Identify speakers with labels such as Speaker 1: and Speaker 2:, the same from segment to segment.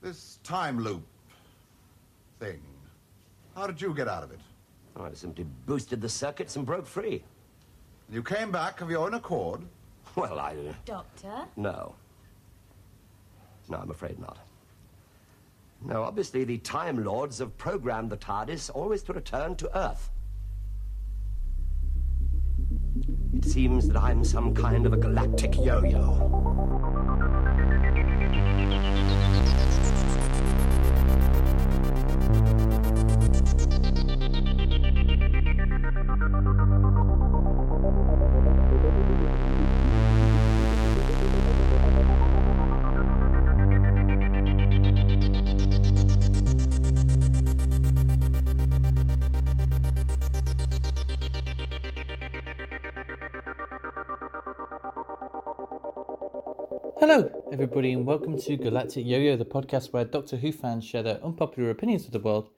Speaker 1: This time loop thing. How did you get out of it?
Speaker 2: I Oh, simply boosted the circuits and broke free.
Speaker 1: You came back of your own accord.
Speaker 2: Well, I. uh,
Speaker 3: Doctor?
Speaker 2: No. No, I'm afraid not. No, obviously, the Time Lords have programmed the TARDIS always to return to Earth. It seems that I'm some kind of a galactic yo yo.
Speaker 4: Hello, everybody, and welcome to Galactic Yo Yo, the podcast where Doctor Who fans share their unpopular opinions of the world,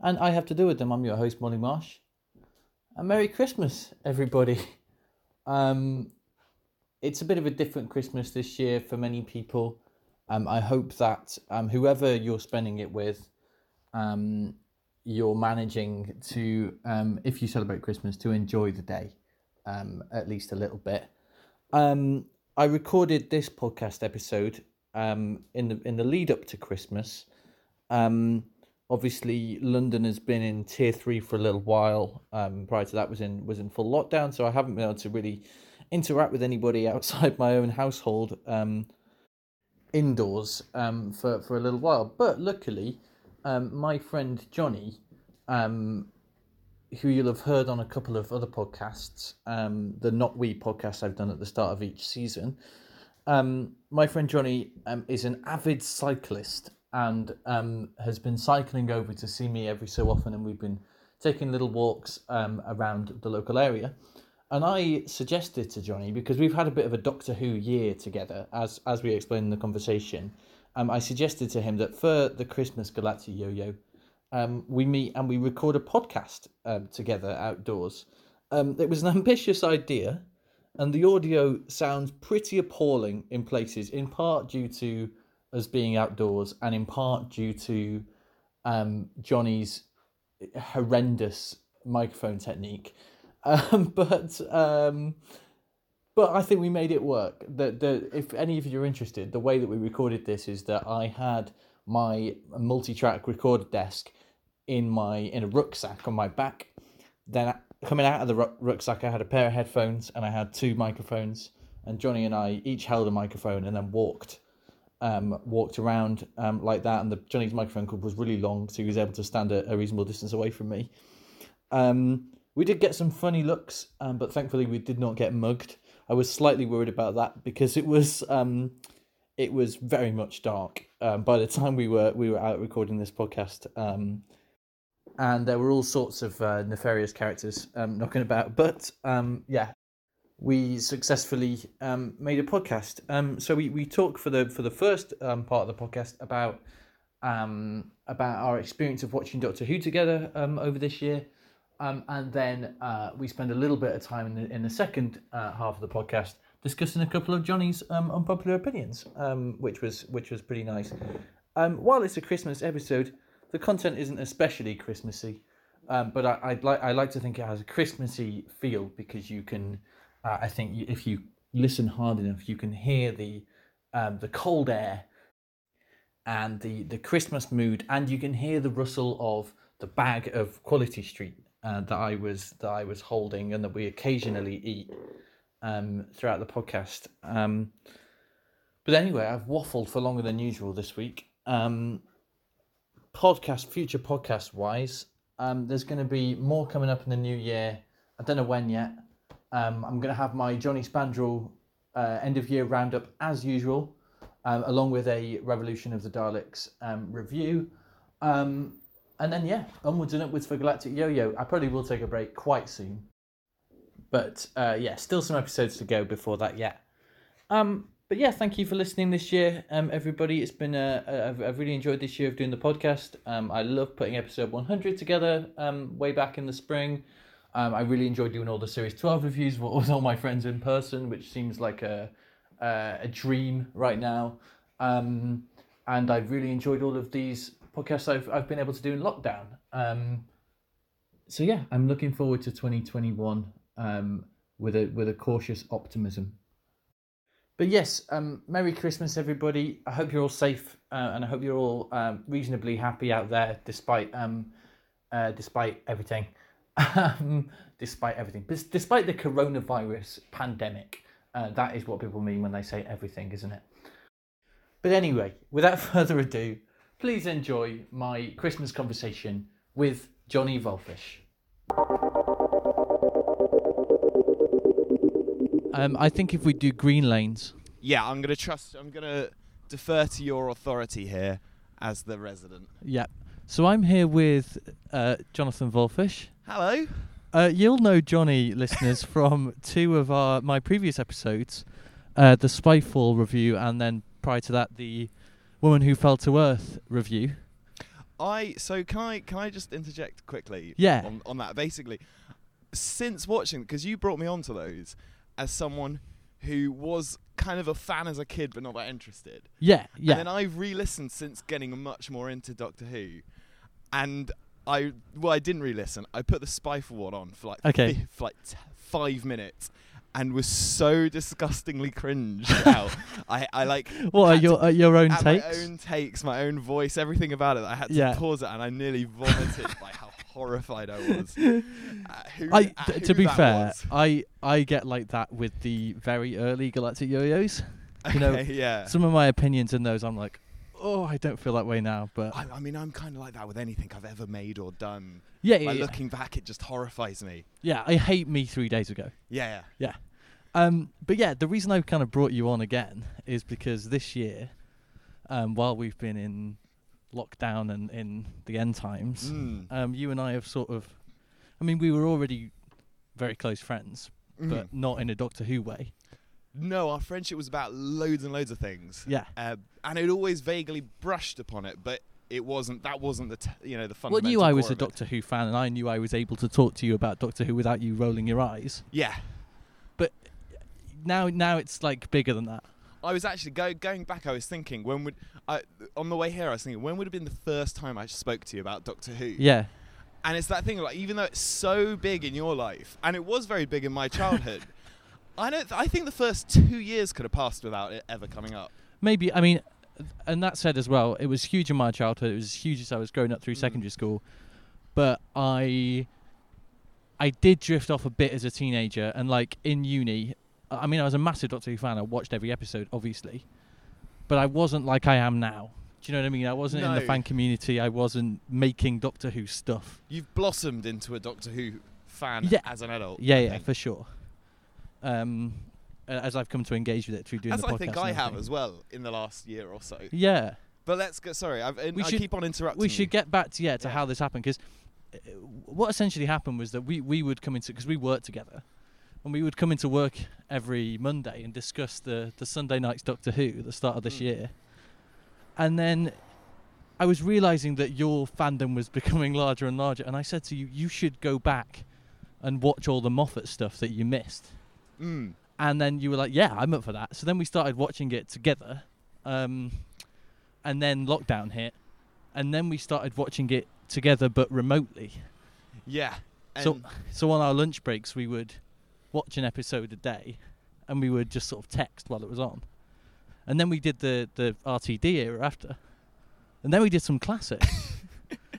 Speaker 4: and I have to do with them. I'm your host, Molly Marsh. And Merry Christmas, everybody. Um, it's a bit of a different Christmas this year for many people. Um, I hope that um, whoever you're spending it with, um, you're managing to, um, if you celebrate Christmas, to enjoy the day um, at least a little bit. Um, I recorded this podcast episode um, in the in the lead up to Christmas. Um, obviously, London has been in tier three for a little while. Um, prior to that, was in was in full lockdown, so I haven't been able to really interact with anybody outside my own household um, indoors um, for for a little while. But luckily, um, my friend Johnny. Um, who you'll have heard on a couple of other podcasts, um, the Not We podcast I've done at the start of each season. Um, my friend Johnny um, is an avid cyclist and um, has been cycling over to see me every so often, and we've been taking little walks um, around the local area. And I suggested to Johnny because we've had a bit of a Doctor Who year together, as as we explained in the conversation. Um, I suggested to him that for the Christmas Galactic Yo-Yo, um, we meet and we record a podcast um, together outdoors. Um, it was an ambitious idea, and the audio sounds pretty appalling in places, in part due to us being outdoors, and in part due to um, Johnny's horrendous microphone technique. Um, but um, but I think we made it work. The, the, if any of you are interested, the way that we recorded this is that I had my multi-track recorder desk in my in a rucksack on my back. Then coming out of the ruck- rucksack, I had a pair of headphones and I had two microphones. And Johnny and I each held a microphone and then walked um, walked around um, like that. And the Johnny's microphone cord was really long, so he was able to stand a, a reasonable distance away from me. Um, we did get some funny looks, um, but thankfully we did not get mugged. I was slightly worried about that because it was um, it was very much dark um, by the time we were we were out recording this podcast. Um, and there were all sorts of uh, nefarious characters um, knocking about, but um, yeah, we successfully um, made a podcast. Um, so we, we talk for the for the first um, part of the podcast about um, about our experience of watching Doctor Who together um, over this year, um, and then uh, we spend a little bit of time in the, in the second uh, half of the podcast discussing a couple of Johnny's um, unpopular opinions, um, which was which was pretty nice. Um, while it's a Christmas episode, the content isn't especially Christmassy, um, but I, I'd like I like to think it has a Christmassy feel because you can, uh, I think you, if you listen hard enough, you can hear the um, the cold air and the the Christmas mood, and you can hear the rustle of the bag of Quality Street uh, that I was that I was holding and that we occasionally eat um, throughout the podcast. Um, but anyway, I've waffled for longer than usual this week. Um, podcast, future podcast wise, um, there's going to be more coming up in the new year. I don't know when yet. Um, I'm going to have my Johnny Spandrel uh, end of year roundup as usual, um, along with a Revolution of the Daleks um, review. Um, and then, yeah, onwards and upwards for Galactic Yo Yo. I probably will take a break quite soon but uh, yeah, still some episodes to go before that yet. Um, but yeah, thank you for listening this year, um, everybody. It's been a, a, I've, I've really enjoyed this year of doing the podcast. Um, I love putting episode one hundred together. Um, way back in the spring, um, I really enjoyed doing all the series twelve reviews with with all my friends in person, which seems like a a, a dream right now. Um, and I've really enjoyed all of these podcasts I've I've been able to do in lockdown. Um, so yeah, I'm looking forward to 2021 um, with a with a cautious optimism. But yes, um, Merry Christmas, everybody. I hope you're all safe, uh, and I hope you're all um, reasonably happy out there, despite um, uh, despite everything, um, despite everything, Des- despite the coronavirus pandemic. Uh, that is what people mean when they say everything, isn't it? But anyway, without further ado, please enjoy my Christmas conversation with Johnny Volfish. Um, I think if we do green lanes,
Speaker 5: Yeah, I'm gonna trust. I'm gonna defer to your authority here as the resident.
Speaker 4: Yep. So I'm here with uh, Jonathan Volfish.
Speaker 5: Hello.
Speaker 4: Uh, you'll know Johnny, listeners, from two of our my previous episodes, uh, the Spyfall review, and then prior to that, the Woman Who Fell to Earth review.
Speaker 5: I so can I can I just interject quickly?
Speaker 4: Yeah.
Speaker 5: On, on that, basically, since watching because you brought me onto those as someone who was kind of a fan as a kid but not that interested.
Speaker 4: Yeah,
Speaker 5: And then
Speaker 4: yeah,
Speaker 5: I've re-listened since getting much more into Doctor Who, and I well I didn't re-listen. I put the Spyfall one on for like
Speaker 4: Okay.
Speaker 5: fi- for like t- five minutes, and was so disgustingly cringe. How I I like
Speaker 4: what are
Speaker 5: had to-
Speaker 4: your uh, your own
Speaker 5: at
Speaker 4: takes?
Speaker 5: my own takes, my own voice, everything about it. I had to
Speaker 4: Yeah.
Speaker 5: pause it, and I nearly vomited by how horrified I was. At who,
Speaker 4: I
Speaker 5: at
Speaker 4: th-
Speaker 5: who
Speaker 4: to be
Speaker 5: that
Speaker 4: fair,
Speaker 5: was.
Speaker 4: I I get like that with the very early Galactic Yo-Yos. You know,
Speaker 5: Okay, yeah.
Speaker 4: some of my opinions in those, I'm like, oh, I don't feel that way now. But
Speaker 5: I, I mean, I'm kind of like that with anything I've ever made or done.
Speaker 4: yeah, yeah,
Speaker 5: Like
Speaker 4: yeah,
Speaker 5: looking back, it just horrifies me.
Speaker 4: yeah, I hate me three days ago.
Speaker 5: Yeah.
Speaker 4: Yeah. Um, but yeah, the reason I've kind of brought you on again is because this year, um, while we've been in lockdown and in the end times,
Speaker 5: Mm.
Speaker 4: um, you and I have sort of, I mean, we were already very close friends,
Speaker 5: Mm-hmm.
Speaker 4: but not in a Doctor Who way.
Speaker 5: No, our friendship was about loads and loads of things.
Speaker 4: Yeah.
Speaker 5: Uh, and it always vaguely brushed upon it, but it wasn't. That wasn't the t- you know the
Speaker 4: Well,
Speaker 5: fundamental.
Speaker 4: you, I was
Speaker 5: core
Speaker 4: a
Speaker 5: of it.
Speaker 4: Doctor Who fan, and I knew I was able to talk to you about Doctor Who without you rolling your eyes.
Speaker 5: Yeah.
Speaker 4: But now, now it's like bigger than that.
Speaker 5: I was actually go, going back. I was thinking when would I on the way here. I was thinking when would have been the first time I spoke to you about Doctor Who.
Speaker 4: Yeah.
Speaker 5: And it's that thing like even though it's so big in your life, and it was very big in my childhood. I don't. Th- I think the first two years could have passed without it ever coming up.
Speaker 4: Maybe I mean, and that said as well, it was huge in my childhood. It was huge as I was growing up
Speaker 5: Mm.
Speaker 4: through secondary school, but I, I did drift off a bit as a teenager, and like in uni, I I mean, I was a massive Doctor Who fan. I watched every episode, obviously, but I wasn't like I am now. Do you know what I mean? I wasn't in the
Speaker 5: No.
Speaker 4: fan community. I wasn't making Doctor Who stuff.
Speaker 5: You've blossomed into a Doctor Who fan
Speaker 4: Yeah.
Speaker 5: as an adult.
Speaker 4: Yeah,
Speaker 5: I
Speaker 4: yeah,
Speaker 5: think.
Speaker 4: for sure. Um, a- as I've come to engage with it through doing
Speaker 5: As
Speaker 4: the
Speaker 5: I
Speaker 4: podcast.
Speaker 5: think
Speaker 4: and
Speaker 5: I have
Speaker 4: everything.
Speaker 5: as well in the last year or so.
Speaker 4: Yeah.
Speaker 5: But let's go. Sorry, I've, and
Speaker 4: We
Speaker 5: I
Speaker 4: should-
Speaker 5: keep on interrupting.
Speaker 4: we should
Speaker 5: you.
Speaker 4: get back to yeah to
Speaker 5: Yeah.
Speaker 4: how this happened because what essentially happened was that we we would come into because we worked together and we would come into work every Monday and discuss the the Sunday night's Doctor Who at the start of this
Speaker 5: Mm.
Speaker 4: year, and then I was realizing that your fandom was becoming larger and larger, and I said to you, you should go back and watch all the Moffat stuff that you missed.
Speaker 5: Mm.
Speaker 4: And then you were like, yeah, I'm up for that. So then we started watching it together. Um, and then lockdown hit. And then we started watching it together, but remotely.
Speaker 5: Yeah.
Speaker 4: so,
Speaker 5: and-
Speaker 4: so on our lunch breaks, we would watch an episode a day and we would just sort of text while it was on. And then we did the, the RTD era after. And then we did some classics.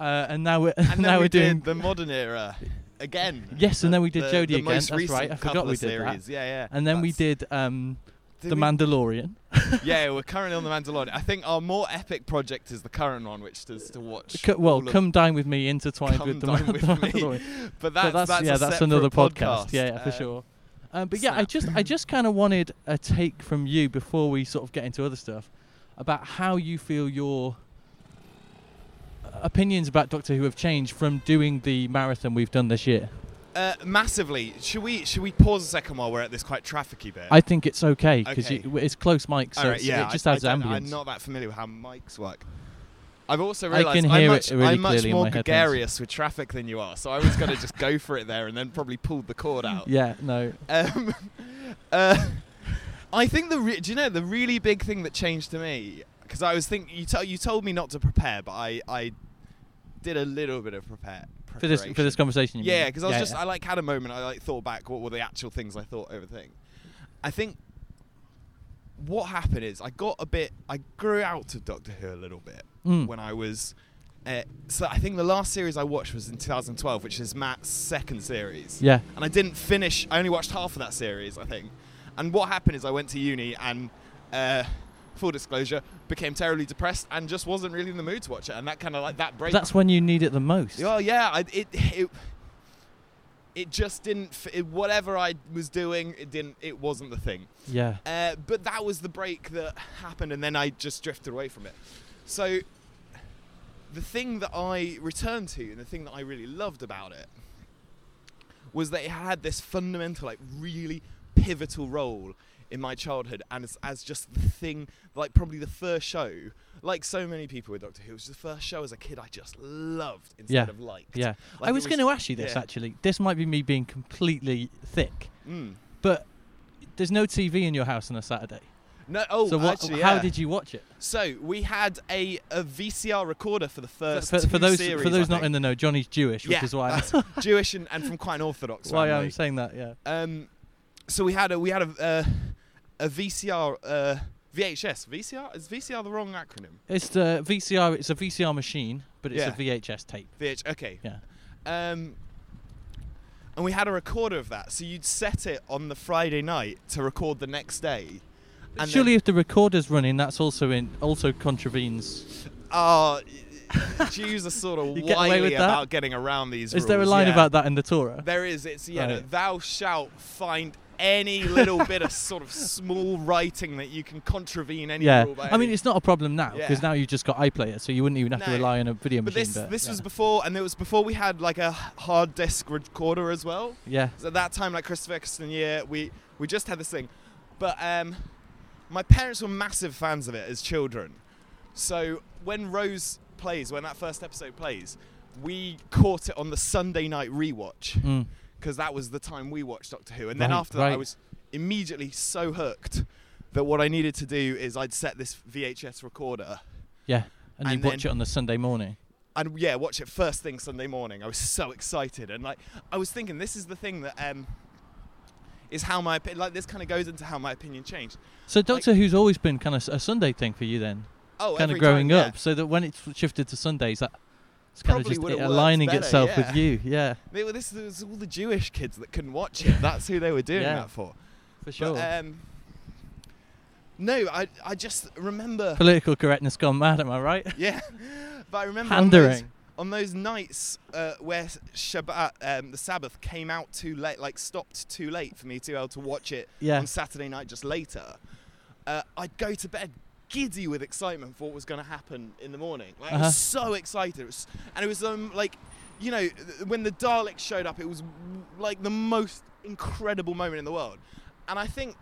Speaker 4: uh, and now we're,
Speaker 5: and then
Speaker 4: now
Speaker 5: we
Speaker 4: we're doing.
Speaker 5: did the modern era again.
Speaker 4: Yes, and then we did
Speaker 5: the,
Speaker 4: Jodie
Speaker 5: the
Speaker 4: again,
Speaker 5: Most
Speaker 4: that's right,
Speaker 5: recent
Speaker 4: I forgot
Speaker 5: couple
Speaker 4: we
Speaker 5: of
Speaker 4: did that.
Speaker 5: series. Yeah, yeah.
Speaker 4: and then we
Speaker 5: That's-
Speaker 4: did um,
Speaker 5: did
Speaker 4: The
Speaker 5: we-
Speaker 4: Mandalorian.
Speaker 5: yeah, we're currently on the Mandalorian. I think our more epic project is the current one, which is to watch.
Speaker 4: C- well,
Speaker 5: all of-
Speaker 4: come dine with me, intertwined
Speaker 5: Come
Speaker 4: with the
Speaker 5: Dine
Speaker 4: Man-
Speaker 5: With
Speaker 4: the
Speaker 5: Me.
Speaker 4: Mandalorian.
Speaker 5: but
Speaker 4: But
Speaker 5: that's, that's,
Speaker 4: yeah,
Speaker 5: a
Speaker 4: that's
Speaker 5: separate
Speaker 4: another
Speaker 5: podcast.
Speaker 4: Yeah, yeah, for
Speaker 5: Uh,
Speaker 4: sure. Um, but yeah, I
Speaker 5: snap.
Speaker 4: just I just kind of wanted a take from you before we sort of get into other stuff about how you feel your opinions about Doctor Who have changed from doing the marathon we've done this year.
Speaker 5: Uh, massively. Should we should we pause a second while we're at this quite trafficky bit?
Speaker 4: I think it's okay because
Speaker 5: Okay.
Speaker 4: it's close mic, so
Speaker 5: All right,
Speaker 4: it's-
Speaker 5: yeah,
Speaker 4: it just
Speaker 5: I,
Speaker 4: adds
Speaker 5: I don't-
Speaker 4: ambience.
Speaker 5: I'm not that familiar with how mics work. I've also
Speaker 4: I
Speaker 5: realised
Speaker 4: can
Speaker 5: I'm
Speaker 4: hear
Speaker 5: much,
Speaker 4: it really
Speaker 5: I'm much
Speaker 4: clearly in
Speaker 5: more
Speaker 4: my headphones.
Speaker 5: gregarious with traffic than you are, so I was going to just go for it there and then probably pull the cord out.
Speaker 4: Yeah, no.
Speaker 5: Um, uh, I think the re- do you know the really big thing that changed to me because I was thinking you, tell you told me not to prepare, but I, I did a little bit of prepare
Speaker 4: for this for this
Speaker 5: preparation.
Speaker 4: conversation. you
Speaker 5: Yeah,
Speaker 4: mean?
Speaker 5: because I was just I like had a moment. I like thought back what were the actual things I thought over the thing. I think what happened is I got a bit. I grew out of Doctor Who a little bit
Speaker 4: Mm.
Speaker 5: when I was. Uh, so I think the last series I watched was in 2012, which is Matt's second series.
Speaker 4: Yeah.
Speaker 5: And I didn't finish. I only watched half of that series, I think. And what happened is I went to uni and. Uh, Full disclosure, became terribly depressed and just wasn't really in the mood to watch it. And that kind of like that break
Speaker 4: That's when you need it the most.
Speaker 5: well, Oh, yeah, I, it, it it just didn't. f- It, whatever I was doing, it didn't. It wasn't the thing.
Speaker 4: Yeah.
Speaker 5: Uh, but that was the break that happened, and then I just drifted away from it. So the thing that I returned to, and the thing that I really loved about it, was that it had this fundamental, like, really pivotal role in my childhood, and as, as just the thing, like, probably the first show. Like so many people with Doctor Who, it was the first show as a kid I just loved instead
Speaker 4: Yeah.
Speaker 5: of liked.
Speaker 4: Yeah.
Speaker 5: Like,
Speaker 4: I
Speaker 5: it
Speaker 4: was going to ask you this
Speaker 5: yeah.
Speaker 4: actually. This might be me being completely thick,
Speaker 5: Mm.
Speaker 4: but there's no TV in your house on a Saturday.
Speaker 5: No. Oh,
Speaker 4: so what,
Speaker 5: actually,
Speaker 4: how
Speaker 5: yeah.
Speaker 4: did you watch it?
Speaker 5: So we had a, a VCR recorder for the first
Speaker 4: for, for
Speaker 5: Uh, two
Speaker 4: those
Speaker 5: series,
Speaker 4: for those not in
Speaker 5: the
Speaker 4: the know, Johnny's Jewish, which is why I,
Speaker 5: Jewish and, and from quite an orthodox
Speaker 4: why I'm
Speaker 5: family.
Speaker 4: saying that. Yeah.
Speaker 5: um, so we had a we had a uh, a VCR uh, VHS VCR is VCR the wrong acronym
Speaker 4: It's the VCR. It's a VCR machine, but it's
Speaker 5: Yeah.
Speaker 4: a VHS tape.
Speaker 5: VH okay
Speaker 4: Yeah.
Speaker 5: um, and we had a recorder of that so you'd set it on the Friday night to record the next day and
Speaker 4: Surely, if the recorder's running, that's also in also contravenes.
Speaker 5: then, oh, Jews are sort of
Speaker 4: You get away
Speaker 5: wily
Speaker 4: with that?
Speaker 5: about getting around these
Speaker 4: Is there a
Speaker 5: rules,
Speaker 4: line
Speaker 5: yeah.
Speaker 4: about that in the Torah?
Speaker 5: There is. It's yeah.
Speaker 4: Right.
Speaker 5: Thou shalt find any little bit of sort of small writing that you can contravene any
Speaker 4: yeah.
Speaker 5: rule. by
Speaker 4: I mean,
Speaker 5: any-
Speaker 4: it's not a problem now because
Speaker 5: Yeah.
Speaker 4: now you've just got iPlayer, so you wouldn't even have to
Speaker 5: No.
Speaker 4: rely on a video
Speaker 5: But
Speaker 4: machine.
Speaker 5: this
Speaker 4: but
Speaker 5: this
Speaker 4: yeah.
Speaker 5: was before, and it was before we had like a hard disk recorder as well.
Speaker 4: yeah.
Speaker 5: So at that time, like Christopher Castanier, we we just had this thing, but um, my parents were massive fans of it as children. So when Rose plays, when that first episode plays, we caught it on the Sunday night rewatch.
Speaker 4: Mm.
Speaker 5: because that was the time we watched Doctor Who. And then
Speaker 4: Right,
Speaker 5: after that, I
Speaker 4: right.
Speaker 5: was immediately so hooked that what I needed to do is I'd set this VHS recorder
Speaker 4: Yeah. And,
Speaker 5: And
Speaker 4: you watch it
Speaker 5: then-
Speaker 4: on the Sunday morning.
Speaker 5: and yeah, watch it first thing Sunday morning. I was so excited, and like I was thinking, this is the thing that um, is how my opi- like this kind of goes into how my opinion changed.
Speaker 4: So Doctor Who's always been kind of a Sunday thing for you then,
Speaker 5: Oh,
Speaker 4: kind of
Speaker 5: every
Speaker 4: growing
Speaker 5: time, yeah.
Speaker 4: up. So that when it's shifted to Sundays, that it's kind of
Speaker 5: Probably
Speaker 4: just
Speaker 5: would've
Speaker 4: it
Speaker 5: worked
Speaker 4: aligning
Speaker 5: better,
Speaker 4: itself
Speaker 5: yeah.
Speaker 4: with you. Yeah,
Speaker 5: They were, this was all the Jewish kids that couldn't watch it. That's who they were doing
Speaker 4: Yeah.
Speaker 5: that for.
Speaker 4: for sure.
Speaker 5: But, um, no, I I just remember.
Speaker 4: Political correctness gone mad. Am I right?
Speaker 5: yeah, but I remember on those-
Speaker 4: Pandering.
Speaker 5: on those nights uh, where Shabbat, um, the Sabbath, came out too late, like stopped too late for me to be able to watch it
Speaker 4: Yeah.
Speaker 5: on Saturday night just later, uh, I'd go to bed giddy with excitement for what was going to happen in the morning. Like, I
Speaker 4: Uh-huh.
Speaker 5: was so excited. It was, and it was um, like, you know, th- when the Daleks showed up, it was w- like the most incredible moment in the world. And I think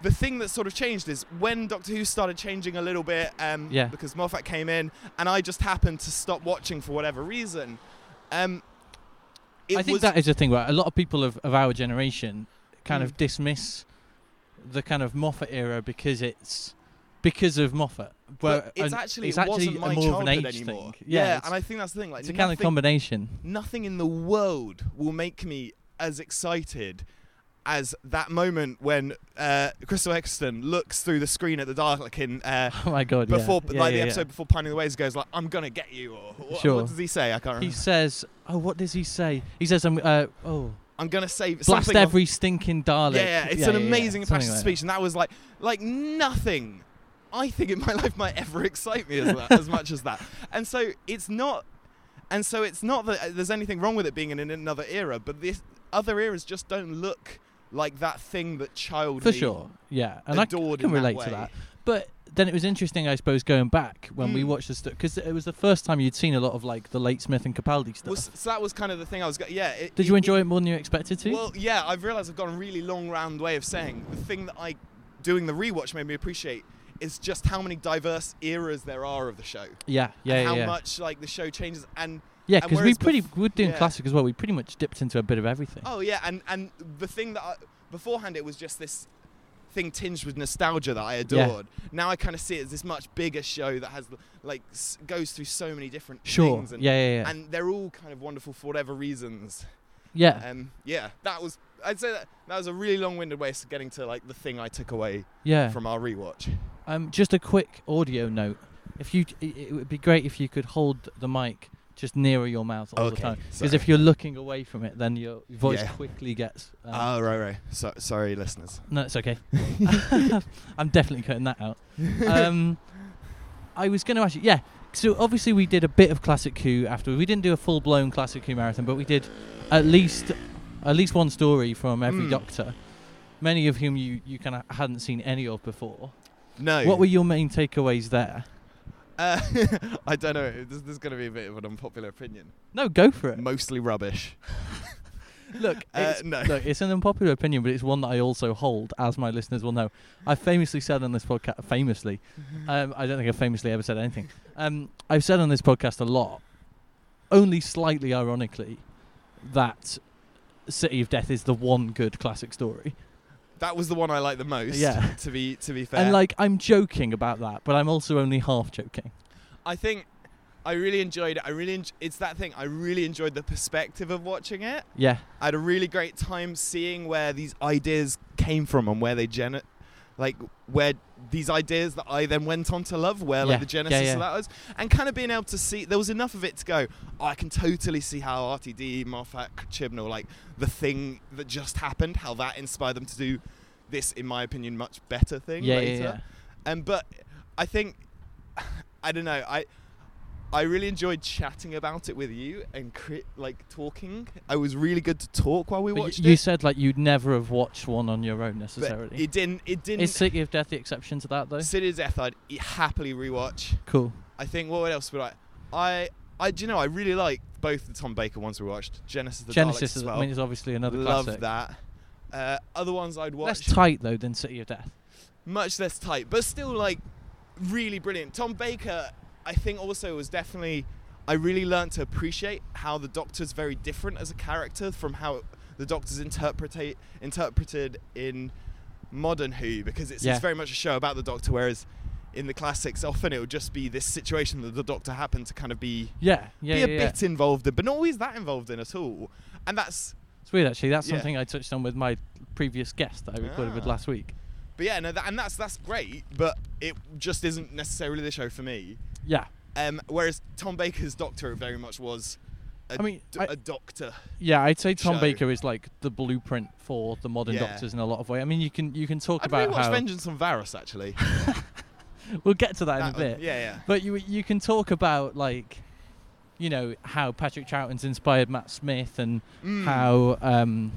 Speaker 5: the thing that sort of changed is when Doctor Who started changing a little bit, um,
Speaker 4: Yeah.
Speaker 5: because Moffat came in, and I just happened to stop watching for whatever reason. Um, it
Speaker 4: I think
Speaker 5: was,
Speaker 4: that is a thing where a lot of people of, of our generation kind
Speaker 5: Mm.
Speaker 4: of dismiss the kind of Moffat era because it's because of Moffat. Where
Speaker 5: but it's
Speaker 4: an-
Speaker 5: actually
Speaker 4: it's
Speaker 5: it
Speaker 4: actually
Speaker 5: wasn't my
Speaker 4: a more of an
Speaker 5: childhood
Speaker 4: age
Speaker 5: anymore.
Speaker 4: thing. Yeah, it's,
Speaker 5: and I think that's the thing. Like
Speaker 4: it's a kind of
Speaker 5: nothing,
Speaker 4: combination.
Speaker 5: nothing in the world will make me as excited as that moment when uh, Crystal Eccleston looks through the screen at the Dalek in uh,
Speaker 4: Oh my god! yeah.
Speaker 5: before,
Speaker 4: Yeah,
Speaker 5: like
Speaker 4: yeah,
Speaker 5: the
Speaker 4: yeah.
Speaker 5: episode before Pining the Waves goes like, "I'm gonna get you," or wh- what,
Speaker 4: Sure.
Speaker 5: does he say? I can't remember.
Speaker 4: He says, "Oh, what does he say?" He says, "I'm uh, oh."
Speaker 5: I'm gonna save
Speaker 4: Blast
Speaker 5: something of-
Speaker 4: every stinking Dalek.
Speaker 5: Yeah, yeah, it's an
Speaker 4: yeah, yeah. Something
Speaker 5: amazing impassioned
Speaker 4: like
Speaker 5: speech, and that was like like nothing. I think in my life might ever excite me as, that, as much as that. And so it's not, and so it's not that uh, there's anything wrong with it being in an- another era, but this other eras just don't look like that thing that child
Speaker 4: For
Speaker 5: me-
Speaker 4: sure, yeah, and I, c-
Speaker 5: adored
Speaker 4: can
Speaker 5: in that
Speaker 4: relate
Speaker 5: way.
Speaker 4: to that. But then it was interesting, I suppose, going back when we
Speaker 5: Mm.
Speaker 4: watched the stuff because it was the first time you'd seen a lot of like the late Smith and Capaldi stuff.
Speaker 5: Was, so that was kind of the thing I was. Go- yeah. It,
Speaker 4: Did you enjoy it more than you expected to?
Speaker 5: Well, yeah, I've realised I've got a really long round way of saying the thing that I, doing the rewatch made me appreciate is just how many diverse eras there are of the show.
Speaker 4: yeah, yeah,
Speaker 5: and
Speaker 4: yeah.
Speaker 5: how
Speaker 4: yeah.
Speaker 5: much like the show changes and
Speaker 4: yeah,
Speaker 5: and
Speaker 4: because we
Speaker 5: whereas
Speaker 4: pretty
Speaker 5: bef-
Speaker 4: we're doing
Speaker 5: yeah.
Speaker 4: classic as well. We pretty much dipped into a bit of everything.
Speaker 5: oh yeah and and the thing that I, beforehand it was just this thing tinged with nostalgia that I adored. Now I kind of see it as this much bigger show that has like s- goes through so many different
Speaker 4: Sure.
Speaker 5: things. And,
Speaker 4: Yeah, yeah, yeah.
Speaker 5: And they're all kind of wonderful for whatever reasons.
Speaker 4: Yeah.
Speaker 5: Um, yeah, that was. I'd say that that was a really long-winded way of getting to like the thing I took away
Speaker 4: Yeah.
Speaker 5: from our rewatch.
Speaker 4: Um, just a quick audio note. If you, it, it would be great if you could hold the mic just nearer your mouth all the
Speaker 5: Okay,
Speaker 4: time. Because
Speaker 5: sorry.
Speaker 4: if you're looking away from it, then your voice
Speaker 5: Yeah.
Speaker 4: quickly gets. Um,
Speaker 5: Oh right, right. So, sorry, listeners.
Speaker 4: no, it's okay. I'm definitely cutting that out. Um, I was going to ask you, yeah. So obviously we did a bit of classic Who after we didn't do a full blown classic Who marathon, but we did at least at least one story from every
Speaker 5: Mm.
Speaker 4: Doctor, many of whom you you kind of hadn't seen any of before.
Speaker 5: No.
Speaker 4: What were your main takeaways there?
Speaker 5: Uh, I don't know. This, this is going to be a bit of an unpopular opinion.
Speaker 4: No, go for it.
Speaker 5: Mostly rubbish.
Speaker 4: Look,
Speaker 5: Uh,
Speaker 4: it's,
Speaker 5: no.
Speaker 4: look, it's an unpopular opinion, but it's one that I also hold, as my listeners will know. I famously said on this podcast, famously,
Speaker 5: Mm-hmm.
Speaker 4: um, I don't think I famously ever said anything. Um, I've said on this podcast a lot, only slightly ironically, that City of Death is the one good classic story.
Speaker 5: That was the one I liked the most.
Speaker 4: Yeah.
Speaker 5: To be to be fair.
Speaker 4: And like, I'm joking about that, but I'm also only half joking.
Speaker 5: I think I really enjoyed it. I really en- it's that thing. I really enjoyed the perspective of watching it.
Speaker 4: Yeah,
Speaker 5: I had a really great time seeing where these ideas came from and where they gen like where these ideas that I then went on to love, where
Speaker 4: Yeah,
Speaker 5: like the genesis
Speaker 4: yeah, yeah.
Speaker 5: of that was, and kind of being able to see there was enough of it to go. "Oh, I can totally see how RTD, Moffat, Chibnall, like the thing that just happened, how that inspired them to do this, in my opinion, much better thing
Speaker 4: yeah, yeah,
Speaker 5: later.
Speaker 4: yeah.
Speaker 5: Um, but I think I don't know. I I really enjoyed chatting about it with you and cri- like talking. I was really good to talk while we
Speaker 4: But y-
Speaker 5: watched
Speaker 4: you,
Speaker 5: it.
Speaker 4: said like you'd never have watched one on your own
Speaker 5: but
Speaker 4: necessarily.
Speaker 5: it didn't. It didn't.
Speaker 4: is City of Death the exception to that though?
Speaker 5: City of Death. I'd e- happily rewatch.
Speaker 4: Cool.
Speaker 5: I think. What else would I? I. I. Do you know? I really like both the Tom Baker ones we watched. Genesis. of The
Speaker 4: Genesis
Speaker 5: Daleks
Speaker 4: is,
Speaker 5: as well.
Speaker 4: I mean, is obviously another
Speaker 5: Love
Speaker 4: classic.
Speaker 5: that. Uh, other ones I'd
Speaker 4: Less
Speaker 5: watch.
Speaker 4: tight though than City of Death.
Speaker 5: much less tight, but still like really brilliant. Tom Baker, I think also was definitely I really learned to appreciate how the Doctor's very different as a character from how the Doctor's interpretate interpreted in modern Who because it's,
Speaker 4: Yeah.
Speaker 5: it's very much a show about the Doctor, whereas in the classics often it would just be this situation that the Doctor happened to kind of be
Speaker 4: Yeah, yeah,
Speaker 5: be
Speaker 4: yeah.
Speaker 5: a
Speaker 4: yeah.
Speaker 5: bit involved in, but not always that involved in at all. And that's
Speaker 4: It's weird actually. That's
Speaker 5: Yeah.
Speaker 4: something I touched on with my previous guest that I recorded with
Speaker 5: Ah.
Speaker 4: last week.
Speaker 5: but yeah, no, that, and that's that's great, but it just isn't necessarily the show for me.
Speaker 4: Yeah,
Speaker 5: Um, whereas Tom Baker's Doctor very much was, a
Speaker 4: I mean,
Speaker 5: d-
Speaker 4: I-
Speaker 5: a doctor.
Speaker 4: yeah. I'd say Tom
Speaker 5: Show.
Speaker 4: Baker is like the blueprint for the modern
Speaker 5: Yeah.
Speaker 4: doctors in a lot of ways. I mean, you can you can talk
Speaker 5: I'd
Speaker 4: about
Speaker 5: rewatch
Speaker 4: how
Speaker 5: Vengeance on Varus actually. Oh,
Speaker 4: we'll get to that,
Speaker 5: That
Speaker 4: in a
Speaker 5: one,
Speaker 4: bit.
Speaker 5: yeah, yeah.
Speaker 4: But you you can talk about like, you know, how Patrick Troughton's inspired Matt Smith and
Speaker 5: Mm.
Speaker 4: how um,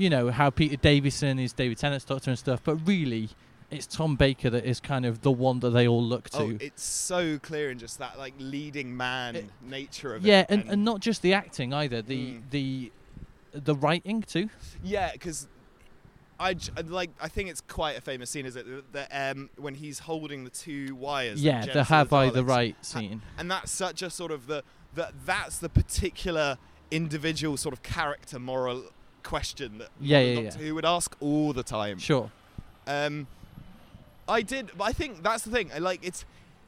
Speaker 4: you know, how Peter Davison is David Tennant's doctor and stuff. But really, it's Tom Baker that is kind of the one that they all look to.
Speaker 5: oh, it's so clear in just that like leading man
Speaker 4: It-
Speaker 5: nature of
Speaker 4: yeah,
Speaker 5: it.
Speaker 4: and, and not just the acting either. The
Speaker 5: Mm.
Speaker 4: the the writing too.
Speaker 5: yeah, because. I j- I'd like. I think it's quite a famous scene, is it? That um, when he's holding the two wires. that
Speaker 4: yeah,
Speaker 5: Genesis
Speaker 4: the have I the
Speaker 5: Daleks-
Speaker 4: right scene.
Speaker 5: and that's such a sort of the that that's the particular individual sort of character moral question that
Speaker 4: Yeah,
Speaker 5: modern
Speaker 4: yeah,
Speaker 5: Doctor
Speaker 4: yeah.
Speaker 5: Who would ask all the time.
Speaker 4: Sure.
Speaker 5: Um, I did, but I think that's the thing. I like it's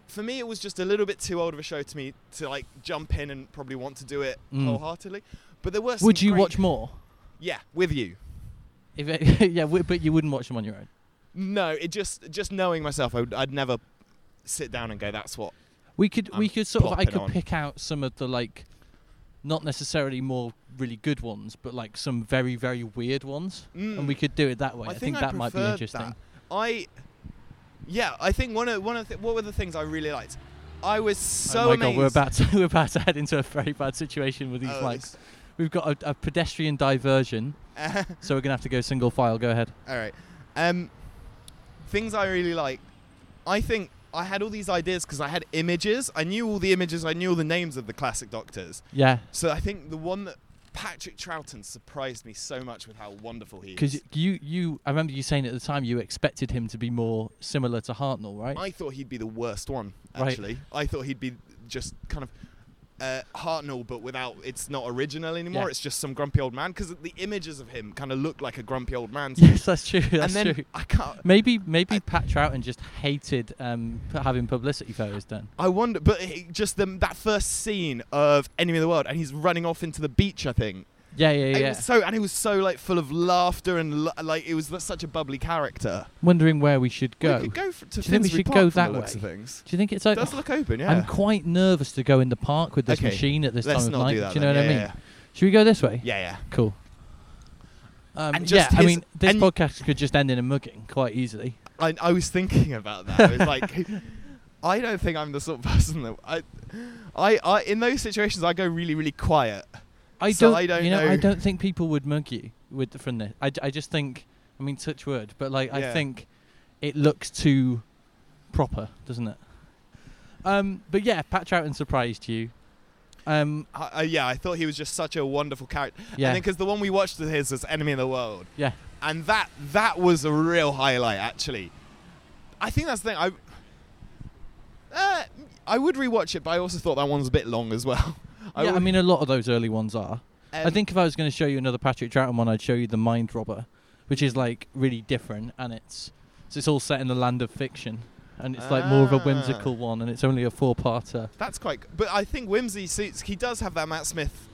Speaker 5: for me. It was just a little bit too old of a show to me to like jump in and probably want to do it
Speaker 4: Mm.
Speaker 5: wholeheartedly. But there were. Some
Speaker 4: Would you
Speaker 5: great-
Speaker 4: watch more?
Speaker 5: Yeah, with you.
Speaker 4: If it, yeah, wi- but you wouldn't watch them on your own.
Speaker 5: No, it just just knowing myself, I would, I'd never sit down and go. That's what.
Speaker 4: We could we
Speaker 5: I'm
Speaker 4: could sort of I
Speaker 5: plopping
Speaker 4: could
Speaker 5: on.
Speaker 4: pick out some of the like, not necessarily more really good ones, but like some very very weird ones, and
Speaker 5: Mm.
Speaker 4: we could do it that way. I, think, that might be
Speaker 5: preferred
Speaker 4: interesting.
Speaker 5: that. I. Yeah, I think one of one of the, what were the things I really liked. I was so
Speaker 4: oh my
Speaker 5: amazed.
Speaker 4: god, we're about to we're about to head into a very bad situation with these
Speaker 5: Oh,
Speaker 4: mics. We've got a, a pedestrian diversion,
Speaker 5: this-
Speaker 4: so we're gonna have to go single file. Go ahead.
Speaker 5: All right. Um, things I really like. I think I had all these ideas because I had images. I knew all the images. I knew all the names of the classic doctors.
Speaker 4: Yeah,
Speaker 5: So I think the one that Patrick Troughton surprised me so much with how wonderful he is.
Speaker 4: Because you, you, I remember you saying at the time you expected him to be more similar to Hartnell, right?
Speaker 5: I thought he'd be the worst one.
Speaker 4: Right.
Speaker 5: Actually, I thought he'd be just kind of uh, Hartnell, but without it's not original anymore.
Speaker 6: Yeah.
Speaker 5: It's just some grumpy old man because the images of him kind of look like a grumpy old man. to me.
Speaker 4: Yes, that's true. That's
Speaker 5: and then
Speaker 4: true.
Speaker 5: I can't.
Speaker 4: Maybe maybe Pat Troughton just hated um, p- having publicity photos done.
Speaker 5: I wonder, but it, just the, that first scene of Enemy of the World, and he's running off into the beach. I think.
Speaker 4: Yeah, yeah,
Speaker 5: It
Speaker 4: yeah.
Speaker 5: was so, and he was so like full of laughter and lo- like it was such a bubbly character.
Speaker 4: Wondering where we should go.
Speaker 5: We could go for,
Speaker 4: Do
Speaker 5: to
Speaker 4: you think we
Speaker 5: Finsbury
Speaker 4: should
Speaker 5: Park
Speaker 4: go
Speaker 5: from
Speaker 4: that
Speaker 5: the looks of
Speaker 4: way?
Speaker 5: things.
Speaker 4: Do you think it's open?
Speaker 5: does look open, yeah.
Speaker 4: I'm quite nervous to go in the park with this
Speaker 5: Okay,
Speaker 4: machine at this
Speaker 5: let's
Speaker 4: time of
Speaker 5: not
Speaker 4: night.
Speaker 5: do that
Speaker 4: you know
Speaker 5: then,
Speaker 4: what I
Speaker 5: yeah,
Speaker 4: mean? Should we go this way?
Speaker 5: yeah, yeah.
Speaker 4: Cool. Um,
Speaker 5: And just
Speaker 4: yeah, I
Speaker 5: his-
Speaker 4: mean, this
Speaker 5: and-
Speaker 4: podcast could just end in a mugging quite easily.
Speaker 5: I, I was thinking about that. It's like, I don't think I'm the sort of person that I, I, I in those situations I go really, really quiet.
Speaker 4: I
Speaker 5: So
Speaker 4: don't,
Speaker 5: I don't
Speaker 4: you know, I
Speaker 5: know.
Speaker 4: don't think people would mug you with from this. I, d- I just think, I mean, touch wood, but like I
Speaker 5: Yeah.
Speaker 4: think it looks too proper, doesn't it? Um, but yeah, Pat Troughton surprised you. Um,
Speaker 5: I, I, yeah, I thought he was just such a wonderful character.
Speaker 4: Yeah.
Speaker 5: And then because the one we watched of his was Enemy of the World,
Speaker 4: yeah,
Speaker 5: and that that was a real highlight actually. I think that's the thing. I, uh, I would rewatch it, but I also thought that one's a bit long as well.
Speaker 4: yeah. I
Speaker 5: would-
Speaker 4: mean, a lot of those early ones are. I
Speaker 5: um,
Speaker 4: think if I was going to show you another Patrick Troughton one, I'd show you the Mind Robber, which is like really different, and it's so it's all set in the land of fiction, and it's like more of a
Speaker 5: Ah.
Speaker 4: whimsical one, and it's only a four-parter.
Speaker 5: that's quite. But I think Whimsy suits. He does have that Matt Smith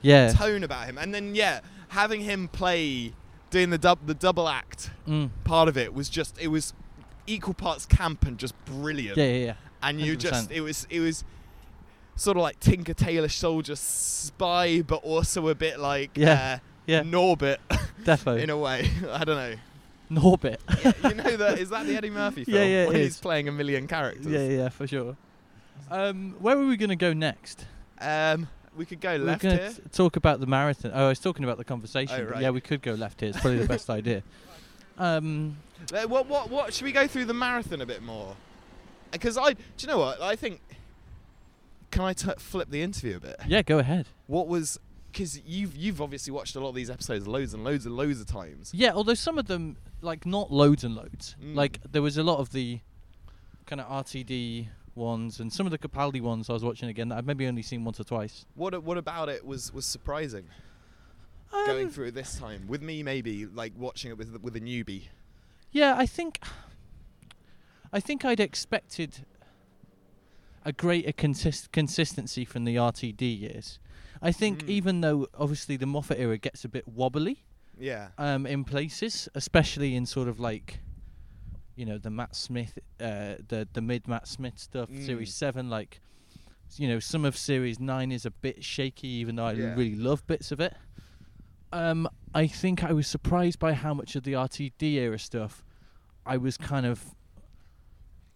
Speaker 4: Yeah.
Speaker 5: tone about him. And then yeah, having him play doing the dub the double act
Speaker 4: Mm.
Speaker 5: part of it was just it was equal parts camp and just brilliant.
Speaker 4: Yeah, yeah, yeah.
Speaker 5: And you just
Speaker 4: 100%.
Speaker 5: it was it was sort of like Tinker Tailor soldier spy, but also a bit like
Speaker 4: Yeah,
Speaker 5: uh,
Speaker 4: yeah.
Speaker 5: Norbit
Speaker 4: Defo.
Speaker 5: in a way. I don't know.
Speaker 4: Norbit.
Speaker 5: Yeah, you know that is that the Eddie Murphy film
Speaker 4: Yeah, yeah, it
Speaker 5: when he's
Speaker 4: is.
Speaker 5: playing a million characters.
Speaker 4: yeah, yeah, for sure. Um, where were we going to go next?
Speaker 5: Um, we could go
Speaker 4: We
Speaker 5: left
Speaker 4: we're gonna
Speaker 5: here.
Speaker 4: t- talk about the marathon. Oh, I was talking about the conversation.
Speaker 5: Oh,
Speaker 4: but
Speaker 5: right.
Speaker 4: Yeah, we could go left here. It's probably the best idea. Um,
Speaker 5: Uh, What what what should we go through the marathon a bit more? Because I do you know what I think. Can I t- flip the interview a bit?
Speaker 4: yeah, go ahead.
Speaker 5: What was because you've you've obviously watched a lot of these episodes loads and loads and loads of times.
Speaker 4: Yeah, although some of them, like not loads and loads.
Speaker 5: Mm.
Speaker 4: Like there was a lot of the kind of RTD ones and some of the Capaldi ones I was watching again that I've maybe only seen once or twice.
Speaker 5: What a- what about it was was surprising
Speaker 4: Um,
Speaker 5: going through it this time with me maybe like watching it with with a newbie.
Speaker 4: Yeah, I think I think I'd expected a greater consist- consistency from the RTD years. I think
Speaker 5: Mm.
Speaker 4: even though obviously the Moffat era gets a bit wobbly
Speaker 5: Yeah.
Speaker 4: um, in places, especially in sort of like you know the Matt Smith, uh, the the mid Matt Smith stuff,
Speaker 5: Mm.
Speaker 4: Series Seven, like you know some of Series Nine is a bit shaky, even though I
Speaker 5: Yeah.
Speaker 4: really love bits of it. Um, I think I was surprised by how much of the RTD era stuff I was kind of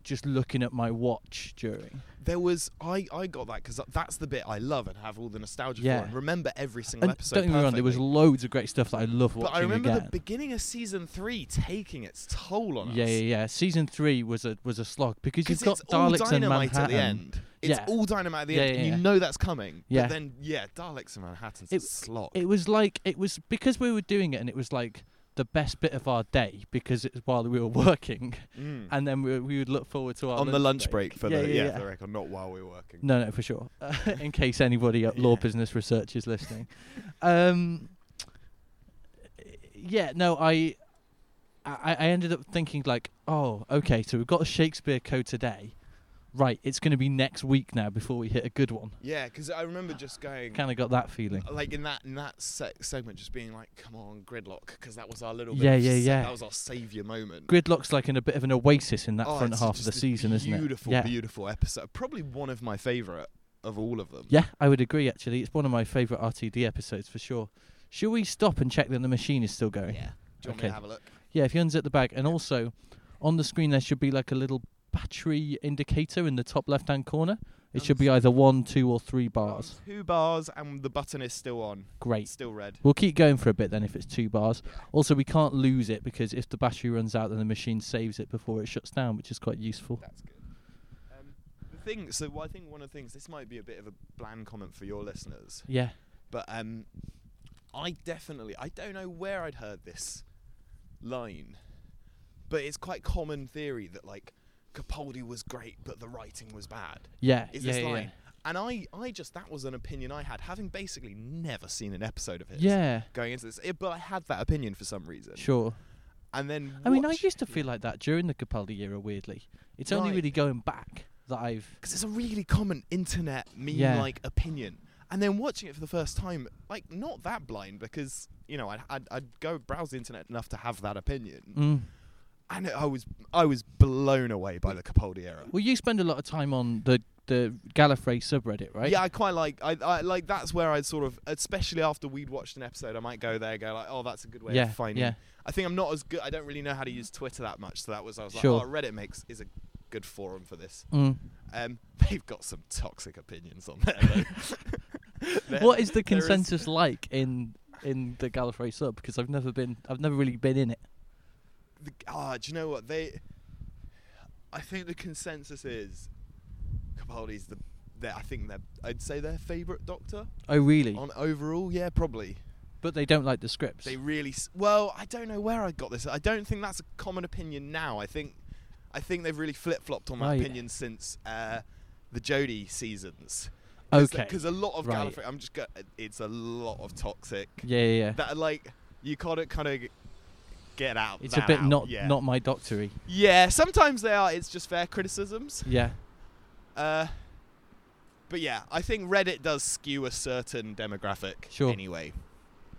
Speaker 4: just looking at my watch during.
Speaker 5: There was I I got that because that's the bit I love and have all the nostalgia
Speaker 4: Yeah.
Speaker 5: for and remember every single
Speaker 4: And
Speaker 5: episode.
Speaker 4: don't get me wrong, there was
Speaker 5: perfectly.
Speaker 4: loads of great stuff that I love watching
Speaker 5: But I remember
Speaker 4: again.
Speaker 5: the beginning of season three taking its toll on
Speaker 4: yeah,
Speaker 5: us.
Speaker 4: yeah, yeah. Season three was a was a slog because you've
Speaker 5: Because
Speaker 4: got
Speaker 5: it's all
Speaker 4: Daleks and
Speaker 5: dynamite
Speaker 4: Manhattan.
Speaker 5: at the end. It's
Speaker 4: Yeah.
Speaker 5: all dynamite at the
Speaker 4: Yeah,
Speaker 5: end,
Speaker 4: yeah,
Speaker 5: and you
Speaker 4: yeah.
Speaker 5: know that's coming.
Speaker 4: Yeah.
Speaker 5: But then, yeah, Daleks and Manhattan's a
Speaker 4: It-
Speaker 5: slot.
Speaker 4: It was like it was because we were doing it, and it was like the best bit of our day because it's while we were working,
Speaker 5: Mm.
Speaker 4: and then we, we would look forward to our
Speaker 5: on the lunch break, for
Speaker 4: yeah,
Speaker 5: the
Speaker 4: yeah,
Speaker 5: yeah,
Speaker 4: yeah.
Speaker 5: for the record, not while we were working.
Speaker 4: No, no, for sure. Uh, in case anybody at Law Business Research is listening. Um, yeah, no, I, I, I ended up thinking like, oh, okay, so we've got a Shakespeare code today. Right, it's going to be next week now before we hit a good one.
Speaker 5: Yeah, because I remember just going
Speaker 4: Kind of got that feeling.
Speaker 5: like in that in that se- segment, just being like, "Come on, gridlock," because that was our little bit
Speaker 4: Yeah,
Speaker 5: of
Speaker 4: yeah,
Speaker 5: sa-
Speaker 4: yeah.
Speaker 5: That was our savior moment.
Speaker 4: Gridlock's like in a bit of an oasis in that
Speaker 5: Oh,
Speaker 4: front
Speaker 5: it's
Speaker 4: half of
Speaker 5: just
Speaker 4: the
Speaker 5: a
Speaker 4: season, isn't it?
Speaker 5: Beautiful,
Speaker 4: yeah.
Speaker 5: beautiful episode. Probably one of my favorite of all of them.
Speaker 4: Yeah, I would agree. Actually, it's one of my favourite RTD episodes for sure. Shall we stop and check that the machine is still going?
Speaker 5: Yeah. Do you want
Speaker 4: Okay.
Speaker 5: me to have a look?
Speaker 4: Yeah, if you unzip the bag, and also on the screen there should be like a little battery indicator in the top left-hand corner. It should be either one, two, or three bars.
Speaker 5: Two bars, and the button is still on.
Speaker 4: Great.
Speaker 5: It's still red.
Speaker 4: We'll keep going for a bit then if it's two bars. Also, we can't lose it because if the battery runs out, then the machine saves it before it shuts down, which is quite useful.
Speaker 5: That's good. Um, the thing, so I think one of the things, this might be a bit of a bland comment for your listeners,
Speaker 4: Yeah.
Speaker 5: but um, I definitely, I don't know where I'd heard this line, but it's quite common theory that like Capaldi was great, but the writing was bad.
Speaker 4: Yeah.
Speaker 5: Is
Speaker 4: yeah,
Speaker 5: this
Speaker 4: yeah,
Speaker 5: line? And I, I just that was an opinion I had, having basically never seen an episode of his.
Speaker 4: Yeah.
Speaker 5: Going into this, It- but I had that opinion for some reason.
Speaker 4: Sure.
Speaker 5: And then
Speaker 4: I mean, I
Speaker 5: watch-
Speaker 4: used to feel like that during the Capaldi era. Weirdly, it's only
Speaker 5: Right.
Speaker 4: really going back that I've.
Speaker 5: because it's a really common internet
Speaker 4: Yeah.
Speaker 5: meme-like opinion. And then watching it for the first time, like not that blind, because you know I'd, I'd, I'd go browse the internet enough to have that opinion,
Speaker 4: Mm.
Speaker 5: and I was I was blown away by the Capaldi era.
Speaker 4: Well, you spend a lot of time on the the Gallifrey subreddit, right?
Speaker 5: Yeah, I quite like I, I like that's where I'd sort of, especially after we'd watched an episode, I might go there, go like, oh, that's a good way
Speaker 4: Yeah,
Speaker 5: of finding.
Speaker 4: yeah.
Speaker 5: I think I'm not as good. I don't really know how to use Twitter that much, so that was I was
Speaker 4: Sure.
Speaker 5: like, oh, Reddit makes is a good forum for this.
Speaker 4: Mm.
Speaker 5: Um, they've got some toxic opinions on there. though. There-
Speaker 4: What is the
Speaker 5: there
Speaker 4: consensus like in in the Gallifrey sub? Because I've never been, I've never really been in it.
Speaker 5: the, ah, do you know what they? I think the consensus is Capaldi's the. They're, I think they're. I'd say their favorite Doctor
Speaker 4: Oh, really?
Speaker 5: on overall. Yeah, probably.
Speaker 4: but they don't like the scripts.
Speaker 5: They really. s- Well, I don't know where I got this. I don't think that's a common opinion now. I think, I think they've really flip flopped on that
Speaker 4: Right.
Speaker 5: opinion since uh, the Jodie seasons.
Speaker 4: Okay.
Speaker 5: Because a lot of
Speaker 4: Right.
Speaker 5: Gallifrey, I'm just. Go- it's a lot of toxic.
Speaker 4: yeah, yeah. yeah.
Speaker 5: That like you kind of kind of get out.
Speaker 4: it's a
Speaker 5: that
Speaker 4: bit
Speaker 5: out.
Speaker 4: not
Speaker 5: yeah.
Speaker 4: not my doctory.
Speaker 5: Yeah, sometimes they are. It's just fair criticisms.
Speaker 4: Yeah.
Speaker 5: Uh, but yeah, I think Reddit does skew a certain demographic
Speaker 4: Sure.
Speaker 5: anyway.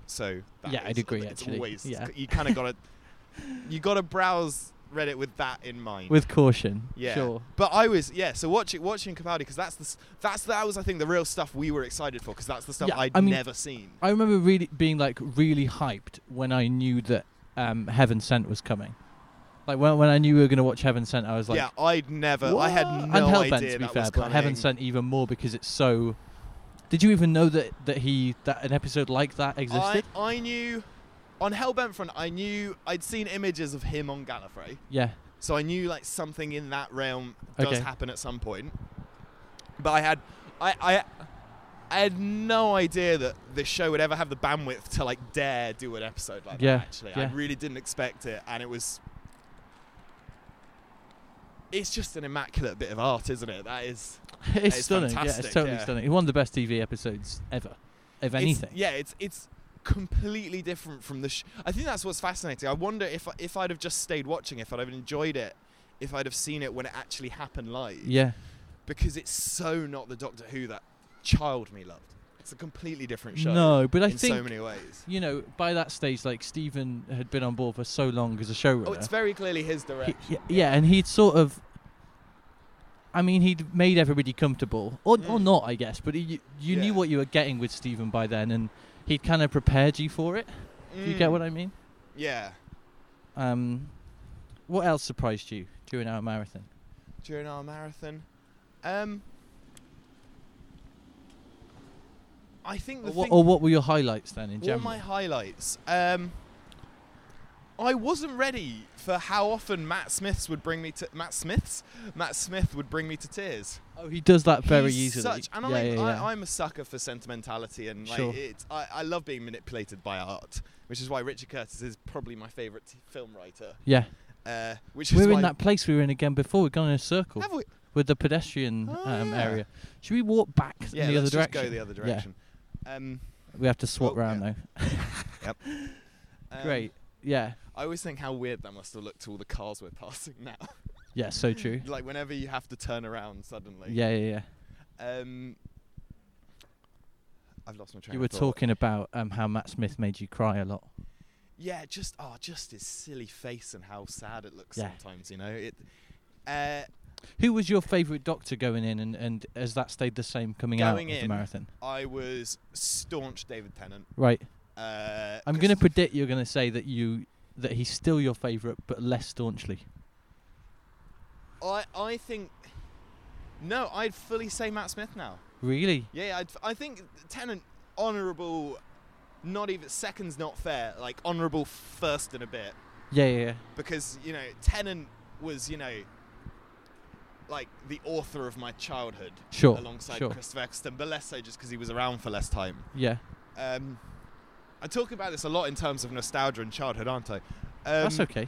Speaker 5: So that
Speaker 4: Yeah, I'd
Speaker 5: is-
Speaker 4: agree,
Speaker 5: It's
Speaker 4: actually.
Speaker 5: always
Speaker 4: Yeah.
Speaker 5: you kind of gotta you gotta browse Reddit with that in mind.
Speaker 4: With caution.
Speaker 5: yeah,
Speaker 4: Sure.
Speaker 5: but I was yeah. So watching watching Capaldi because that's the s- that's that was I think the real stuff we were excited for because that's the stuff
Speaker 4: Yeah,
Speaker 5: I'd
Speaker 4: I mean-
Speaker 5: never seen.
Speaker 4: I remember really being like really hyped when I knew that um, Heaven Sent was coming. Like when when I knew we were gonna watch Heaven Sent, I was like,
Speaker 5: yeah, I'd never. I had
Speaker 4: "What?"
Speaker 5: no
Speaker 4: and Hellbent
Speaker 5: idea
Speaker 4: to be
Speaker 5: that
Speaker 4: fair,
Speaker 5: was
Speaker 4: but
Speaker 5: coming.
Speaker 4: Heaven Sent even more because it's so. Did you even know that that he that an episode like that
Speaker 5: I,
Speaker 4: existed?
Speaker 5: I knew on Hellbent front. I knew I'd seen images of him on Gallifrey.
Speaker 4: yeah.
Speaker 5: So I knew like something in that realm does
Speaker 4: Okay.
Speaker 5: happen at some point. But I had I, I I had no idea that this show would ever have the bandwidth to like dare do an episode like
Speaker 4: Yeah,
Speaker 5: that actually.
Speaker 4: yeah.
Speaker 5: I really didn't expect it and it was it's just an immaculate bit of art, isn't it? That is
Speaker 4: it's
Speaker 5: It's
Speaker 4: stunning. Yeah,
Speaker 5: fantastic,
Speaker 4: it's totally
Speaker 5: yeah.
Speaker 4: stunning. It's one of the best TV episodes ever, if
Speaker 5: it's-
Speaker 4: anything.
Speaker 5: yeah, it's it's completely different from the sh- I think that's what's fascinating. I wonder if if I'd have just stayed watching if I'd have enjoyed it, if I'd have seen it when it actually happened live.
Speaker 4: yeah.
Speaker 5: because it's so not the Doctor Who that child me loved. It's a completely different show.
Speaker 4: No, but I
Speaker 5: in
Speaker 4: think
Speaker 5: so many ways.
Speaker 4: you know by that stage, like Stephen had been on board for so long as a showrunner.
Speaker 5: Oh, it's very clearly his
Speaker 4: He-
Speaker 5: direction.
Speaker 4: yeah, yeah, and he'd sort of. I mean, he'd made everybody comfortable, or, or
Speaker 5: Mm.
Speaker 4: not, I guess. But you you
Speaker 5: Yeah.
Speaker 4: knew what you were getting with Stephen by then, and he'd kind of prepared you for it. Do you
Speaker 5: Mm.
Speaker 4: get what I mean?
Speaker 5: Yeah.
Speaker 4: Um, what else surprised you during our marathon?
Speaker 5: During our marathon, um, I think the
Speaker 4: Or, what-
Speaker 5: thing.
Speaker 4: or what were your highlights then in
Speaker 5: What are
Speaker 4: general?
Speaker 5: my highlights? Um, I wasn't ready for how often Matt Smith's would bring me to Matt Smith's Matt Smith would bring me to tears.
Speaker 4: oh, he does that very
Speaker 5: He's
Speaker 4: easily.
Speaker 5: Such, and
Speaker 4: yeah,
Speaker 5: I'm,
Speaker 4: yeah, yeah.
Speaker 5: I, I'm a sucker for sentimentality, and like,
Speaker 4: Sure.
Speaker 5: it's, I, I love being manipulated by art, which is why Richard Curtis is probably my favourite t- film writer.
Speaker 4: Yeah.
Speaker 5: Uh, which is
Speaker 4: we're
Speaker 5: why-
Speaker 4: in that place we were in again before. We've gone in a circle
Speaker 5: Have we?
Speaker 4: with the pedestrian
Speaker 5: Oh,
Speaker 4: um,
Speaker 5: yeah.
Speaker 4: area. Should we walk back
Speaker 5: Yeah,
Speaker 4: in the
Speaker 5: let's
Speaker 4: other
Speaker 5: just
Speaker 4: direction?
Speaker 5: go the other
Speaker 4: Yeah.
Speaker 5: direction. Um,
Speaker 4: We have to swap
Speaker 5: Oh,
Speaker 4: round
Speaker 5: yeah.
Speaker 4: though.
Speaker 5: um,
Speaker 4: Great. Yeah.
Speaker 5: I always think how weird that must have looked to all the cars we're passing now.
Speaker 4: Yeah. So true.
Speaker 5: like whenever you have to turn around suddenly.
Speaker 4: Yeah, yeah, yeah.
Speaker 5: Um, I've lost my train.
Speaker 4: You were
Speaker 5: of thought.
Speaker 4: talking about um, how Matt Smith made you cry a lot.
Speaker 5: Yeah, just oh, just his silly face and how sad it looks
Speaker 4: Yeah.
Speaker 5: sometimes. You know it. Uh,
Speaker 4: Who was your favourite doctor going in, and, and has that stayed the same coming out
Speaker 5: Going
Speaker 4: of the
Speaker 5: in.
Speaker 4: marathon?
Speaker 5: I was staunch David Tennant.
Speaker 4: Right.
Speaker 5: Uh,
Speaker 4: I'm
Speaker 5: 'cause-
Speaker 4: going to predict you're going to say that you that he's still your favourite, but less staunchly.
Speaker 5: I I think. No, I'd fully say Matt Smith now.
Speaker 4: Really?
Speaker 5: Yeah, I'd, I think Tennant honourable, not even seconds, not fair. Like honourable first in a bit
Speaker 4: Yeah, yeah, yeah.
Speaker 5: because you know Tennant was you know. Like the author of my childhood,
Speaker 4: Sure,
Speaker 5: alongside
Speaker 4: sure.
Speaker 5: Christopher Eccleston, but less so just because he was around for less time.
Speaker 4: yeah.
Speaker 5: Um, I talk about this a lot in terms of nostalgia and childhood, aren't I? Um,
Speaker 4: That's okay.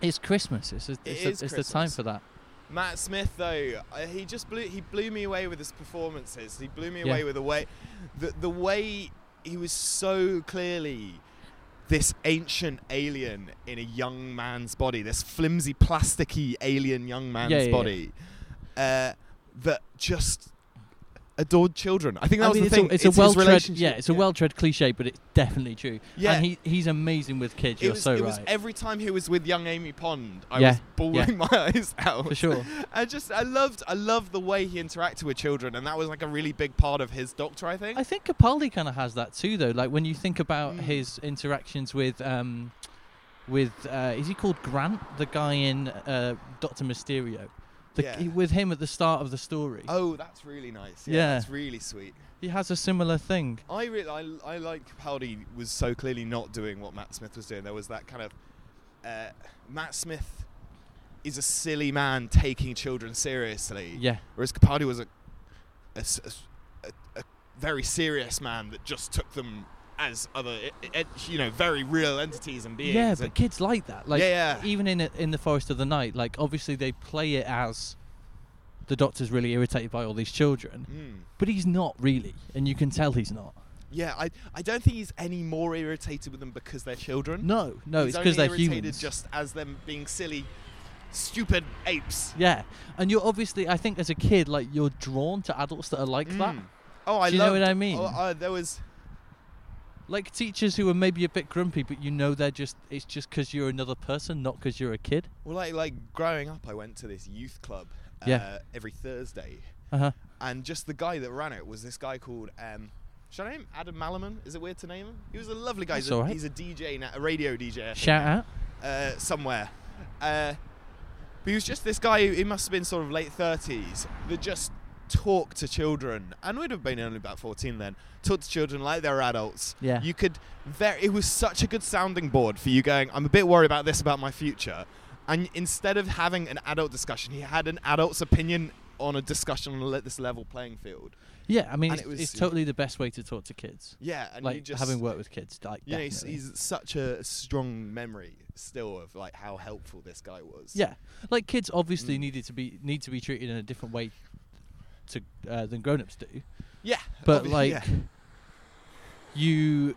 Speaker 4: It's Christmas. It's a, it's, a,
Speaker 5: is
Speaker 4: it's the time
Speaker 5: Christmas.
Speaker 4: for that.
Speaker 5: Matt Smith, though, uh, he just blew he blew me away with his performances. He blew me
Speaker 4: Yeah.
Speaker 5: away with the way, the the way he was so clearly this ancient alien in a young man's body, this flimsy, plasticky alien young man's
Speaker 4: yeah, yeah.
Speaker 5: body, Uh, that just adored children. I think that
Speaker 4: I
Speaker 5: was
Speaker 4: mean,
Speaker 5: the
Speaker 4: it's
Speaker 5: thing.
Speaker 4: a, it's a
Speaker 5: his
Speaker 4: well tread,
Speaker 5: relationship-
Speaker 4: yeah, it's a well tread cliche, but it's definitely true.
Speaker 5: Yeah.
Speaker 4: and he he's amazing with kids.
Speaker 5: It
Speaker 4: You're
Speaker 5: was,
Speaker 4: so
Speaker 5: it
Speaker 4: right.
Speaker 5: was every time he was with young Amy Pond, I
Speaker 4: Yeah,
Speaker 5: was bawling my eyes out.
Speaker 4: For sure.
Speaker 5: I just, I loved, I loved the way he interacted with children, and that was like a really big part of his doctor. I think.
Speaker 4: I think Capaldi kind of has that too, though. Like when you think about
Speaker 5: Mm.
Speaker 4: his interactions with, um, with uh, is he called Grant, the guy in uh, Doctor Mysterio, the,
Speaker 5: Yeah.
Speaker 4: he- with him at the start of the story,
Speaker 5: oh, that's really nice. Yeah,
Speaker 4: Yeah.
Speaker 5: that's really sweet.
Speaker 4: he has a similar thing.
Speaker 5: I really, I, I like Capaldi was so clearly not doing what Matt Smith was doing. There was that kind of uh, Matt Smith is a silly man taking children seriously.
Speaker 4: Yeah,
Speaker 5: Whereas Capaldi was a, a s- a s- a- a very serious man that just took them as other, e- e- you know, very real entities and beings.
Speaker 4: yeah, but
Speaker 5: and-
Speaker 4: kids like that. Like
Speaker 5: Yeah, yeah.
Speaker 4: even in it- in the Forest of the Night, like obviously they play it as the Doctor's really irritated by all these children,
Speaker 5: Mm.
Speaker 4: but he's not really, and you can tell he's not.
Speaker 5: yeah, I, I don't think he's any more irritated with them because they're children.
Speaker 4: No, no,
Speaker 5: he's
Speaker 4: it's because
Speaker 5: only
Speaker 4: they're
Speaker 5: irritated
Speaker 4: humans.
Speaker 5: just as them being silly, stupid apes.
Speaker 4: Yeah, and you're obviously, I think, as a kid, like you're drawn to adults that are like that,
Speaker 5: Mm. Oh, I
Speaker 4: Do you know
Speaker 5: loved-
Speaker 4: what I mean?
Speaker 5: Oh, uh, there was
Speaker 4: like teachers who are maybe a bit grumpy, but you know they're just it's just because you're another person, not because you're a kid.
Speaker 5: well, like like growing up, I went to this youth club uh,
Speaker 4: Yeah.
Speaker 5: every Thursday,
Speaker 4: Uh huh.
Speaker 5: and just the guy that ran it was this guy called um should I name him? Adam Malaman? Is it weird to name him? He was a lovely guy. He's
Speaker 4: That's all
Speaker 5: a,
Speaker 4: right.
Speaker 5: he's a DJ, now, a radio DJ. I think
Speaker 4: Shout
Speaker 5: now,
Speaker 4: out.
Speaker 5: uh, somewhere. Uh, but he was just this guy. He must have been sort of late thirties that just talked to children, and we'd have been only about fourteen then. Talked to children like they're adults.
Speaker 4: Yeah.
Speaker 5: You could. Very, it was such a good sounding board for you going. I'm a bit worried about this about my future, and instead of having an adult discussion, he had an adult's opinion on a discussion on le- this level playing field.
Speaker 4: Yeah, I mean,
Speaker 5: And
Speaker 4: it's,
Speaker 5: it was-
Speaker 4: it's totally the best way to talk to kids.
Speaker 5: Yeah, and you
Speaker 4: like
Speaker 5: just
Speaker 4: having worked with kids, like
Speaker 5: You know, he's,
Speaker 4: definitely.
Speaker 5: he's such a strong memory still of like how helpful this guy was.
Speaker 4: yeah, like kids obviously
Speaker 5: Mm.
Speaker 4: needed to be need to be treated in a different way to uh, than grown-ups do.
Speaker 5: Yeah.
Speaker 4: but
Speaker 5: obvi-
Speaker 4: like
Speaker 5: yeah.
Speaker 4: you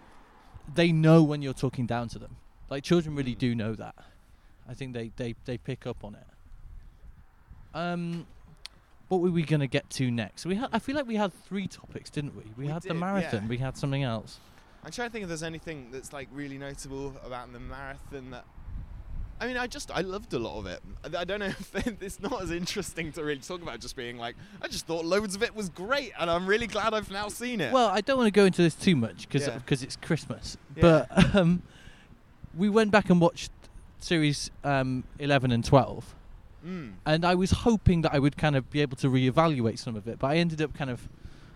Speaker 4: they know when you're talking down to them like children
Speaker 5: Mm.
Speaker 4: really do know that i think they they, they pick up on it um what were we going to get to next we had i feel like we had three topics didn't we we,
Speaker 5: We
Speaker 4: had the
Speaker 5: did,
Speaker 4: marathon
Speaker 5: yeah.
Speaker 4: we had something else
Speaker 5: I'm trying to think if there's anything that's like really notable about the marathon that. I mean, I just I loved a lot of it. I- I don't know if it's not as interesting to really talk about. Just being like, I just thought loads of it was great, and I'm really glad I've now seen it.
Speaker 4: well i don't want to go into this too much because
Speaker 5: Yeah.
Speaker 4: it's christmas
Speaker 5: Yeah.
Speaker 4: but um we went back and watched series um 11 and 12
Speaker 5: Mm.
Speaker 4: and I was hoping that I would kind of be able to reevaluate some of it, but I ended up kind of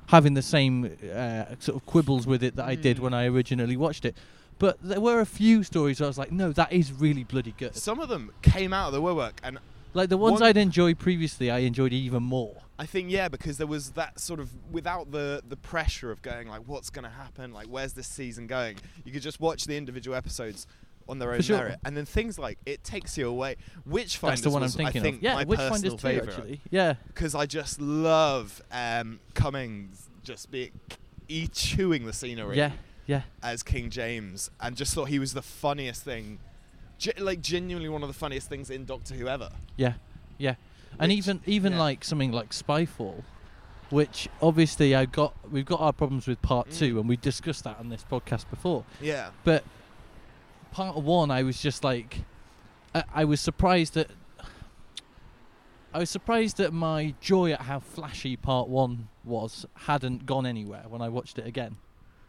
Speaker 4: having the same uh, sort of quibbles with it that I did
Speaker 5: Mm.
Speaker 4: when I originally watched it. But there were a few stories where I was like, no, that is really bloody good.
Speaker 5: some of them came out of the woodwork, and
Speaker 4: like the ones
Speaker 5: one-
Speaker 4: I'd enjoyed previously, I enjoyed even more.
Speaker 5: I think yeah, because there was that sort of without the the pressure of going like, what's going to happen? Like, where's this season going? You could just watch the individual episodes on their own
Speaker 4: sure.
Speaker 5: merit, and then things like it takes you away. Witchfinders
Speaker 4: That's the one
Speaker 5: was,
Speaker 4: I'm thinking
Speaker 5: I think,
Speaker 4: of. Yeah,
Speaker 5: my personal
Speaker 4: Witchfinders too,
Speaker 5: favorite.
Speaker 4: actually. Yeah.
Speaker 5: because I just love um, Cummings just being e chewing the scenery
Speaker 4: Yeah. Yeah.
Speaker 5: as King James, and just thought he was the funniest thing, ge- like genuinely one of the funniest things in Doctor Who ever.
Speaker 4: Yeah, yeah, and
Speaker 5: Which-
Speaker 4: even even
Speaker 5: yeah.
Speaker 4: like something like Spyfall, which obviously I got we've got our problems with part two, and we discussed that on this podcast before.
Speaker 5: Mm. Yeah,
Speaker 4: But part one, I was just like, I, I was surprised at, I was surprised at my joy at how flashy part one was hadn't gone anywhere when I watched it again.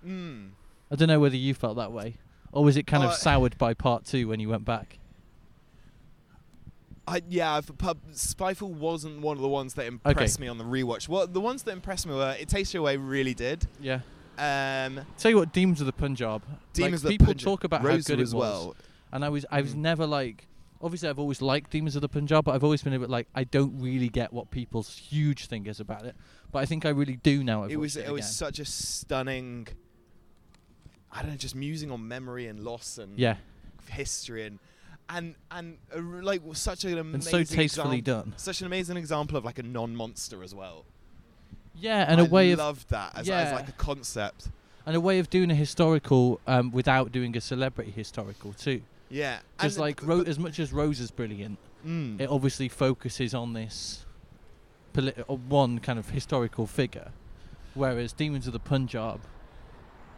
Speaker 5: mm.
Speaker 4: I don't know whether you felt that way, or was it kind
Speaker 5: Uh,
Speaker 4: of soured by part two when you went back?
Speaker 5: I, yeah. I've, pub, Spyfall wasn't one of the ones that impressed
Speaker 4: Okay.
Speaker 5: me on the rewatch. Well, the ones that impressed me were It Takes You Away really did.
Speaker 4: Yeah.
Speaker 5: Um,
Speaker 4: Tell you what, Demons of the Punjab.
Speaker 5: Demons
Speaker 4: like,
Speaker 5: of the
Speaker 4: people
Speaker 5: Punjab.
Speaker 4: talk about
Speaker 5: Rosa
Speaker 4: how good
Speaker 5: as
Speaker 4: it was,
Speaker 5: well. Mm.
Speaker 4: and I was I was never like. Obviously, I've always liked Demons of the Punjab, but I've always been a bit like I don't really get what people's huge thing is about it. But I think I really do now. I've
Speaker 5: it was
Speaker 4: watched
Speaker 5: it,
Speaker 4: it,
Speaker 5: was
Speaker 4: again.
Speaker 5: such a stunning. I don't know, just musing on memory and loss and
Speaker 4: yeah,
Speaker 5: history and and and a r like was such an amazing
Speaker 4: And so tastefully
Speaker 5: exam-
Speaker 4: done.
Speaker 5: such an amazing example of like a non-monster as well.
Speaker 4: Yeah, and a
Speaker 5: I
Speaker 4: way of
Speaker 5: loved that as, as
Speaker 4: Yeah.
Speaker 5: like a concept.
Speaker 4: and a way of doing a historical um, without doing a celebrity historical too.
Speaker 5: Yeah,
Speaker 4: Because
Speaker 5: And-
Speaker 4: like
Speaker 5: but-
Speaker 4: Ro- as much as Rose is brilliant,
Speaker 5: mm.
Speaker 4: it obviously focuses on this polit- uh, one kind of historical figure, whereas Demons of the Punjab,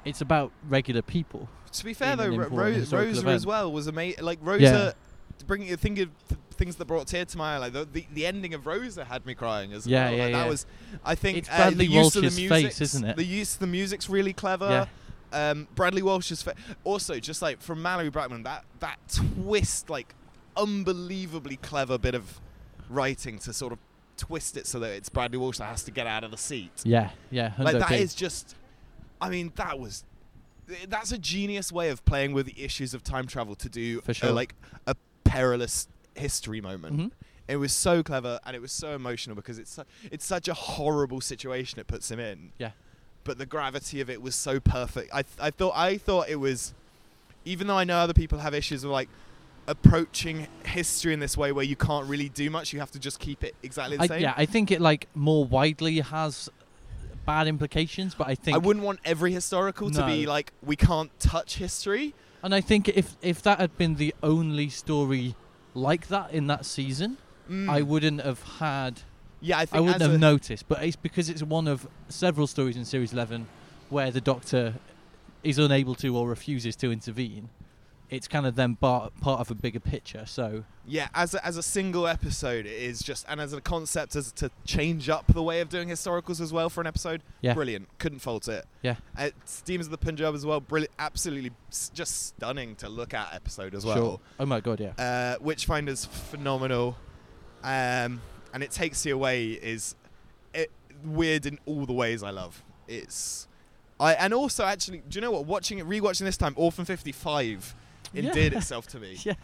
Speaker 4: it's about regular people.
Speaker 5: To be fair
Speaker 4: in an
Speaker 5: though, Ro-
Speaker 4: important
Speaker 5: Ro- Rosa
Speaker 4: historical
Speaker 5: as
Speaker 4: event.
Speaker 5: well was amazing. Like
Speaker 4: Yeah.
Speaker 5: Rosa, to bring think of th- things that brought tear to my eye. Like the, the, the ending of Rosa had me crying as
Speaker 4: Yeah,
Speaker 5: well.
Speaker 4: yeah,
Speaker 5: like,
Speaker 4: yeah.
Speaker 5: That was, I think,
Speaker 4: It's
Speaker 5: uh,
Speaker 4: Bradley
Speaker 5: the use of the
Speaker 4: Walsh's face,
Speaker 5: music's-
Speaker 4: isn't it?
Speaker 5: The use of the music's really clever.
Speaker 4: Yeah.
Speaker 5: Um, Bradley Walsh's fa- also just like from Mallory Brackman that that twist like unbelievably clever bit of writing to sort of twist it so that it's Bradley Walsh that has to get out of the seat
Speaker 4: Yeah, yeah,
Speaker 5: like
Speaker 4: 100p.
Speaker 5: that is just i mean that was that's a genius way of playing with the issues of time travel to do
Speaker 4: For
Speaker 5: uh,
Speaker 4: sure.
Speaker 5: like a perilous history moment
Speaker 4: Mhm.
Speaker 5: it was so clever and it was so emotional because it's su- it's such a horrible situation it puts him in
Speaker 4: yeah,
Speaker 5: but the gravity of it was so perfect i th- i thought i thought it was even though i know other people have issues with like approaching history in this way where you can't really do much you have to just keep it exactly the
Speaker 4: I,
Speaker 5: same
Speaker 4: yeah. I think it like more widely has bad implications, but I think
Speaker 5: I wouldn't want every historical to be
Speaker 4: No.
Speaker 5: like we can't touch history.
Speaker 4: And I think if if that had been the only story like that in that season,
Speaker 5: Mm.
Speaker 4: I wouldn't have had
Speaker 5: yeah, I
Speaker 4: I,
Speaker 5: think
Speaker 4: wouldn't
Speaker 5: as
Speaker 4: have
Speaker 5: a-
Speaker 4: noticed. But it's because it's one of several stories in series eleven where the Doctor is unable to or refuses to intervene. It's kind of then bar- part of a bigger picture. So
Speaker 5: yeah, as a, as a single episode, it is just and as a concept as to change up the way of doing historicals as well for an episode.
Speaker 4: Yeah.
Speaker 5: brilliant. Couldn't fault it.
Speaker 4: yeah,
Speaker 5: Uh, Steams of the Punjab as well. Brilliant, absolutely, s- just stunning to look at episode as well.
Speaker 4: sure. Oh my god, yeah.
Speaker 5: uh, Witchfinder's phenomenal, um, and it takes you away is it, weird in all the ways I love. It's I and also actually, do you know what? Watching it, rewatching this time, Orphan Fifty Five
Speaker 4: Yeah.
Speaker 5: endeared itself to me
Speaker 4: yeah,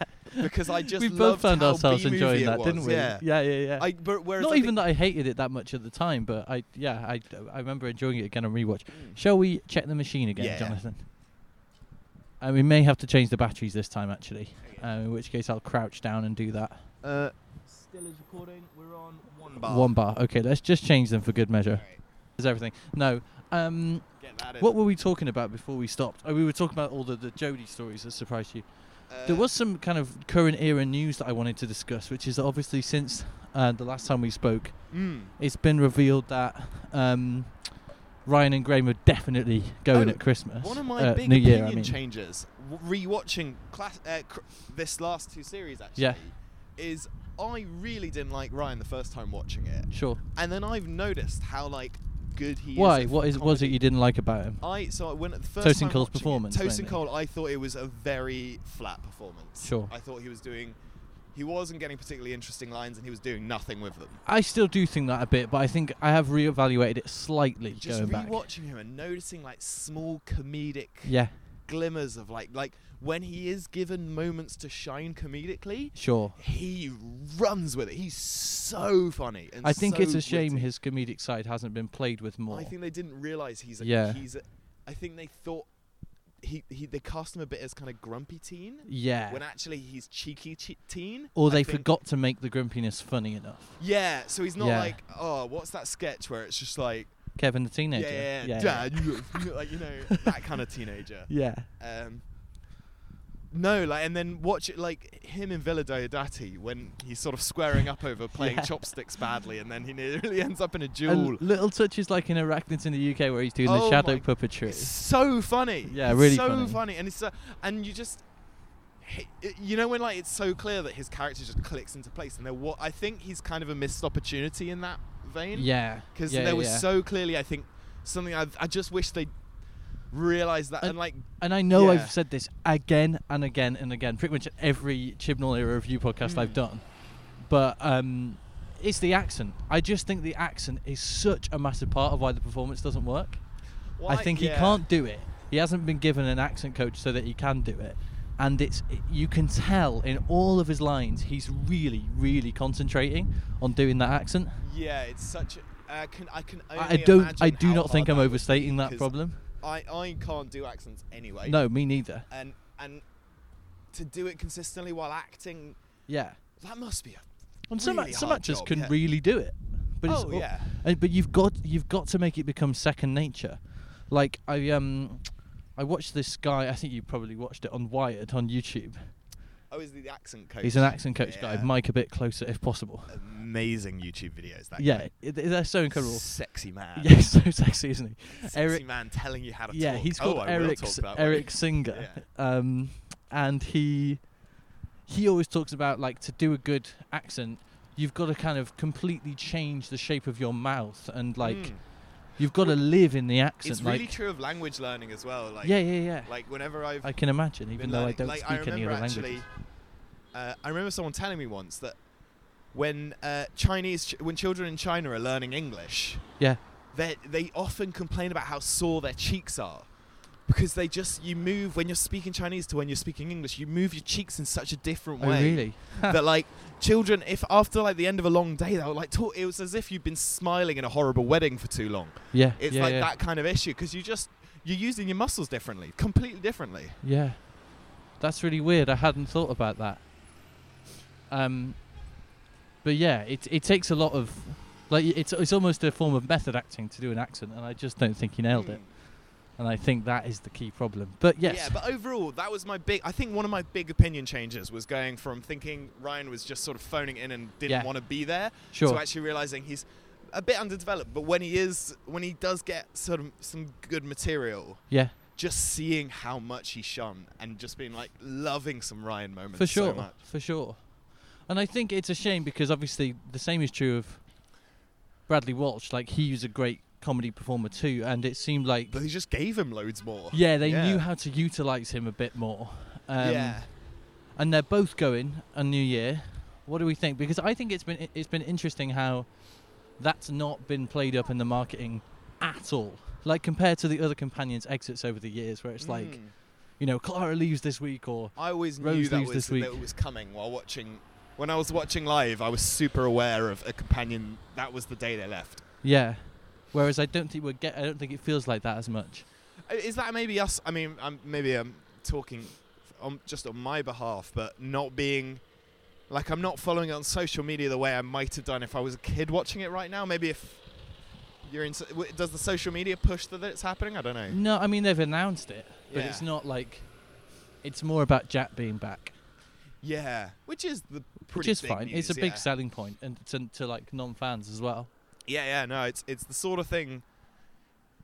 Speaker 5: because I just
Speaker 4: we
Speaker 5: loved
Speaker 4: both found
Speaker 5: how
Speaker 4: ourselves
Speaker 5: B-movie
Speaker 4: enjoying
Speaker 5: it
Speaker 4: that,
Speaker 5: was.
Speaker 4: didn't we?
Speaker 5: Yeah.
Speaker 4: yeah, yeah. yeah.
Speaker 5: I, but whereas
Speaker 4: Not
Speaker 5: I
Speaker 4: even
Speaker 5: think-
Speaker 4: that I hated it that much at the time, but I yeah I, I remember enjoying it again on rewatch. Shall we check the machine again,
Speaker 5: Hmm. Yeah.
Speaker 4: Jonathan? Uh, we may have to change the batteries this time, actually. Um, in which case, I'll crouch down and do that.
Speaker 5: uh,
Speaker 7: Still is recording. We're on one
Speaker 4: One bar. Okay, let's just change them for good measure.
Speaker 5: Alright,
Speaker 4: Is everything? No. Um,
Speaker 5: get that in.
Speaker 4: what were we talking about before we stopped? Oh, we were talking about all the the Jodie stories that surprised you.
Speaker 5: Uh,
Speaker 4: There was some kind of current era news that I wanted to discuss, which is obviously since uh, the last time we spoke,
Speaker 5: mm.
Speaker 4: it's been revealed that um, Ryan and Graham are definitely going
Speaker 5: Oh,
Speaker 4: at Christmas.
Speaker 5: One of my
Speaker 4: uh,
Speaker 5: big
Speaker 4: New
Speaker 5: opinion
Speaker 4: Year, I mean.
Speaker 5: changes, w- rewatching class, uh, cr- this last two series actually,
Speaker 4: Yeah.
Speaker 5: is I really didn't like Ryan the first time watching it,
Speaker 4: Sure.
Speaker 5: and then I've noticed how like good he
Speaker 4: Why?
Speaker 5: is. at
Speaker 4: What is was it
Speaker 5: comedy. Oh.
Speaker 4: you didn't like about him?
Speaker 5: I so when at the first
Speaker 4: Tosin
Speaker 5: time
Speaker 4: Cole's
Speaker 5: watching it-
Speaker 4: performance,
Speaker 5: Tosin
Speaker 4: mainly.
Speaker 5: Cole, I thought it was a very flat performance.
Speaker 4: Sure.
Speaker 5: I thought he was doing, he wasn't getting particularly interesting lines, and he was doing nothing with them.
Speaker 4: I still do think that a bit, but I think I have reevaluated it slightly
Speaker 5: Just
Speaker 4: going back.
Speaker 5: rewatching him and noticing like small comedic
Speaker 4: Yeah,
Speaker 5: glimmers of like like when he is given moments to shine comedically
Speaker 4: sure.
Speaker 5: he runs with it he's so funny and
Speaker 4: I think
Speaker 5: so
Speaker 4: it's a shame
Speaker 5: witty.
Speaker 4: his comedic side hasn't been played with more.
Speaker 5: i think they didn't realize he's a
Speaker 4: Yeah.
Speaker 5: he's a i think they thought he, he they cast him a bit as kind of grumpy teen
Speaker 4: yeah.
Speaker 5: when actually he's cheeky che- teen
Speaker 4: Or they
Speaker 5: I think.
Speaker 4: forgot to make the grumpiness funny enough.
Speaker 5: yeah so he's not
Speaker 4: Yeah.
Speaker 5: like oh what's that sketch where it's just like
Speaker 4: Kevin the teenager.
Speaker 5: yeah, yeah, yeah, dad you look- like you know that kind of teenager
Speaker 4: Yeah.
Speaker 5: Um, no, like, and then watch it, like him in Villa Diodati when he's sort of squaring up over playing
Speaker 4: Yeah.
Speaker 5: chopsticks badly, and then he nearly ends up in a duel.
Speaker 4: And little touches like in Arachnids in the UK where he's doing
Speaker 5: Oh
Speaker 4: the shadow
Speaker 5: my-
Speaker 4: puppetry.
Speaker 5: It's so funny.
Speaker 4: Yeah,
Speaker 5: It's
Speaker 4: really
Speaker 5: so funny.
Speaker 4: funny.
Speaker 5: and it's so, and you just, he- it- you know, when like it's so clear that his character just clicks into place, and there, what I think he's kind of a missed opportunity in that vein.
Speaker 4: Yeah.
Speaker 5: because
Speaker 4: yeah,
Speaker 5: there was
Speaker 4: yeah.
Speaker 5: so clearly, I think, something I, I just wish they realized that,
Speaker 4: And-
Speaker 5: and like,
Speaker 4: And I know
Speaker 5: Yeah.
Speaker 4: I've said this again and again and again, pretty much every Chibnall era review podcast
Speaker 5: Hmm.
Speaker 4: I've done, but um, it's the accent. I just think the accent is such a massive part of why the performance doesn't work.
Speaker 5: why-
Speaker 4: I think he
Speaker 5: yeah.
Speaker 4: can't do it. He hasn't been given an accent coach so that he can do it. And it's you can tell in all of his lines he's really, really concentrating on doing that accent.
Speaker 5: Yeah, it's such. A, I can. I can. Only
Speaker 4: I I don't. I
Speaker 5: imagine
Speaker 4: do
Speaker 5: how
Speaker 4: not think
Speaker 5: hard
Speaker 4: I'm
Speaker 5: that would be,
Speaker 4: overstating that
Speaker 5: 'cause
Speaker 4: problem.
Speaker 5: I I can't do accents anyway.
Speaker 4: No, me neither.
Speaker 5: And and to do it consistently while acting,
Speaker 4: Yeah.
Speaker 5: that must be a.
Speaker 4: And some
Speaker 5: really
Speaker 4: act- some
Speaker 5: hard
Speaker 4: actors
Speaker 5: job,
Speaker 4: can
Speaker 5: yeah.
Speaker 4: really do it, but it's
Speaker 5: Oh,
Speaker 4: all-
Speaker 5: yeah.
Speaker 4: and- but you've got you've got to make it become second nature. Like I um, I watched this guy. I think you probably watched it on Wired on YouTube.
Speaker 5: Oh, is he the accent coach?
Speaker 4: He's an accent coach
Speaker 5: Yeah. Uh,
Speaker 4: guy. Mic a bit closer if possible.
Speaker 5: Amazing YouTube videos. That
Speaker 4: yeah,
Speaker 5: guy.
Speaker 4: it- they're so incredible.
Speaker 5: Sexy man.
Speaker 4: Yeah, he's so sexy, isn't he?
Speaker 5: Sexy
Speaker 4: Eric,
Speaker 5: man telling you how to
Speaker 4: yeah,
Speaker 5: talk.
Speaker 4: he's
Speaker 5: oh,
Speaker 4: called
Speaker 5: I will
Speaker 4: Eric
Speaker 5: talk
Speaker 4: S-
Speaker 5: that way.
Speaker 4: Eric Singer, um, and he he always talks about like to do a good accent, you've got to kind of completely change the shape of your mouth, and like
Speaker 5: Mm.
Speaker 4: you've got to live in the accent.
Speaker 5: It's really
Speaker 4: like,
Speaker 5: true of language learning as well. Like,
Speaker 4: yeah, yeah, yeah.
Speaker 5: Like whenever I've
Speaker 4: I can imagine, even
Speaker 5: been
Speaker 4: though I
Speaker 5: learning-
Speaker 4: don't
Speaker 5: like,
Speaker 4: speak any
Speaker 5: remember
Speaker 4: other
Speaker 5: actually,
Speaker 4: languages.
Speaker 5: Uh, I remember someone telling me once that when uh, Chinese, ch- when children in China are learning English,
Speaker 4: Yeah,
Speaker 5: they they often complain about how sore their cheeks are because they just you move when you're speaking Chinese to when you're speaking English, you move your cheeks in such a different
Speaker 4: oh,
Speaker 5: way
Speaker 4: really?
Speaker 5: that like children, if after like the end of a long day, they were like, talk, it was as if you'd been smiling in a horrible wedding for too long.
Speaker 4: Yeah,
Speaker 5: It's
Speaker 4: yeah,
Speaker 5: like
Speaker 4: yeah.
Speaker 5: that kind of issue because you just you're using your muscles differently, completely differently.
Speaker 4: Yeah. That's really weird. I hadn't thought about that. Um but yeah, it it takes a lot of like it's it's almost a form of method acting to do an accent and I just don't think he nailed it.
Speaker 5: Hmm.
Speaker 4: And I think that is the key problem. But yes.
Speaker 5: Yeah, but overall, that was my big. I think one of my big opinion changes was going from thinking Ryan was just sort of phoning in and didn't
Speaker 4: Yeah.
Speaker 5: want to be there,
Speaker 4: Sure.
Speaker 5: to actually realizing he's a bit underdeveloped. But when he is, when he does get sort of some good material,
Speaker 4: yeah.
Speaker 5: just seeing how much he shone and just being like loving some Ryan moments
Speaker 4: For sure.
Speaker 5: so much.
Speaker 4: for sure. And I think it's a shame because obviously the same is true of Bradley Walsh. Like he was a great comedy performer too and it seemed like
Speaker 5: But they just gave him loads more.
Speaker 4: yeah, they knew how to utilize him a bit more. Um,
Speaker 5: yeah.
Speaker 4: and they're both going a new year. What do we think? Because I think it's been it's been interesting how that's not been played up in the marketing at all. Like compared to the other companions' exits over the years, where it's like
Speaker 5: Mm.
Speaker 4: you know Clara leaves this week or
Speaker 5: I always knew
Speaker 4: Rose
Speaker 5: that
Speaker 4: leaves
Speaker 5: was
Speaker 4: this
Speaker 5: that
Speaker 4: week.
Speaker 5: was coming while watching. When I was watching live, I was super aware of a companion. That was the day they left.
Speaker 4: yeah. Whereas I don't think we get I don't think it feels like that as much.
Speaker 5: I- Is that maybe us? I mean, i maybe I'm talking f- on, just on my behalf, but not being like I'm not following it on social media the way I might have done if I was a kid watching it right now. Maybe if you're in, so- w- does the social media push that it's happening? I don't know.
Speaker 4: No, I mean they've announced it, but
Speaker 5: Yeah.
Speaker 4: it's not like it's more about Jack being back,
Speaker 5: Yeah, which is the
Speaker 4: which
Speaker 5: pretty
Speaker 4: is
Speaker 5: big
Speaker 4: fine.
Speaker 5: News,
Speaker 4: it's a big
Speaker 5: yeah.
Speaker 4: selling point and to, to like non-fans as well.
Speaker 5: Yeah, yeah, no, it's it's the sort of thing.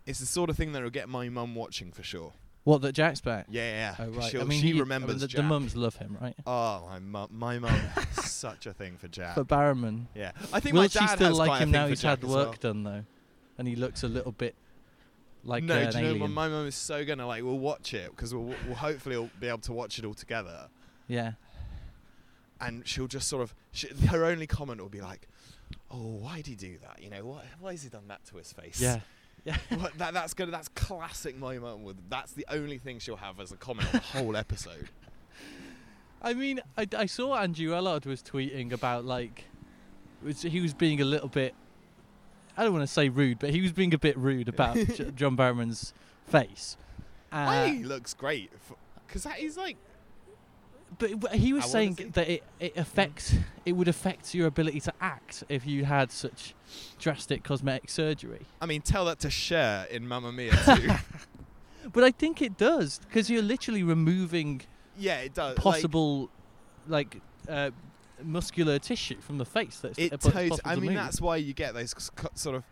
Speaker 5: It's the sort of thing that'll get my mum watching for sure.
Speaker 4: What that Jack's back?
Speaker 5: Yeah, yeah.
Speaker 4: Oh
Speaker 5: for
Speaker 4: right.
Speaker 5: sure.
Speaker 4: I mean,
Speaker 5: she
Speaker 4: he- I mean,
Speaker 5: remembers
Speaker 4: the,
Speaker 5: Jack.
Speaker 4: the mums love him, right?
Speaker 5: Oh, my mum, my mum, such a thing for Jack.
Speaker 4: But Barrowman,
Speaker 5: yeah, I think
Speaker 4: will
Speaker 5: my
Speaker 4: she
Speaker 5: dad
Speaker 4: still
Speaker 5: has quite
Speaker 4: like
Speaker 5: a
Speaker 4: him
Speaker 5: thing
Speaker 4: now?
Speaker 5: for
Speaker 4: He's
Speaker 5: Jack
Speaker 4: had
Speaker 5: as
Speaker 4: work
Speaker 5: well.
Speaker 4: done though, and he looks a little bit like
Speaker 5: no,
Speaker 4: uh, an
Speaker 5: do you know what?
Speaker 4: alien.
Speaker 5: My mum is so gonna like. We'll watch it because we'll, we'll hopefully we'll be able to watch it all together,
Speaker 4: yeah,
Speaker 5: and she'll just sort of. She, her only comment will be like, "Oh, why'd he do that? You know, why why has he done that to his face?
Speaker 4: yeah, yeah.
Speaker 5: What- that, that's gonna that's classic my mum. With that's the only thing she'll have as a comment on the whole episode.
Speaker 4: I mean, I, I saw Andrew Ellard was tweeting about like was- he was being a little bit. I don't want to say rude, but he was being a bit rude about J- John Barrowman's face. Uh,
Speaker 5: I think he looks great because that is like
Speaker 4: But w- he was
Speaker 5: How old
Speaker 4: saying
Speaker 5: is he? Mm.
Speaker 4: that it, it affects it would affect your ability to act if you had such drastic cosmetic surgery.
Speaker 5: I mean, tell that to Cher in Mamma Mia too.
Speaker 4: But I think it does because you're literally removing
Speaker 5: yeah, it does.
Speaker 4: possible, like, uh, muscular tissue from the face. That's
Speaker 5: Like, it
Speaker 4: that's
Speaker 5: totally.
Speaker 4: possible
Speaker 5: I
Speaker 4: to
Speaker 5: mean,
Speaker 4: move.
Speaker 5: that's why you get those c- c- sort of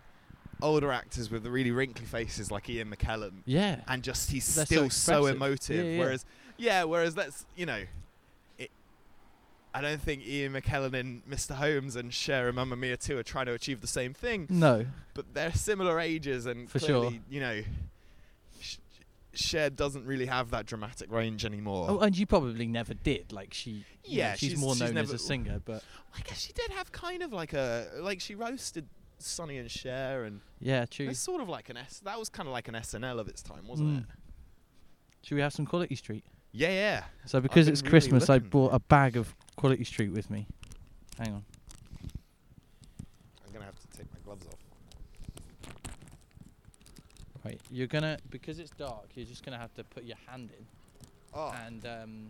Speaker 5: older actors with the really wrinkly faces, like Ian McKellen,
Speaker 4: yeah,
Speaker 5: and just he's
Speaker 4: They're so
Speaker 5: still so,
Speaker 4: expressive.
Speaker 5: emotive.
Speaker 4: Yeah, yeah.
Speaker 5: Whereas, yeah, whereas that's you know, it, I don't think Ian McKellen and Mr. Holmes and Cher in Mamma Mia too are trying to achieve the same thing.
Speaker 4: no,
Speaker 5: but they're similar ages and
Speaker 4: Mm. For
Speaker 5: clearly,
Speaker 4: sure.
Speaker 5: you know, Sh- Cher doesn't really have that dramatic range anymore.
Speaker 4: oh, and you probably never did. Like she, you know,
Speaker 5: Yeah,
Speaker 4: she's,
Speaker 5: she's-
Speaker 4: more
Speaker 5: she's
Speaker 4: known as
Speaker 5: never-
Speaker 4: a singer, but
Speaker 5: I guess she did have kind of like a like she roasted Sonny and Cher, and
Speaker 4: yeah, true.
Speaker 5: it's sort of like an S. That was kind of like an SNL of its time, wasn't
Speaker 4: Mm.
Speaker 5: it?
Speaker 4: Should we have some Quality Street?
Speaker 5: Yeah, yeah.
Speaker 4: So because
Speaker 5: been
Speaker 4: it's
Speaker 5: really
Speaker 4: Christmas, I
Speaker 5: looking.
Speaker 4: bought a bag of Quality Street with me. Hang on.
Speaker 5: I'm gonna have to take my gloves off.
Speaker 4: Right, you're gonna because it's dark. You're just gonna have to put your hand in
Speaker 5: Oh,
Speaker 4: and um,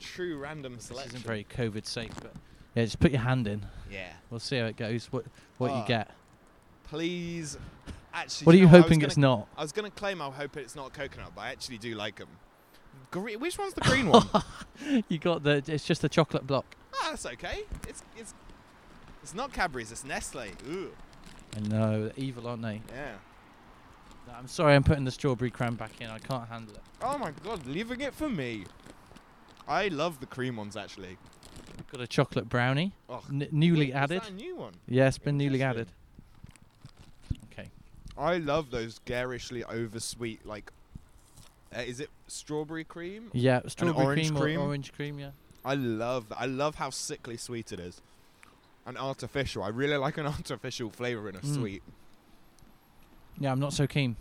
Speaker 5: true random
Speaker 4: This
Speaker 5: selection.
Speaker 4: isn't very COVID safe, but yeah, just put your hand in.
Speaker 5: yeah.
Speaker 4: We'll see how it goes. What what
Speaker 5: Ah,
Speaker 4: you get?
Speaker 5: Please, actually.
Speaker 4: What are
Speaker 5: do
Speaker 4: you
Speaker 5: know what? I was
Speaker 4: hoping
Speaker 5: gonna-
Speaker 4: it's not?
Speaker 5: I was gonna claim I hope it's not coconut, but I actually do like them. Gre- which one's the green one? ah,
Speaker 4: You got the. It's just a chocolate block.
Speaker 5: that's okay. It's it's it's not Cadbury's. It's Nestle. Ooh,
Speaker 4: I know they're evil, aren't they?
Speaker 5: yeah.
Speaker 4: No, I'm sorry, I'm putting the strawberry cram back in. I can't handle it.
Speaker 5: Oh my god, leaving it for me. I love the cream ones actually.
Speaker 4: Got a chocolate brownie,
Speaker 5: Oh,
Speaker 4: n- newly
Speaker 5: wait, is
Speaker 4: added.
Speaker 5: that a new one.
Speaker 4: Yeah, it's been newly added.
Speaker 5: Interesting.
Speaker 4: Okay.
Speaker 5: I love those garishly oversweet like. Uh, is it strawberry cream?
Speaker 4: Yeah, strawberry
Speaker 5: orange
Speaker 4: cream,
Speaker 5: cream?
Speaker 4: or orange cream. Yeah.
Speaker 5: I love that. I love how sickly sweet it is. An artificial. I really like an artificial flavor in a
Speaker 4: Mm.
Speaker 5: sweet.
Speaker 4: Yeah, I'm not so keen.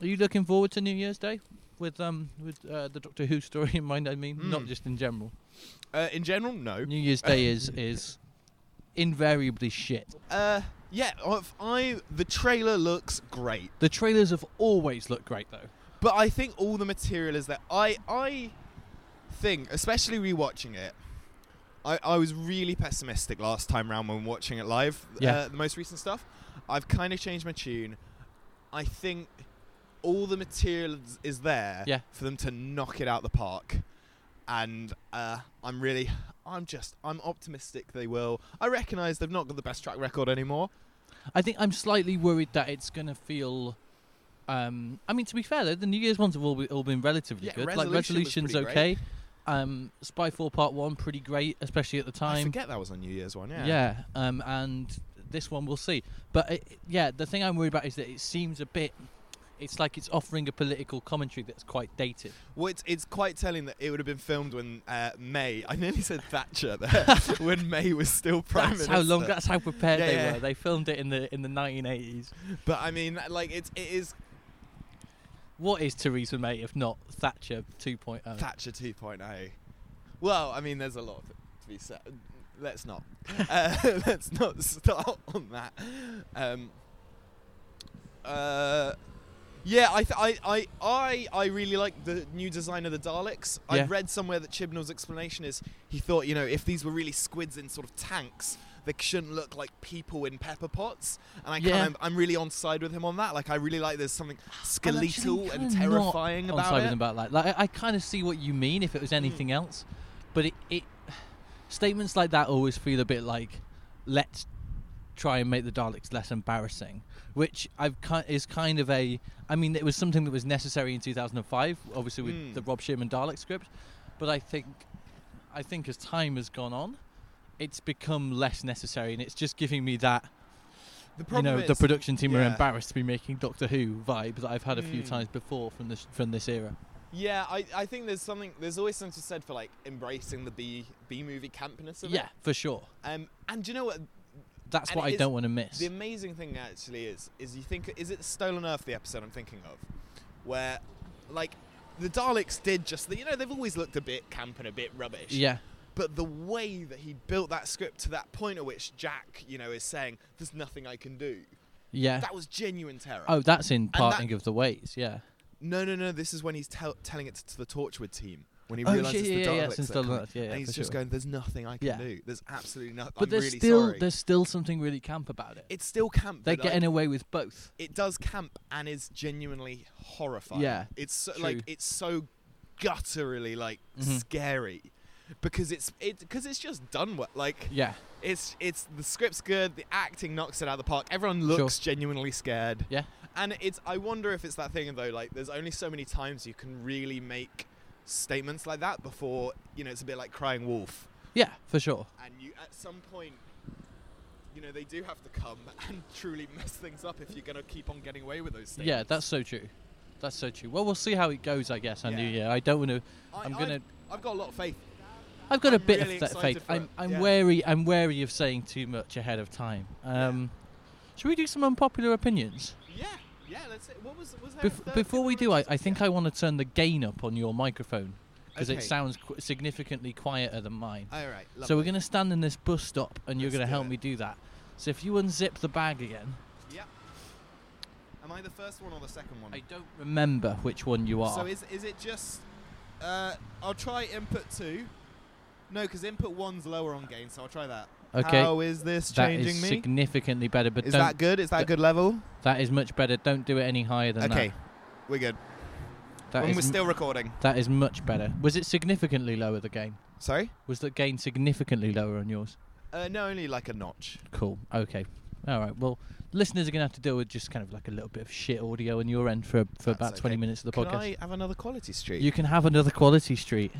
Speaker 4: Are you looking forward to New Year's Day? With um, with uh, the Doctor Who story in mind, I mean, not
Speaker 5: Mm.
Speaker 4: just in general.
Speaker 5: Uh, in general, no.
Speaker 4: New Year's Day is is invariably shit.
Speaker 5: Uh, yeah, I've- I the trailer looks great,
Speaker 4: The trailers have always looked great though.
Speaker 5: but I think all the material is there. I I think, especially rewatching it, I I was really pessimistic last time round when watching it live.
Speaker 4: Yeah.
Speaker 5: uh, the most recent stuff. I've kind of changed my tune. I think all the material is- is there
Speaker 4: Yeah.
Speaker 5: for them to knock it out the park. And uh, I'm really, I'm just, I'm optimistic they will. I recognise they've not got the best track record anymore.
Speaker 4: I think I'm slightly worried that it's gonna feel. Um, I mean, to be fair, though, the New Year's ones have all, be, all been relatively
Speaker 5: Yeah,
Speaker 4: good. like
Speaker 5: Resolution
Speaker 4: resolutions,
Speaker 5: was pretty
Speaker 4: okay. Um, Spy Four Part One, pretty great, especially at the
Speaker 5: I
Speaker 4: time.
Speaker 5: forget that was on New Year's one. Yeah.
Speaker 4: Yeah. Um, and this one we'll see. But it, yeah, the thing I'm worried about is that it seems a bit. It's like it's offering a political commentary that's quite dated.
Speaker 5: Well, it's, it's quite telling that it would have been filmed when uh, May. I nearly said Thatcher there. when May was still prime
Speaker 4: that's
Speaker 5: minister.
Speaker 4: how long. That's how prepared
Speaker 5: Yeah,
Speaker 4: they
Speaker 5: yeah.
Speaker 4: were. They filmed it in the in the 1980s.
Speaker 5: But I mean, like it's it is
Speaker 4: What is Theresa May if not Thatcher oh? 2.0?
Speaker 5: Thatcher 2.0. Well, I mean, there's a lot to be said. Let's not. uh, let's not start on that. Um, uh, yeah, I, th- I, I, I, I really like the new design of the Daleks. I
Speaker 4: Yeah.
Speaker 5: read somewhere that Chibnall's explanation is he thought, you know, if these were really squids in sort of tanks, they shouldn't look like people in pepper pots. And I
Speaker 4: Yeah.
Speaker 5: kind of, I'm really on side with him on that. Like, I really like there's something
Speaker 4: I'm actually
Speaker 5: skeletal and
Speaker 4: kinda not
Speaker 5: terrifying
Speaker 4: on
Speaker 5: about
Speaker 4: side
Speaker 5: it. Hmm.
Speaker 4: with about that. Like, I, I kind of see what you mean if it was anything else, but it, it statements like that always feel a bit like let's try and make the Daleks less embarrassing, which I've ki- is kind of a. I mean, it was something that was necessary in 2005, obviously with
Speaker 5: Mm.
Speaker 4: the Rob Sherman Dalek script, but I think, I think as time has gone on, it's become less necessary, and it's just giving me that you
Speaker 5: The
Speaker 4: know
Speaker 5: problem
Speaker 4: the
Speaker 5: is-
Speaker 4: production team are
Speaker 5: yeah.
Speaker 4: embarrassed to be making Doctor Who vibe that I've had a few
Speaker 5: Mm.
Speaker 4: times before from this from this era.
Speaker 5: Yeah, I, I think there's something there's always something to be said for like embracing the B B movie campiness of
Speaker 4: yeah,
Speaker 5: it.
Speaker 4: for sure.
Speaker 5: Um, and do you know what
Speaker 4: That's
Speaker 5: And
Speaker 4: what I
Speaker 5: it is-
Speaker 4: don't want to miss.
Speaker 5: the amazing thing actually is is you think is it the Stolen Earth the episode I'm thinking of, where like the Daleks did just the, you know they've always looked a bit camp and a bit rubbish.
Speaker 4: yeah,
Speaker 5: But the way that he built that script to that point at which Jack you know is saying there's nothing I can do,
Speaker 4: yeah.
Speaker 5: that was genuine terror.
Speaker 4: oh, that's in
Speaker 5: that-
Speaker 4: parting of the ways. Yeah.
Speaker 5: No, no, no. This is when he's tell telling it to the Torchwood team when he
Speaker 4: Oh,
Speaker 5: realizes
Speaker 4: shit,
Speaker 5: the
Speaker 4: yeah, yeah,
Speaker 5: Daleks
Speaker 4: since
Speaker 5: are
Speaker 4: the
Speaker 5: coming.
Speaker 4: Daleks, yeah, yeah,
Speaker 5: and he's
Speaker 4: for
Speaker 5: just
Speaker 4: sure.
Speaker 5: going, "There's nothing I can
Speaker 4: Yeah.
Speaker 5: do. There's absolutely nothing."
Speaker 4: But
Speaker 5: I'm
Speaker 4: there's
Speaker 5: really
Speaker 4: still
Speaker 5: sorry.
Speaker 4: there's still something really camp about it.
Speaker 5: it's still camp.
Speaker 4: They're
Speaker 5: but,
Speaker 4: getting
Speaker 5: like,
Speaker 4: away with both.
Speaker 5: it does camp and is genuinely horrifying.
Speaker 4: Yeah,
Speaker 5: it's so,
Speaker 4: true.
Speaker 5: like it's so gutturally like
Speaker 4: Mhm.
Speaker 5: scary because it's it because it's just done well. Like
Speaker 4: Yeah,
Speaker 5: it's it's the script's good, the acting knocks it out of the park. Everyone looks genuinely scared.
Speaker 4: yeah,
Speaker 5: And it's I wonder if it's that thing though, like there's only so many times you can really make statements like that before you know it's a bit like crying wolf,
Speaker 4: yeah, for sure.
Speaker 5: and you at some point, you know they do have to come and truly mess things up if you're gonna keep on getting away with those statements.
Speaker 4: Yeah, that's so true. That's so true. Well, we'll see how it goes, I guess. On New
Speaker 5: Yeah.
Speaker 4: Year, I don't want to.
Speaker 5: I,
Speaker 4: I'm gonna.
Speaker 5: I've, I've got a lot of faith.
Speaker 4: I've got a
Speaker 5: I'm
Speaker 4: bit
Speaker 5: really
Speaker 4: of that
Speaker 5: excited
Speaker 4: faith.
Speaker 5: for
Speaker 4: I'm,
Speaker 5: it,
Speaker 4: I'm
Speaker 5: yeah.
Speaker 4: wary. I'm wary of saying too much ahead of time. Um, Should we do some unpopular opinions?
Speaker 5: Yeah, yeah. Let's. see. What was was there? a
Speaker 4: Bef-
Speaker 5: third
Speaker 4: before we
Speaker 5: thing
Speaker 4: do, I,
Speaker 5: wanted
Speaker 4: I
Speaker 5: to-
Speaker 4: think
Speaker 5: yeah.
Speaker 4: I want to turn the gain up on your microphone because it
Speaker 5: Okay.
Speaker 4: sounds qu- significantly quieter than mine.
Speaker 5: All right.
Speaker 4: so we're
Speaker 5: lovely.
Speaker 4: going to stand in this bus stop, and you're
Speaker 5: Let's
Speaker 4: going to
Speaker 5: do
Speaker 4: help
Speaker 5: it.
Speaker 4: me do that. So if you unzip the bag again,
Speaker 5: Yeah. Am I the first one or the second one?
Speaker 4: I don't remember which one you are.
Speaker 5: So is is it just Uh, I'll try input two. No, because input one's lower on gain, so I'll try that.
Speaker 4: Okay.
Speaker 5: How is this
Speaker 4: That
Speaker 5: changing
Speaker 4: is
Speaker 5: me?
Speaker 4: significantly better, but
Speaker 5: is
Speaker 4: don't,
Speaker 5: that good? Is that
Speaker 4: th-
Speaker 5: good level?
Speaker 4: that is much better. Don't do it any higher than
Speaker 5: Okay,
Speaker 4: that.
Speaker 5: we're good.
Speaker 4: That
Speaker 5: and
Speaker 4: is
Speaker 5: we're
Speaker 4: m-
Speaker 5: still recording.
Speaker 4: that is much better. Was it significantly lower the gain?
Speaker 5: Sorry?
Speaker 4: Was the gain significantly lower on yours?
Speaker 5: Uh, no, only like a notch.
Speaker 4: Cool. Okay. All right. Well, listeners are going to have to deal with just kind of like a little bit of shit audio on your end for for
Speaker 5: That's
Speaker 4: about 20
Speaker 5: okay.
Speaker 4: minutes of the
Speaker 5: Can
Speaker 4: podcast.
Speaker 5: I have another quality streak?
Speaker 4: You can have another quality street.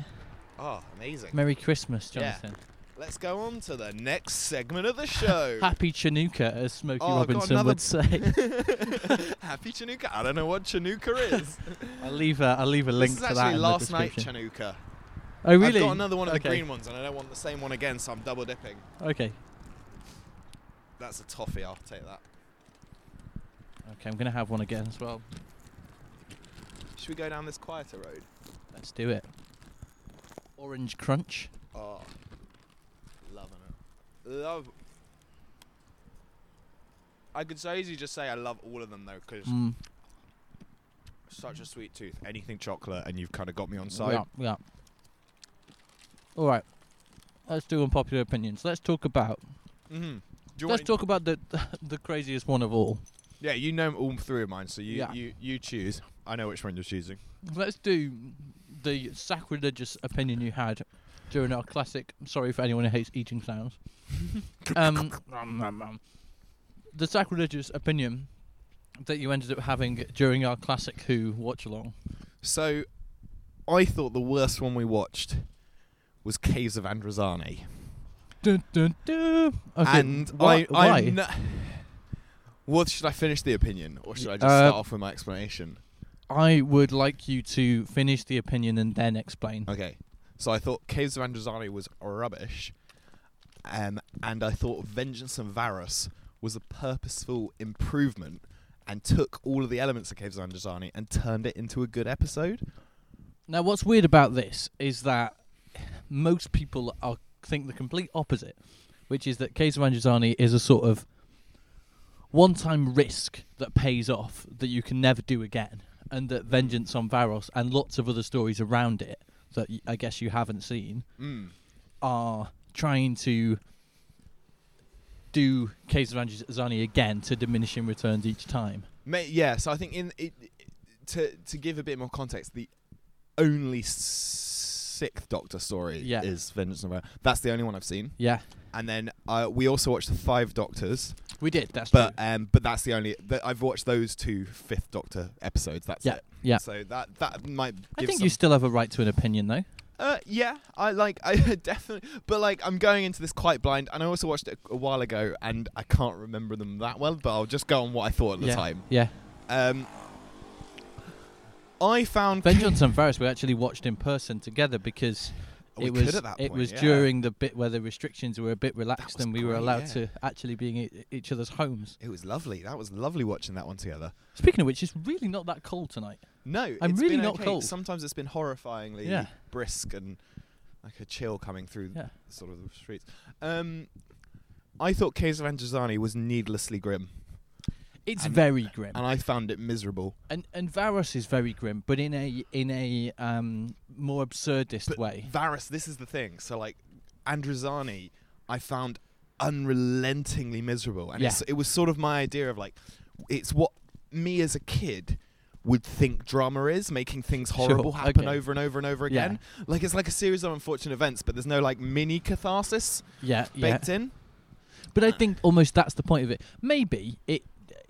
Speaker 5: oh, amazing.
Speaker 4: Merry Christmas,
Speaker 5: Yeah.
Speaker 4: Jonathan.
Speaker 5: Let's go on to the next segment of the show.
Speaker 4: Happy Chinooka, as Smokey
Speaker 5: Oh, I've got
Speaker 4: Robinson
Speaker 5: another-
Speaker 4: would say.
Speaker 5: Happy Chanukah. I don't know what Chanukah is.
Speaker 4: I'll leave a I'll leave a link
Speaker 5: this is
Speaker 4: to
Speaker 5: actually
Speaker 4: that in
Speaker 5: last
Speaker 4: the
Speaker 5: night
Speaker 4: description.
Speaker 5: Chanukah.
Speaker 4: oh really?
Speaker 5: I've got another one of
Speaker 4: okay.
Speaker 5: the green ones, and I don't want the same one again, so I'm double dipping.
Speaker 4: Okay.
Speaker 5: That's a toffee. I'll take that.
Speaker 4: Okay, I'm gonna have one again as well.
Speaker 5: Should we go down this quieter road?
Speaker 4: Let's do it. Orange crunch.
Speaker 5: Oh, loving it. Love. I could so easily just say I love all of them though, because
Speaker 4: Mm,
Speaker 5: such a sweet tooth. Anything chocolate, and you've kind of got me on side.
Speaker 4: yeah, yeah. All right. Let's do unpopular opinions. Let's talk about.
Speaker 5: Mm-hmm. Do you
Speaker 4: Let's
Speaker 5: want?
Speaker 4: talk about the the craziest one of all.
Speaker 5: yeah, you know all three of mine, so you
Speaker 4: Yeah.
Speaker 5: you you choose. I know which one you're choosing.
Speaker 4: Let's do the sacrilegious opinion you had during our classic. Sorry for anyone who hates eating sounds. um, nom, nom, nom. the sacrilegious opinion that you ended up having during our classic Who watch along.
Speaker 5: So, I thought the worst one we watched was Caves of Androzani.
Speaker 4: Dun, dun, dun. Okay,
Speaker 5: and
Speaker 4: why-
Speaker 5: I,
Speaker 4: why?
Speaker 5: I'm not- Well, should I finish the opinion, or should I just
Speaker 4: Uh,
Speaker 5: start off with my explanation?
Speaker 4: I would like you to finish the opinion and then explain.
Speaker 5: Okay. So I thought Caves of Androzani was rubbish, um, and I thought Vengeance and Varus was a purposeful improvement and took all of the elements of Caves of Androzani and turned it into a good episode.
Speaker 4: Now, what's weird about this is that most people are think the complete opposite, which is that Case of Androzani is a sort of one-time risk that pays off that you can never do again, and that Vengeance on Varos and lots of other stories around it that y- I guess you haven't seen
Speaker 5: Mm.
Speaker 4: are trying to do Case of Androzani again to diminishing returns each time.
Speaker 5: May, yeah, so I think in it, to to give a bit more context, the only sixth Doctor story
Speaker 4: Yeah.
Speaker 5: is Vengeance and Varus. That's the only one I've seen.
Speaker 4: Yeah,
Speaker 5: And then uh, we also watched the Five Doctors,
Speaker 4: we did. That's
Speaker 5: but
Speaker 4: true.
Speaker 5: um, but that's the only that I've watched those two Fifth Doctor episodes. That's
Speaker 4: Yeah,
Speaker 5: it.
Speaker 4: yeah.
Speaker 5: So that that might.
Speaker 4: I
Speaker 5: give
Speaker 4: think
Speaker 5: some-
Speaker 4: you still have a right to an opinion, though.
Speaker 5: Uh, yeah, I like. I definitely. But like, I'm going into this quite blind, and I also watched it a while ago, and I can't remember them that well. But I'll just go on what I thought at the
Speaker 4: yeah.
Speaker 5: time.
Speaker 4: Yeah.
Speaker 5: Um, I found
Speaker 4: Vengeance and Varus we actually watched in person together because
Speaker 5: Oh, We
Speaker 4: it
Speaker 5: could
Speaker 4: was
Speaker 5: at that
Speaker 4: it
Speaker 5: point,
Speaker 4: was
Speaker 5: yeah.
Speaker 4: during the bit where the restrictions were a bit relaxed
Speaker 5: was
Speaker 4: and we were
Speaker 5: great,
Speaker 4: allowed
Speaker 5: yeah.
Speaker 4: to actually be in e- each other's homes.
Speaker 5: It was lovely. That was lovely watching that one together.
Speaker 4: Speaking of which, it's really not that cold tonight.
Speaker 5: No,
Speaker 4: I'm
Speaker 5: it's
Speaker 4: really
Speaker 5: been
Speaker 4: not
Speaker 5: okay.
Speaker 4: cold.
Speaker 5: Sometimes it's been horrifyingly
Speaker 4: Yeah.
Speaker 5: brisk and like a chill coming through
Speaker 4: Yeah.
Speaker 5: sort of the streets. Um, I thought Caves of Androzani was needlessly grim,
Speaker 4: It's
Speaker 5: And-
Speaker 4: very grim,
Speaker 5: and I found it miserable.
Speaker 4: and and Varus is very grim, but in a in a um, more absurdist
Speaker 5: But
Speaker 4: way.
Speaker 5: Varus, this is the thing. So like Androzani, I found unrelentingly miserable, and
Speaker 4: Yeah.
Speaker 5: it's, it was sort of my idea of like, it's what me as a kid would think drama is making things
Speaker 4: Sure,
Speaker 5: horrible happen
Speaker 4: okay.
Speaker 5: over and over and over
Speaker 4: Yeah.
Speaker 5: again like it's like a series of unfortunate events but there's no like mini catharsis
Speaker 4: yeah, yeah.
Speaker 5: baked in
Speaker 4: But I think almost that's the point of it. Maybe it,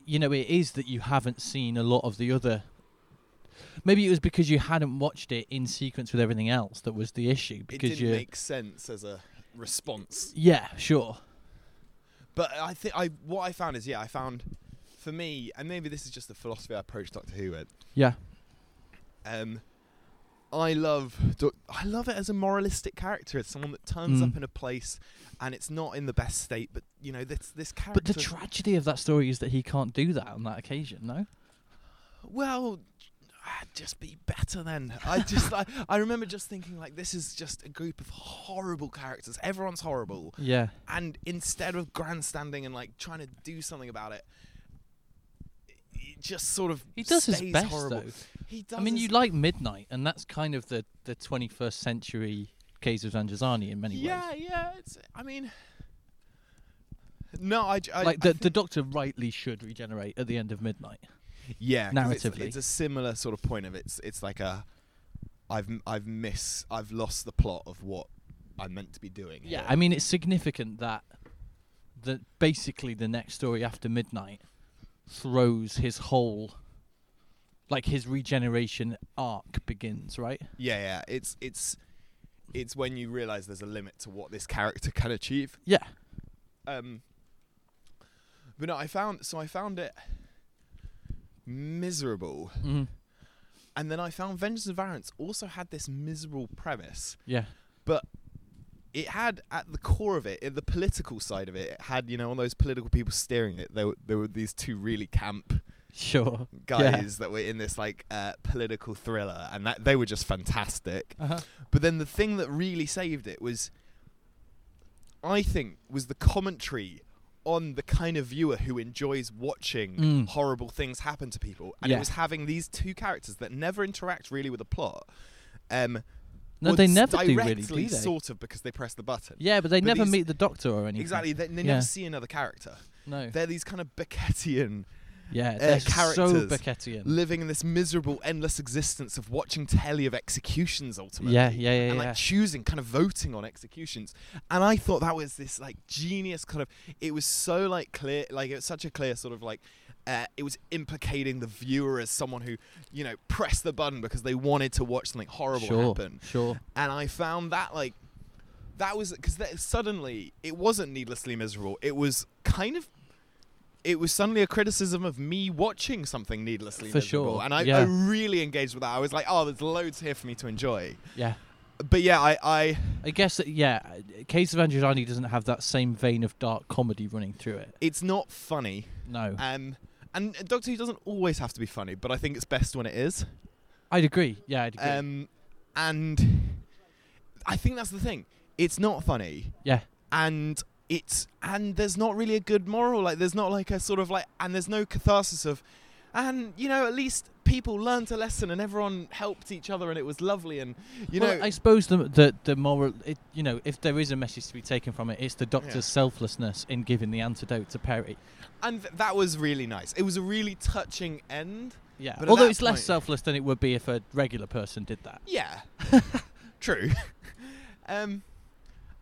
Speaker 4: you know, it is that you haven't seen a lot of the other. Maybe it was because you hadn't watched it in sequence with everything else that was the issue.
Speaker 5: it
Speaker 4: Because
Speaker 5: didn't
Speaker 4: you,
Speaker 5: make sense as a response
Speaker 4: yeah, sure,
Speaker 5: but i think i what i found is yeah i found for me and maybe this is just the philosophy i approached doctor who with
Speaker 4: yeah,
Speaker 5: Um, I love Doc- I love it as a moralistic character. It's someone that turns
Speaker 4: Mm.
Speaker 5: up in a place and it's not in the best state, but you know this this character.
Speaker 4: but the tragedy of that story is that he can't do that on that occasion. No,
Speaker 5: well, ah, just be better then. I just I, I remember just thinking like this is just a group of horrible characters. Everyone's horrible,
Speaker 4: yeah,
Speaker 5: and instead of grandstanding and like trying to do something about it, it just sort of
Speaker 4: He does his
Speaker 5: stays
Speaker 4: best,
Speaker 5: horrible.
Speaker 4: though.
Speaker 5: He does.
Speaker 4: I mean,
Speaker 5: his
Speaker 4: you like Midnight, and that's kind of the, the 21st century case of Zanjazani in many ways.
Speaker 5: Yeah, yeah. It's, I mean, no, I, j- I-
Speaker 4: like
Speaker 5: I
Speaker 4: the,
Speaker 5: thi-
Speaker 4: the Doctor rightly should regenerate at the end of Midnight.
Speaker 5: yeah, 'cause it's-
Speaker 4: narratively.
Speaker 5: It's, a similar sort of point of it's. It's like a, I've m- I've miss I've lost the plot of what I'm meant to be doing. here.
Speaker 4: I mean it's significant that that basically the next story after Midnight throws his whole like his regeneration arc begins, right?
Speaker 5: yeah, yeah. It's it's it's when you realize there's a limit to what this character can achieve.
Speaker 4: Yeah.
Speaker 5: Um, but no, I found so I found it miserable,
Speaker 4: Mhm.
Speaker 5: and then I found Vengeance of Arrogance also had this miserable premise.
Speaker 4: Yeah.
Speaker 5: but it had at the core of it, in the political side of it, it had you know all those political people steering it. There, were- there were these two really camp
Speaker 4: Sure.
Speaker 5: guys that were in this like uh, political thriller, and that they were just fantastic.
Speaker 4: Uh-huh.
Speaker 5: But then the thing that really saved it was, I think, was the commentary on the kind of viewer who enjoys watching
Speaker 4: Mm.
Speaker 5: horrible things happen to people, and
Speaker 4: Yeah.
Speaker 5: it was having these two characters that never interact really with a plot. Um,
Speaker 4: No,
Speaker 5: or
Speaker 4: they
Speaker 5: s-
Speaker 4: never do really, do
Speaker 5: directly
Speaker 4: they?
Speaker 5: Sort of because they press the button.
Speaker 4: yeah, but they
Speaker 5: but
Speaker 4: never
Speaker 5: these-
Speaker 4: meet the Doctor or anything.
Speaker 5: Exactly. They, they
Speaker 4: Yeah.
Speaker 5: never see another character.
Speaker 4: No.
Speaker 5: They're these kind of Beckettian,
Speaker 4: yeah,
Speaker 5: uh,
Speaker 4: they're so
Speaker 5: characters
Speaker 4: Beckettian.
Speaker 5: living in this miserable, endless existence of watching telly of executions ultimately.
Speaker 4: Yeah, yeah, yeah,
Speaker 5: And
Speaker 4: yeah.
Speaker 5: like choosing, kind of voting on executions. And I thought that was this like genius kind of. It was so like clear, like it was such a clear sort of like. Uh, it was implicating the viewer as someone who, you know, pressed the button because they wanted to watch something horrible
Speaker 4: Sure.
Speaker 5: happen
Speaker 4: Sure.
Speaker 5: and I found that like that was because suddenly it wasn't needlessly miserable. It was kind of it was suddenly a criticism of me watching something needlessly
Speaker 4: For
Speaker 5: miserable,
Speaker 4: sure,
Speaker 5: and I,
Speaker 4: yeah.
Speaker 5: I really engaged with that. I was like, oh, there's loads here for me to enjoy.
Speaker 4: Yeah.
Speaker 5: But yeah, I, I
Speaker 4: I guess that yeah, Case of Androzani doesn't have that same vein of dark comedy running through it.
Speaker 5: it's not funny.
Speaker 4: No,
Speaker 5: Um, and Doctor Who doesn't always have to be funny, but I think it's best when it is.
Speaker 4: I'd agree. Yeah, I'd agree.
Speaker 5: Um, and I think that's the thing. It's not funny.
Speaker 4: yeah,
Speaker 5: and it's and there's not really a good moral like there's not like a sort of like and there's no catharsis of and you know at least people learned a lesson and everyone helped each other and it was lovely and you
Speaker 4: well,
Speaker 5: know
Speaker 4: I suppose the the the moral, it, you know, if there is a message to be taken from it, it's the Doctor's
Speaker 5: Yeah.
Speaker 4: selflessness in giving the antidote to Perry.
Speaker 5: and th- that was really nice it was a really touching end
Speaker 4: Yeah,
Speaker 5: But at
Speaker 4: although
Speaker 5: that
Speaker 4: it's less
Speaker 5: point-
Speaker 4: selfless than it would be if a regular person did that.
Speaker 5: yeah true um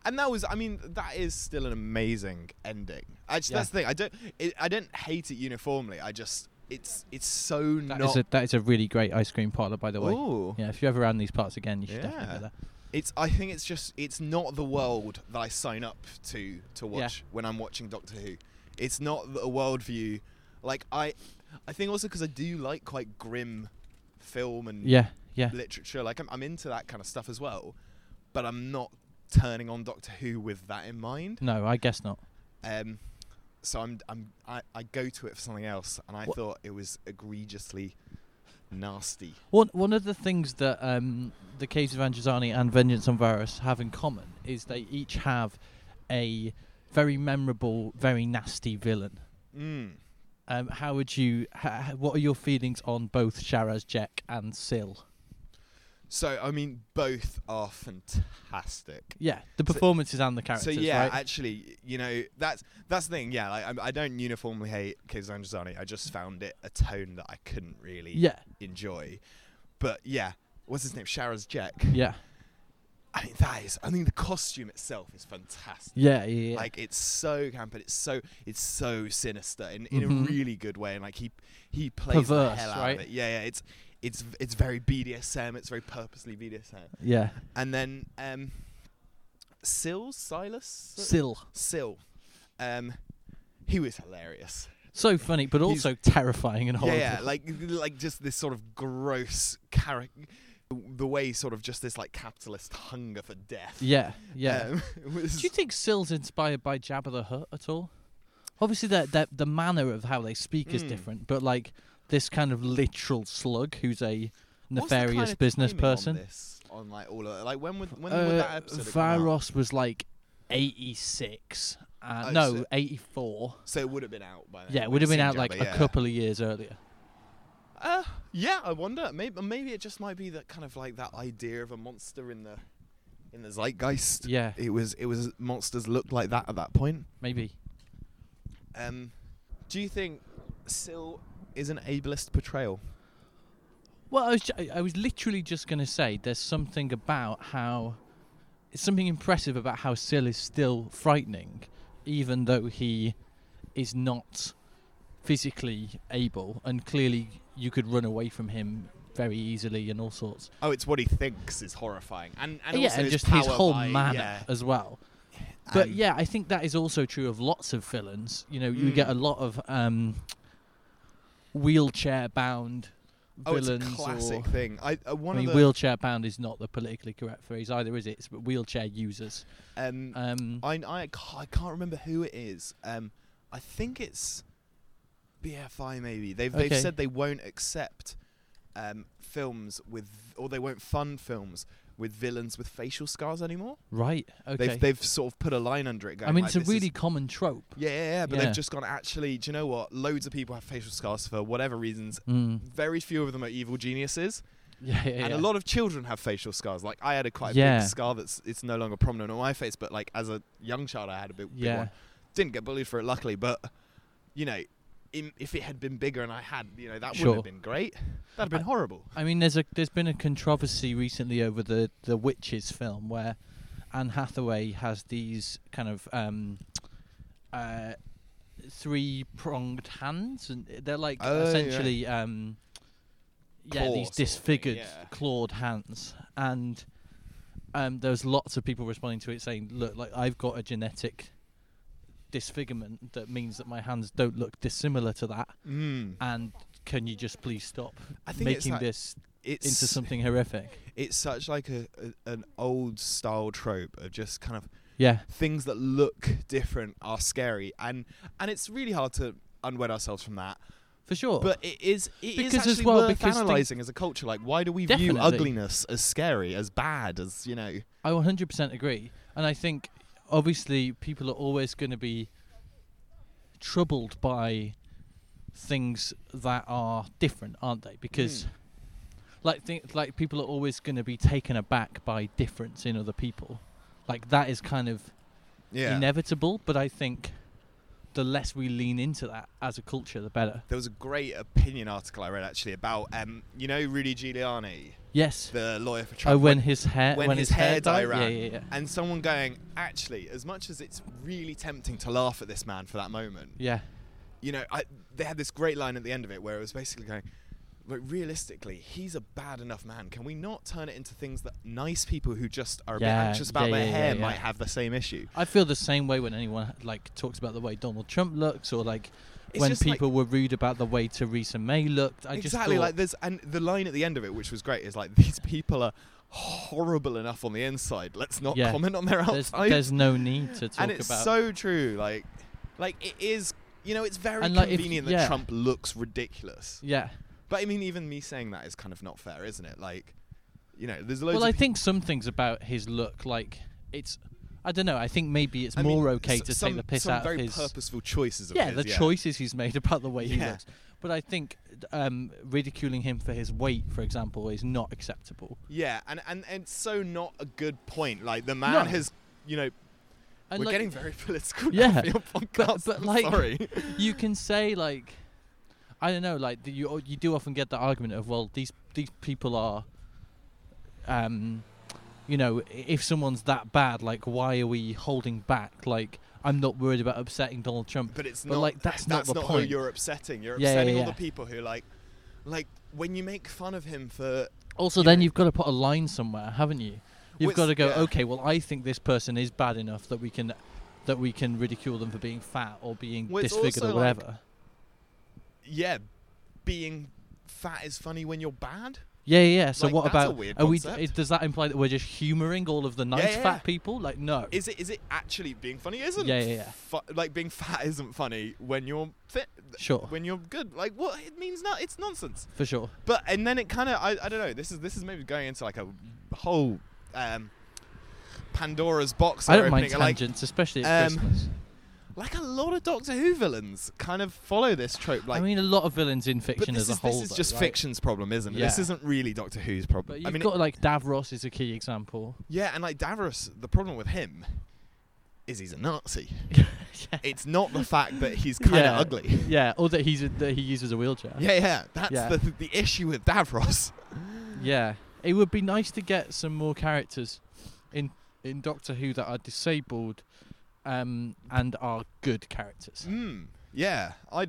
Speaker 5: and that was i mean that is still an amazing ending actually
Speaker 4: Yeah.
Speaker 5: that's the thing i don't it, i don't hate it uniformly i just it's it's so
Speaker 4: That is
Speaker 5: not
Speaker 4: a that is a really great ice cream parlor, by the way.
Speaker 5: Ooh.
Speaker 4: Yeah, if you ever around these parts again, you should
Speaker 5: Yeah.
Speaker 4: definitely go there.
Speaker 5: It's. I think it's just. It's not the world that I sign up to to watch when I'm watching Doctor Who. It's not the- a worldview. Like I, I think also because I do like quite grim film and
Speaker 4: Yeah, yeah,
Speaker 5: literature. Like I'm, I'm into that kind of stuff as well, but I'm not turning on Doctor Who with that in mind.
Speaker 4: no, I guess not. Mm.
Speaker 5: Um, so I'm. I'm. I, I go to it for something else, and I
Speaker 4: What-
Speaker 5: thought it was egregiously nasty.
Speaker 4: One one of the things that um, the Caves of Androzani and Vengeance on Varus have in common is they each have a very memorable, very nasty villain.
Speaker 5: Mm.
Speaker 4: Um, how would you? Ha, what are your feelings on both Sharaz Jack and Sil?
Speaker 5: So I mean, both are fantastic.
Speaker 4: Yeah, the performances and the characters.
Speaker 5: So yeah,
Speaker 4: right?
Speaker 5: actually, you know, that's that's the thing. Yeah, like I, I don't uniformly hate Kids Androzani. I just found it a tone that I couldn't really
Speaker 4: yeah,
Speaker 5: enjoy. But yeah, what's his name? Sharaz Jack.
Speaker 4: yeah,
Speaker 5: I mean, that is. I mean, the costume itself is fantastic.
Speaker 4: yeah, yeah. yeah.
Speaker 5: Like it's so camp, and it's so it's so sinister in, in
Speaker 4: Mhm.
Speaker 5: a really good way, and like he he plays
Speaker 4: Perverse,
Speaker 5: the hell out
Speaker 4: right?
Speaker 5: of it. Yeah, yeah. It's it's it's very BDSM. It's very purposely BDSM.
Speaker 4: yeah,
Speaker 5: And then um, Sill Silas
Speaker 4: Sil.
Speaker 5: Sill. Um, he was hilarious.
Speaker 4: So funny, but
Speaker 5: He's-
Speaker 4: also terrifying and horrible.
Speaker 5: Yeah, yeah, like like just this sort of gross character, the way sort of just this like capitalist hunger for death.
Speaker 4: yeah, yeah.
Speaker 5: Um, was-
Speaker 4: Do you think Sil's inspired by Jabba the Hutt at all? Obviously, the the, the manner of how they speak is
Speaker 5: Mm.
Speaker 4: different, but like this kind of literal slug who's a
Speaker 5: what's the
Speaker 4: nefarious
Speaker 5: kind of
Speaker 4: business
Speaker 5: timing on
Speaker 4: person.
Speaker 5: this? On, like all of, like when would when
Speaker 4: Uh,
Speaker 5: would that episode have come out?
Speaker 4: Varos was like eighty six, uh,
Speaker 5: Oh,
Speaker 4: no
Speaker 5: so-
Speaker 4: eighty four.
Speaker 5: So it would have been out by then.
Speaker 4: Yeah, it
Speaker 5: when
Speaker 4: would have
Speaker 5: you've
Speaker 4: been
Speaker 5: seen
Speaker 4: out like
Speaker 5: Jabba,
Speaker 4: a
Speaker 5: yeah.
Speaker 4: couple of years earlier.
Speaker 5: Uh, yeah, I wonder. Maybe maybe it just might be that kind of like that idea of a monster in the in the zeitgeist.
Speaker 4: Yeah.
Speaker 5: It was it was monsters looked like that at that point.
Speaker 4: Maybe.
Speaker 5: Um, do you think Syl is an ableist portrayal?
Speaker 4: Well, I was, ju- I was literally just going to say there's something about how. It's something impressive about how Syl is still frightening, even though he is not physically able, and clearly you could run away from him very easily and all sorts.
Speaker 5: Oh, it's what he thinks is horrifying, and and,
Speaker 4: yeah,
Speaker 5: also
Speaker 4: and
Speaker 5: his
Speaker 4: just his
Speaker 5: power
Speaker 4: whole
Speaker 5: by-
Speaker 4: manner
Speaker 5: yeah.
Speaker 4: as well. But
Speaker 5: Um,
Speaker 4: yeah, I think that is also true of lots of villains. You know, you get
Speaker 5: Mm.
Speaker 4: a lot of um, wheelchair-bound
Speaker 5: Oh, it's
Speaker 4: villains.
Speaker 5: a classic
Speaker 4: Or,
Speaker 5: thing. I uh,
Speaker 4: I
Speaker 5: one
Speaker 4: mean,
Speaker 5: of the
Speaker 4: wheelchair-bound is not the politically correct phrase either, is it? It's wheelchair users.
Speaker 5: um,
Speaker 4: Um,
Speaker 5: I, I, ca- I can't remember who it is. Um, I think it's BFI maybe. They've they've
Speaker 4: Okay.
Speaker 5: said they won't accept um, films with or they won't fund films with villains with facial scars anymore.
Speaker 4: right. Okay.
Speaker 5: They've they've sort of put a line under it. Going,
Speaker 4: I mean,
Speaker 5: like,
Speaker 4: it's a
Speaker 5: this is-
Speaker 4: really common trope.
Speaker 5: yeah, yeah, yeah, but
Speaker 4: Yeah.
Speaker 5: they've just gone. Actually, do you know what? Loads of people have facial scars for whatever reasons.
Speaker 4: Mm.
Speaker 5: Very few of them are evil geniuses,
Speaker 4: Yeah, yeah,
Speaker 5: and a
Speaker 4: yeah.
Speaker 5: lot of children have facial scars. Like I had a quite
Speaker 4: Yeah.
Speaker 5: big scar that's it's no longer prominent on my face, but like as a young child, I had a big, big
Speaker 4: Yeah.
Speaker 5: one didn't get bullied for it luckily but you know in, if it had been bigger and i had you know that
Speaker 4: Sure.
Speaker 5: would have been great that'd have been
Speaker 4: I-
Speaker 5: horrible
Speaker 4: I mean, there's a there's been a controversy recently over the the witches film where Anne Hathaway has these kind of um, uh, three pronged hands, and they're like
Speaker 5: Oh, yeah.
Speaker 4: essentially um, yeah
Speaker 5: Claw sort
Speaker 4: these
Speaker 5: of thing,
Speaker 4: disfigured
Speaker 5: yeah.
Speaker 4: clawed hands, and um, there's lots of people responding to it saying, "Look, like I've got a genetic." disfigurement that means that my hands don't look dissimilar to that
Speaker 5: mm.
Speaker 4: and can you just please stop
Speaker 5: I think it's
Speaker 4: making
Speaker 5: that-
Speaker 4: this
Speaker 5: it's
Speaker 4: into something horrific.
Speaker 5: it's such like a, a an old style trope of just kind of
Speaker 4: Yeah.
Speaker 5: things that look different are scary and and it's really hard to unwed ourselves from that
Speaker 4: For sure.
Speaker 5: but it is it is
Speaker 4: Because as
Speaker 5: actually
Speaker 4: well,
Speaker 5: worth
Speaker 4: because thing-
Speaker 5: analyzing as a culture like why do we view
Speaker 4: Definitely.
Speaker 5: ugliness as scary as bad as you know
Speaker 4: I 100% agree. And I think obviously people are always going to be troubled by things that are different, aren't they?
Speaker 5: Hmm.
Speaker 4: Because like thi- like people are always going to be taken aback by difference in other people. Like that is kind of
Speaker 5: yeah
Speaker 4: inevitable, but I think the less we lean into that as a culture the better.
Speaker 5: there was a great opinion article I read actually about um, you know Rudy Giuliani,
Speaker 4: Yes.
Speaker 5: the lawyer for Trump.
Speaker 4: Oh, when his hair
Speaker 5: when his, hair,
Speaker 4: died?
Speaker 5: dye
Speaker 4: Yeah,
Speaker 5: ran,
Speaker 4: yeah, yeah.
Speaker 5: and someone going, actually, as much as it's really tempting to laugh at this man for that moment,
Speaker 4: Yeah.
Speaker 5: you know, I, they had this great line at the end of it where it was basically going, like realistically, he's a bad enough man. Can we not turn it into things that nice people who just are a
Speaker 4: Yeah,
Speaker 5: bit anxious about
Speaker 4: yeah,
Speaker 5: their
Speaker 4: yeah,
Speaker 5: hair
Speaker 4: yeah, yeah.
Speaker 5: might have the same issue?
Speaker 4: I feel the same way when anyone like talks about the way Donald Trump looks, or like
Speaker 5: It's
Speaker 4: when
Speaker 5: just like-
Speaker 4: people were rude about the way Theresa May looked. I just
Speaker 5: exactly
Speaker 4: thought,
Speaker 5: like there's and the line at the end of it, which was great, is like these people are horrible enough on the inside. Let's not
Speaker 4: Yeah.
Speaker 5: comment on their
Speaker 4: there's,
Speaker 5: outside.
Speaker 4: there's no need to talk
Speaker 5: and it's
Speaker 4: about.
Speaker 5: so true. Like, like it is. You know, it's very
Speaker 4: And, like, if-
Speaker 5: convenient
Speaker 4: yeah.
Speaker 5: that Trump looks ridiculous.
Speaker 4: yeah.
Speaker 5: But I mean, even me saying that is kind of not fair, isn't it? Like, you know, there's loads.
Speaker 4: Well,
Speaker 5: of
Speaker 4: I
Speaker 5: peop-
Speaker 4: think some things about his look, like it's, I don't know. I think maybe it's
Speaker 5: I mean,
Speaker 4: more okay
Speaker 5: s-
Speaker 4: to
Speaker 5: some,
Speaker 4: take the piss
Speaker 5: some
Speaker 4: out of
Speaker 5: very
Speaker 4: his.
Speaker 5: purposeful choices. Of
Speaker 4: yeah,
Speaker 5: his,
Speaker 4: the choices he's made about the way he
Speaker 5: Yeah.
Speaker 4: looks. But I think um, ridiculing him for his weight, for example, is not acceptable.
Speaker 5: Yeah, and, and and it's so not a good point. Like the man
Speaker 4: No.
Speaker 5: has, you know,
Speaker 4: And
Speaker 5: we're
Speaker 4: like,
Speaker 5: getting very political. now
Speaker 4: Yeah,
Speaker 5: for your
Speaker 4: but,
Speaker 5: podcast.
Speaker 4: but
Speaker 5: I'm
Speaker 4: like
Speaker 5: sorry.
Speaker 4: you can say like I don't know like the, you you do often get the argument of well these these people are um you know i- if someone's that bad like why are we holding back like I'm not worried about upsetting Donald Trump
Speaker 5: But it's
Speaker 4: But,
Speaker 5: not
Speaker 4: like, that's not the
Speaker 5: who
Speaker 4: point.
Speaker 5: you're upsetting. You're
Speaker 4: Yeah, yeah,
Speaker 5: upsetting all
Speaker 4: yeah.
Speaker 5: the people who like like when you make fun of him for
Speaker 4: also
Speaker 5: you
Speaker 4: then
Speaker 5: know-
Speaker 4: you've got to put a line somewhere haven't you you've
Speaker 5: Well,
Speaker 4: got to
Speaker 5: it's-
Speaker 4: go
Speaker 5: yeah.
Speaker 4: okay well I think this person is bad enough that we can that we can ridicule them for being fat or being
Speaker 5: Well, it's
Speaker 4: disfigured or
Speaker 5: also, like,
Speaker 4: whatever
Speaker 5: yeah, being fat is funny when you're bad.
Speaker 4: Yeah, yeah. yeah. So
Speaker 5: Like,
Speaker 4: what
Speaker 5: that's a
Speaker 4: about?
Speaker 5: weird
Speaker 4: are we?
Speaker 5: concept.
Speaker 4: Is, does that imply that we're just humouring all of the nice
Speaker 5: yeah, yeah.
Speaker 4: fat people? Like, no.
Speaker 5: Is it is it actually being funny? Isn't
Speaker 4: Yeah, yeah, yeah.
Speaker 5: fu- like being fat isn't funny when you're fit.
Speaker 4: Sure.
Speaker 5: When you're good, like what it means not it's nonsense.
Speaker 4: for sure.
Speaker 5: But and then it kind of I, I don't know. This is this is maybe going into like a whole um, Pandora's box.
Speaker 4: I
Speaker 5: opening,
Speaker 4: don't mind
Speaker 5: like
Speaker 4: tangents, especially at
Speaker 5: um,
Speaker 4: Christmas.
Speaker 5: Like a lot of Doctor Who villains kind of follow this trope. Like,
Speaker 4: I mean, a lot of villains in fiction
Speaker 5: but
Speaker 4: as
Speaker 5: this
Speaker 4: a
Speaker 5: is,
Speaker 4: whole.
Speaker 5: This is
Speaker 4: though,
Speaker 5: just
Speaker 4: right?
Speaker 5: fiction's problem, isn't it? This
Speaker 4: Yeah.
Speaker 5: isn't really Doctor Who's problem.
Speaker 4: But
Speaker 5: I
Speaker 4: you've
Speaker 5: mean, it-
Speaker 4: got like Davros is a key example.
Speaker 5: yeah, and like Davros, the problem with him is he's a Nazi. It's not the fact that he's kind of
Speaker 4: Yeah.
Speaker 5: ugly.
Speaker 4: Yeah, or that he's a, that he uses a wheelchair.
Speaker 5: Yeah, yeah, that's
Speaker 4: Yeah.
Speaker 5: The, the issue with Davros.
Speaker 4: Yeah. It would be nice to get some more characters in in Doctor Who that are disabled um, and are good characters.
Speaker 5: Mm, yeah, I,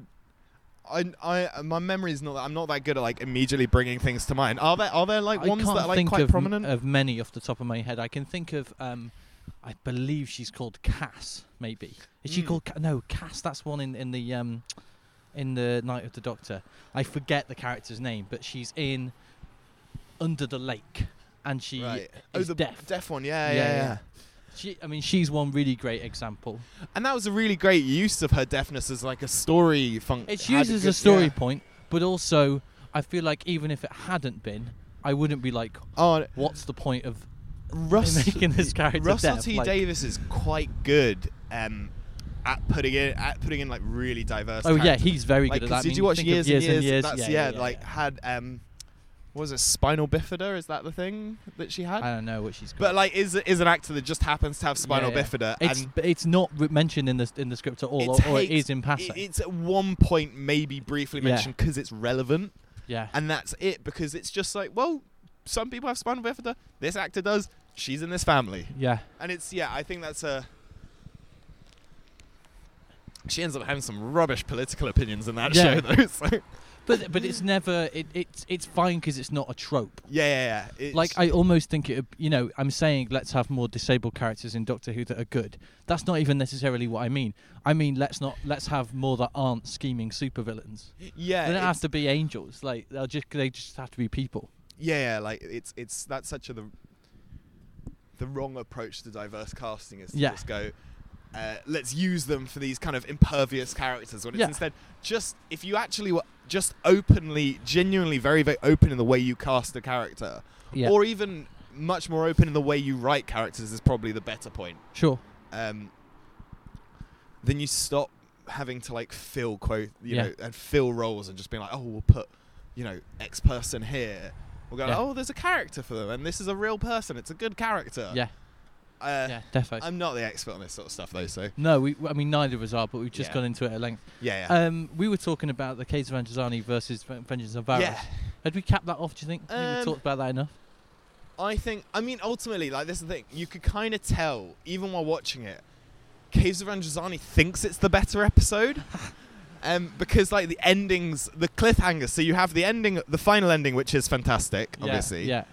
Speaker 5: I, I, my memory's not. that I'm not that good at like immediately bringing things to mind. Are there are there like
Speaker 4: I
Speaker 5: ones
Speaker 4: can't
Speaker 5: that are like
Speaker 4: think
Speaker 5: quite
Speaker 4: of, m-
Speaker 5: prominent?
Speaker 4: of many off the top of my head. I can think of um, I believe she's called Cass. Maybe is she
Speaker 5: Mm.
Speaker 4: called Ca- no Cass? That's one in in the um, in the Night of the Doctor. I forget the character's name, but she's in Under the Lake, and she
Speaker 5: right. Oh,
Speaker 4: is
Speaker 5: the
Speaker 4: deaf.
Speaker 5: one. Yeah, yeah,
Speaker 4: Yeah,
Speaker 5: yeah,
Speaker 4: yeah. She, I mean, she's one really great example.
Speaker 5: And that was a really great use of her deafness as like a story function.
Speaker 4: It uses a story point, but also I feel like even if it hadn't been, I wouldn't be like,
Speaker 5: Oh,
Speaker 4: what's the point of
Speaker 5: Russ,
Speaker 4: making this character
Speaker 5: Russell
Speaker 4: deaf,
Speaker 5: T
Speaker 4: like-
Speaker 5: Davis is quite good um, at putting in at putting in like really diverse.
Speaker 4: Oh yeah,
Speaker 5: characters.
Speaker 4: he's very
Speaker 5: like,
Speaker 4: good at
Speaker 5: 'cause
Speaker 4: that. I
Speaker 5: Did
Speaker 4: mean,
Speaker 5: you watch
Speaker 4: think
Speaker 5: years,
Speaker 4: of
Speaker 5: and years? That's, yeah, like
Speaker 4: yeah.
Speaker 5: had um, what was it spinal bifida? Is that the thing that she had?
Speaker 4: I don't know what she's.
Speaker 5: But
Speaker 4: called.
Speaker 5: like, is is an actor that just happens to have spinal
Speaker 4: Uh, Yeah, yeah.
Speaker 5: bifida
Speaker 4: It's
Speaker 5: and.
Speaker 4: but it's not re- mentioned in the in the script at all, or, or it
Speaker 5: takes-
Speaker 4: is in passing.
Speaker 5: it- It's at one point maybe briefly
Speaker 4: Yeah.
Speaker 5: mentioned because it's relevant,
Speaker 4: yeah,
Speaker 5: and that's it. Because it's just like, well, some people have spinal bifida. This actor does. She's in this family.
Speaker 4: yeah.
Speaker 5: And it's yeah, I think that's a. She ends up having some rubbish political opinions in that
Speaker 4: Yeah.
Speaker 5: show, though. So. Yeah,
Speaker 4: But but it's never it, it's it's fine because it's not a trope.
Speaker 5: yeah, yeah. It's,
Speaker 4: Like I almost think it. You know, I'm saying let's have more disabled characters in Doctor Who that are good. That's not even necessarily what I mean. I mean let's not let's have more that aren't scheming supervillains.
Speaker 5: yeah,
Speaker 4: They don't
Speaker 5: it's-
Speaker 4: have to be angels. Like they'll just they just have to be people.
Speaker 5: yeah, yeah. Like it's it's that's such a the, the wrong approach to diverse casting is to
Speaker 4: Yeah.
Speaker 5: just go. Uh, let's use them for these kind of impervious characters when it's
Speaker 4: Yeah.
Speaker 5: instead just if you actually were just openly genuinely very very open in the way you cast a character
Speaker 4: Yeah.
Speaker 5: or even much more open in the way you write characters is probably the better point
Speaker 4: Sure.
Speaker 5: um, then you stop having to like fill quote you
Speaker 4: Yeah.
Speaker 5: know and fill roles and just being like oh we'll put you know X person here. We'll go
Speaker 4: Yeah.
Speaker 5: oh there's a character for them and this is a real person. It's a good character.
Speaker 4: Yeah.
Speaker 5: Uh,
Speaker 4: Yeah. Defo.
Speaker 5: I'm not the expert on this sort of stuff though, so
Speaker 4: No, we, I mean neither of us are, but we've just
Speaker 5: Yeah.
Speaker 4: gone into it at length.
Speaker 5: yeah. Yeah.
Speaker 4: Um, we were talking about the case of Angezani versus Ven- Vengeance of Varus.
Speaker 5: yeah.
Speaker 4: Had we capped that off? Do you think? I think
Speaker 5: Um,
Speaker 4: we talked about that enough.
Speaker 5: I think I mean ultimately like this is the thing you could kind of tell even while watching it. Caves of Androzani thinks it's the better episode. Um, because like the endings, the cliffhanger. So you have the ending, the final ending, which is fantastic,
Speaker 4: Yeah,
Speaker 5: obviously.
Speaker 4: Yeah.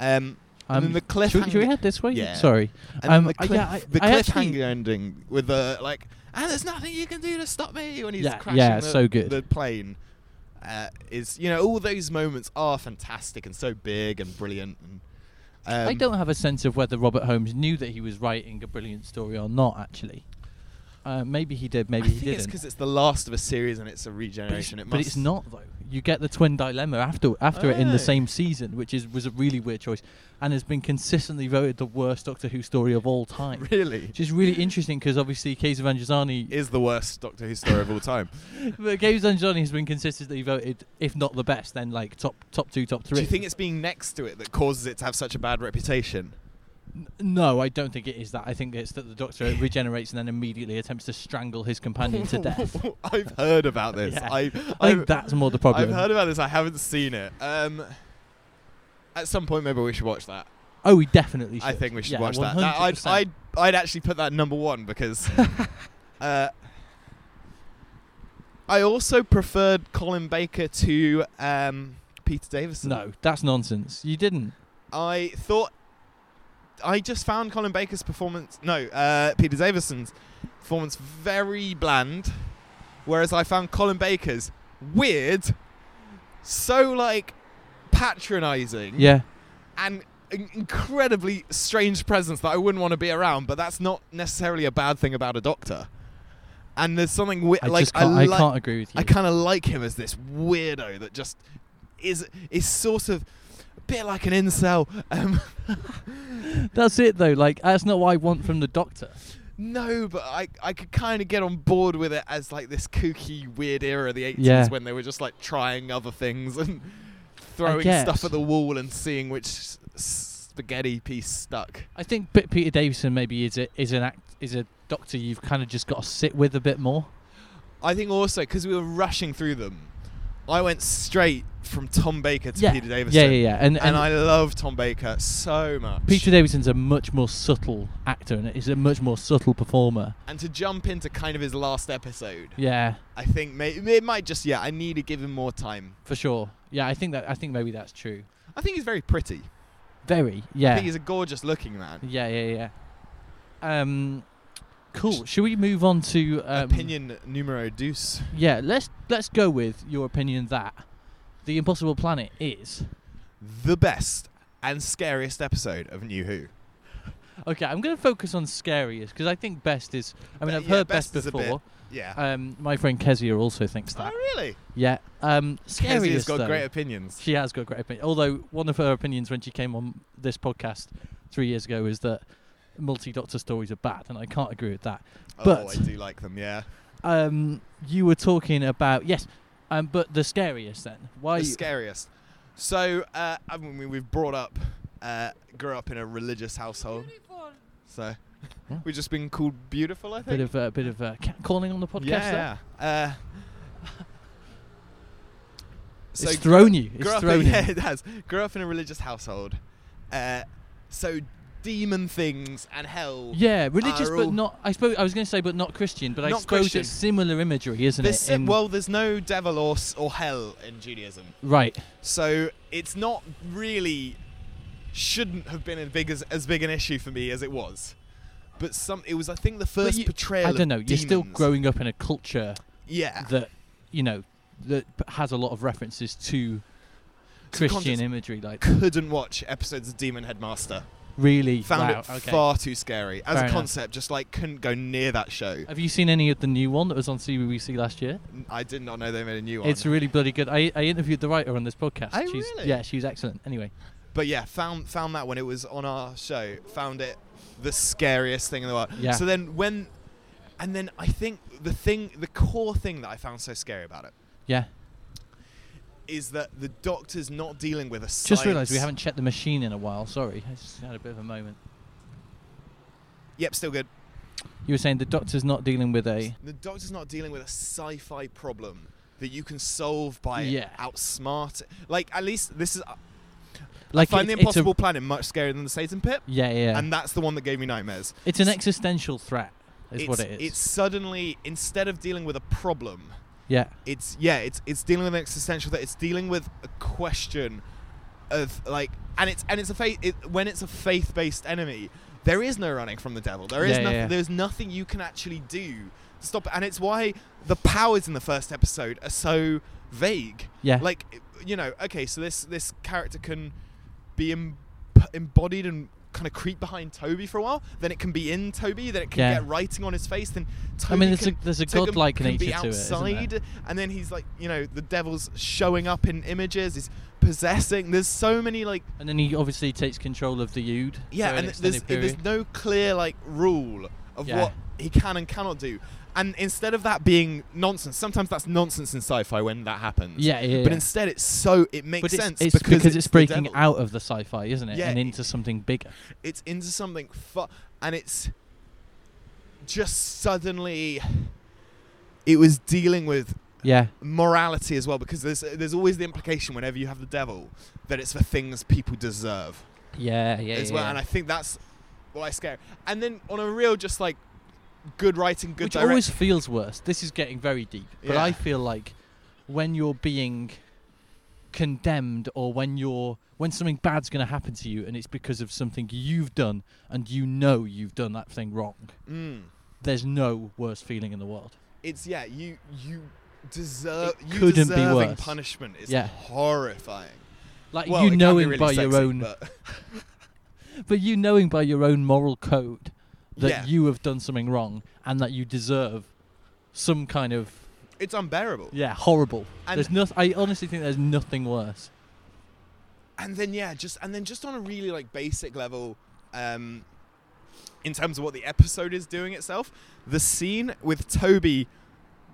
Speaker 5: Um, and then the cliffhanger.
Speaker 4: should, we- should we head this way?
Speaker 5: Yeah.
Speaker 4: Sorry.
Speaker 5: and
Speaker 4: um,
Speaker 5: then the,
Speaker 4: I-
Speaker 5: cliff,
Speaker 4: yeah, I-
Speaker 5: the
Speaker 4: I
Speaker 5: cliffhanger
Speaker 4: actually-
Speaker 5: ending with the like, and there's nothing you can do to stop me when he's
Speaker 4: Yeah,
Speaker 5: crashing
Speaker 4: yeah,
Speaker 5: the,
Speaker 4: so good.
Speaker 5: the plane. Uh, is you know all those moments are fantastic and so big and brilliant. And, um,
Speaker 4: I don't have a sense of whether Robert Holmes knew that he was writing a brilliant story or not. Actually, uh, maybe he did. Maybe
Speaker 5: I
Speaker 4: he
Speaker 5: think it's
Speaker 4: didn't.
Speaker 5: because it's the last of a series and it's a
Speaker 4: but it's,
Speaker 5: regeneration. it
Speaker 4: but
Speaker 5: must.
Speaker 4: it's not though. You get the twin dilemma after after it in the
Speaker 5: Oh.
Speaker 4: same season, which is was a really weird choice, and has been consistently voted the worst Doctor Who story of all time.
Speaker 5: really.
Speaker 4: Which is really interesting because obviously Case of Angezani
Speaker 5: Is the worst Doctor Who story of all time.
Speaker 4: But Games Done Johnny has been consistently voted, if not the best, then like top top two, top three.
Speaker 5: Do you think it's being next to it that causes it to have such a bad reputation?
Speaker 4: N- No, I don't think it is that. I think it's that the Doctor regenerates and then immediately attempts to strangle his companion to death.
Speaker 5: I've heard about this.
Speaker 4: Yeah.
Speaker 5: I,
Speaker 4: I
Speaker 5: I've-
Speaker 4: think that's more the problem.
Speaker 5: I've heard about this. I haven't seen it. Um, at some point, maybe we should watch that.
Speaker 4: oh, we definitely should.
Speaker 5: I think we should
Speaker 4: Yeah,
Speaker 5: watch that. That- I'd,
Speaker 4: 100%.
Speaker 5: I'd, I'd actually put that number one because uh, I also preferred Colin Baker to um, Peter Davison.
Speaker 4: No, that's nonsense. You didn't.
Speaker 5: I thought I just found Colin Baker's performance. No, uh, Peter Davison's performance very bland, whereas I found Colin Baker's weird, so like patronising,
Speaker 4: Yeah.
Speaker 5: and in- incredibly strange presence that I wouldn't want to be around. But that's not necessarily a bad thing about a doctor. And there's something wi-
Speaker 4: I
Speaker 5: like
Speaker 4: just can't, I,
Speaker 5: li-
Speaker 4: can't agree with you.
Speaker 5: I kind of like him as this weirdo that just is is sort of a bit like an incel. Um,
Speaker 4: That's it though. Like that's not what I want from the Doctor.
Speaker 5: No, but I I could kind of get on board with it as like this kooky weird era of the 80s
Speaker 4: Yeah.
Speaker 5: when they were just like trying other things and throwing
Speaker 4: guess.
Speaker 5: stuff at the wall and seeing which s- spaghetti piece stuck.
Speaker 4: I think P- Peter Davison maybe is a, is an act is a doctor you've kind of just got to sit with a bit more.
Speaker 5: I think also because we were rushing through them, I went straight from Tom Baker to
Speaker 4: yeah.
Speaker 5: Peter Davison.
Speaker 4: Yeah, yeah, yeah. And,
Speaker 5: And, I love Tom Baker so much.
Speaker 4: Peter Davison's a much more subtle actor and is a much more subtle performer.
Speaker 5: and to jump into kind of his last episode,
Speaker 4: Yeah,
Speaker 5: I think may- it might just yeah. I need to give him more time.
Speaker 4: for sure. Yeah, I think that I think maybe that's true.
Speaker 5: I think he's very pretty.
Speaker 4: Very.
Speaker 5: I
Speaker 4: Yeah.
Speaker 5: think he's a gorgeous looking man.
Speaker 4: yeah, yeah, yeah. Um cool. Should we move on to um,
Speaker 5: Opinion numero deuce.
Speaker 4: Yeah, let's let's go with your opinion that The Impossible Planet is
Speaker 5: the best and scariest episode of New Who.
Speaker 4: Oh, Okay, I'm going to focus on scariest because I think best is I mean
Speaker 5: Be-
Speaker 4: I've
Speaker 5: yeah,
Speaker 4: heard best,
Speaker 5: best is a bit-
Speaker 4: before.
Speaker 5: Yeah.
Speaker 4: Um my friend Kezia also thinks
Speaker 5: oh,
Speaker 4: that.
Speaker 5: really?
Speaker 4: Yeah. Um scariest
Speaker 5: Kezia has got
Speaker 4: though.
Speaker 5: great opinions.
Speaker 4: She has got great opinion. Although one of her opinions when she came on this podcast three years ago is that multi-doctor stories are bad, and I can't agree with that.
Speaker 5: oh,
Speaker 4: but-
Speaker 5: I do like them. Yeah.
Speaker 4: Um, you were talking about yes, um, but the scariest then. Why?
Speaker 5: the
Speaker 4: you-
Speaker 5: scariest. So, uh, I mean, we've brought up, uh, grew up in a religious household. So,
Speaker 4: Yeah.
Speaker 5: we've just been called beautiful. I think.
Speaker 4: bit of uh, bit of uh, catcalling on the podcast. there?
Speaker 5: yeah. Uh, so
Speaker 4: it's
Speaker 5: gr-
Speaker 4: thrown you. It's
Speaker 5: grew up
Speaker 4: thrown
Speaker 5: in,
Speaker 4: you.
Speaker 5: yeah, it has. Grew up in a religious household, uh, so demon things and hell.
Speaker 4: Yeah, religious,
Speaker 5: Are
Speaker 4: but
Speaker 5: all-
Speaker 4: not. I suppose I was going to say, but not Christian. But I
Speaker 5: Not
Speaker 4: suppose
Speaker 5: Christian.
Speaker 4: it's similar imagery, isn't
Speaker 5: There's,
Speaker 4: it? in-
Speaker 5: well, there's no devil or s- or hell in Judaism,
Speaker 4: right.
Speaker 5: so it's not really shouldn't have been as big as, as big an issue for me as it was. But some it was I think the
Speaker 4: But
Speaker 5: first
Speaker 4: you-
Speaker 5: portrayal.
Speaker 4: I don't know.
Speaker 5: Of
Speaker 4: You're still
Speaker 5: demons. Ah.
Speaker 4: growing up in a culture
Speaker 5: Yeah.
Speaker 4: that you know that p- has a lot of references to
Speaker 5: So
Speaker 4: Christian
Speaker 5: context-
Speaker 4: imagery. Like
Speaker 5: couldn't watch episodes of Demon Headmaster.
Speaker 4: really
Speaker 5: Found
Speaker 4: wow,
Speaker 5: it
Speaker 4: okay.
Speaker 5: far too scary. As
Speaker 4: Fair
Speaker 5: a
Speaker 4: enough. Uh,
Speaker 5: concept, just like couldn't go near that show.
Speaker 4: Have you seen any of the new one that was on CBBC last year?
Speaker 5: I did not know they made a new one.
Speaker 4: It's really bloody good. I, I interviewed the writer on this podcast.
Speaker 5: Oh,
Speaker 4: she's,
Speaker 5: really?
Speaker 4: Yeah, she was excellent. Anyway,
Speaker 5: But yeah, found found that when it was on our show, found it the scariest thing in the world.
Speaker 4: Yeah.
Speaker 5: So then when and then I think the thing the core thing that I found so scary about it
Speaker 4: yeah.
Speaker 5: is that the doctor's not dealing with a science.
Speaker 4: Just realised we haven't checked the machine in a while. Sorry, I just had a bit of a moment.
Speaker 5: Yep, still good.
Speaker 4: You were saying the doctor's not dealing with a.
Speaker 5: The doctor's not dealing with a sci-fi problem that you can solve by
Speaker 4: Yeah.
Speaker 5: outsmart. Like at least this is
Speaker 4: Like
Speaker 5: find
Speaker 4: it-
Speaker 5: the
Speaker 4: it's a-
Speaker 5: impossible planet much scarier than the Satan pit.
Speaker 4: yeah, yeah. yeah.
Speaker 5: And that's the one that gave me nightmares.
Speaker 4: it's an existential threat, is what it is.
Speaker 5: It's suddenly instead of dealing with a problem,
Speaker 4: yeah,
Speaker 5: it's yeah, it's it's dealing with an existential that it's dealing with a question of like, and it's and it's a faith it, when it's a faith based enemy, there is no running from the devil. There is
Speaker 4: Yeah, yeah,
Speaker 5: nothing.
Speaker 4: yeah.
Speaker 5: There's nothing you can actually do to stop. it. And it's why the powers in the first episode are so vague.
Speaker 4: Yeah.
Speaker 5: Like you know, okay, so this this character can be em- embodied and kind of creep behind Toby for a while. Then it can be in Toby. Then it can
Speaker 4: Yeah.
Speaker 5: get writing on his face. Then Toby
Speaker 4: I mean, there's a-
Speaker 5: can,
Speaker 4: there's a
Speaker 5: Toby
Speaker 4: godlike
Speaker 5: can be
Speaker 4: nature to it, isn't there?
Speaker 5: outside and then he's like you know the devil's showing up in images he's possessing there's so many like
Speaker 4: and then he obviously takes control of the Ood.
Speaker 5: yeah
Speaker 4: for an
Speaker 5: and
Speaker 4: extended
Speaker 5: there's, there's
Speaker 4: period.
Speaker 5: no clear like rule of
Speaker 4: Yeah.
Speaker 5: what he can and cannot do and instead of that being nonsense sometimes that's nonsense in sci-fi when that happens
Speaker 4: Yeah, yeah,
Speaker 5: but
Speaker 4: yeah.
Speaker 5: instead it's so it makes
Speaker 4: but it's,
Speaker 5: sense
Speaker 4: it's because, it's,
Speaker 5: the
Speaker 4: breaking
Speaker 5: devil.
Speaker 4: out of the sci-fi, isn't it,
Speaker 5: Yeah,
Speaker 4: and
Speaker 5: it-
Speaker 4: into something bigger.
Speaker 5: it's into something fu- and it's just suddenly it was dealing with
Speaker 4: Yeah,
Speaker 5: morality as well because there's there's always the implication whenever you have the devil that it's for things people deserve
Speaker 4: yeah, yeah.
Speaker 5: as well and I think that's why I scare and then on a real just like good writing good
Speaker 4: Which
Speaker 5: direction
Speaker 4: always feels worse. This is getting very deep, but
Speaker 5: Yeah.
Speaker 4: I feel like when you're being condemned or when you're when something bad's going to happen to you and it's because of something you've done and you know you've done that thing wrong
Speaker 5: Mm.
Speaker 4: there's no worse feeling in the world
Speaker 5: it's yeah you you deserve
Speaker 4: It
Speaker 5: you
Speaker 4: couldn't be
Speaker 5: deserving
Speaker 4: worse.
Speaker 5: punishment is
Speaker 4: Yeah.
Speaker 5: horrifying
Speaker 4: like
Speaker 5: well, it
Speaker 4: you
Speaker 5: can be
Speaker 4: knowing
Speaker 5: really
Speaker 4: by
Speaker 5: sexy,
Speaker 4: your own
Speaker 5: but
Speaker 4: But you knowing by your own moral code that
Speaker 5: Yeah.
Speaker 4: you have done something wrong and that you deserve some kind of
Speaker 5: it's unbearable
Speaker 4: yeah horrible.
Speaker 5: And-
Speaker 4: there's no, I honestly think there's nothing worse.
Speaker 5: and then yeah just and then just on a really like basic level um in terms of what the episode is doing itself, the scene with Toby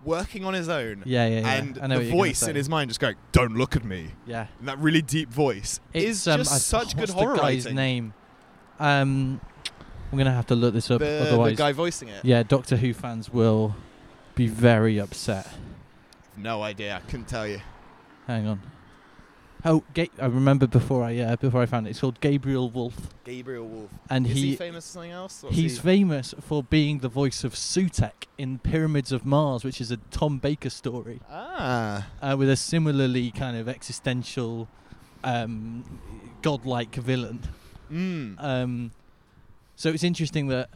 Speaker 5: working on his own
Speaker 4: Yeah, yeah, yeah.
Speaker 5: and
Speaker 4: I know what
Speaker 5: the
Speaker 4: you're gonna
Speaker 5: voice
Speaker 4: say.
Speaker 5: in his mind just going, "Don't look at me,"
Speaker 4: Yeah.
Speaker 5: and that really deep voice
Speaker 4: It's
Speaker 5: is
Speaker 4: um,
Speaker 5: just
Speaker 4: I-
Speaker 5: such good
Speaker 4: what's
Speaker 5: horror
Speaker 4: the guy's
Speaker 5: writing.
Speaker 4: name? Um, I'm gonna have to look this up.
Speaker 5: The, the
Speaker 4: otherwise,
Speaker 5: guy voicing it,
Speaker 4: yeah, Doctor Who fans will be very upset.
Speaker 5: no idea. I couldn't tell you.
Speaker 4: Hang on. Oh, Ga- I remember before I uh, before I found it. It's called Gabriel Wolf,
Speaker 5: Gabriel Wolf.
Speaker 4: and
Speaker 5: is he,
Speaker 4: he
Speaker 5: famous for something else? What's
Speaker 4: he's
Speaker 5: he-
Speaker 4: famous for being the voice of Sutek in Pyramids of Mars, which is a Tom Baker story
Speaker 5: ah.
Speaker 4: uh, with a similarly kind of existential, um, godlike villain.
Speaker 5: Mm.
Speaker 4: Um, so it's interesting that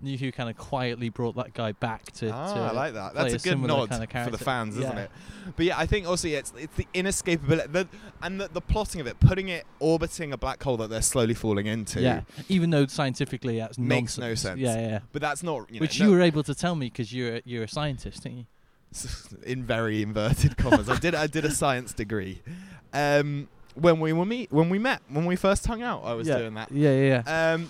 Speaker 4: New Who kind of quietly brought that guy back to.
Speaker 5: ah,
Speaker 4: to
Speaker 5: I like that.
Speaker 4: play
Speaker 5: That's a
Speaker 4: a
Speaker 5: good
Speaker 4: similar kind
Speaker 5: nod
Speaker 4: of
Speaker 5: for the
Speaker 4: character.
Speaker 5: fans, isn't
Speaker 4: Yeah.
Speaker 5: it? But yeah, I think also yeah, it's it's the inescapability the, and the, the plotting of it, putting it orbiting a black hole that they're slowly falling into.
Speaker 4: Yeah, even though scientifically that's
Speaker 5: Makes no
Speaker 4: nonsense.
Speaker 5: sense.
Speaker 4: Yeah, yeah. yeah.
Speaker 5: But that's not you know,
Speaker 4: Which
Speaker 5: no-
Speaker 4: you were able to tell me because you're you're a scientist, didn't you?
Speaker 5: in very inverted commas. I did I did a science degree. Um, when we were meet when we met when we first hung out, I was
Speaker 4: yeah.
Speaker 5: doing that.
Speaker 4: Yeah, yeah, yeah.
Speaker 5: Um,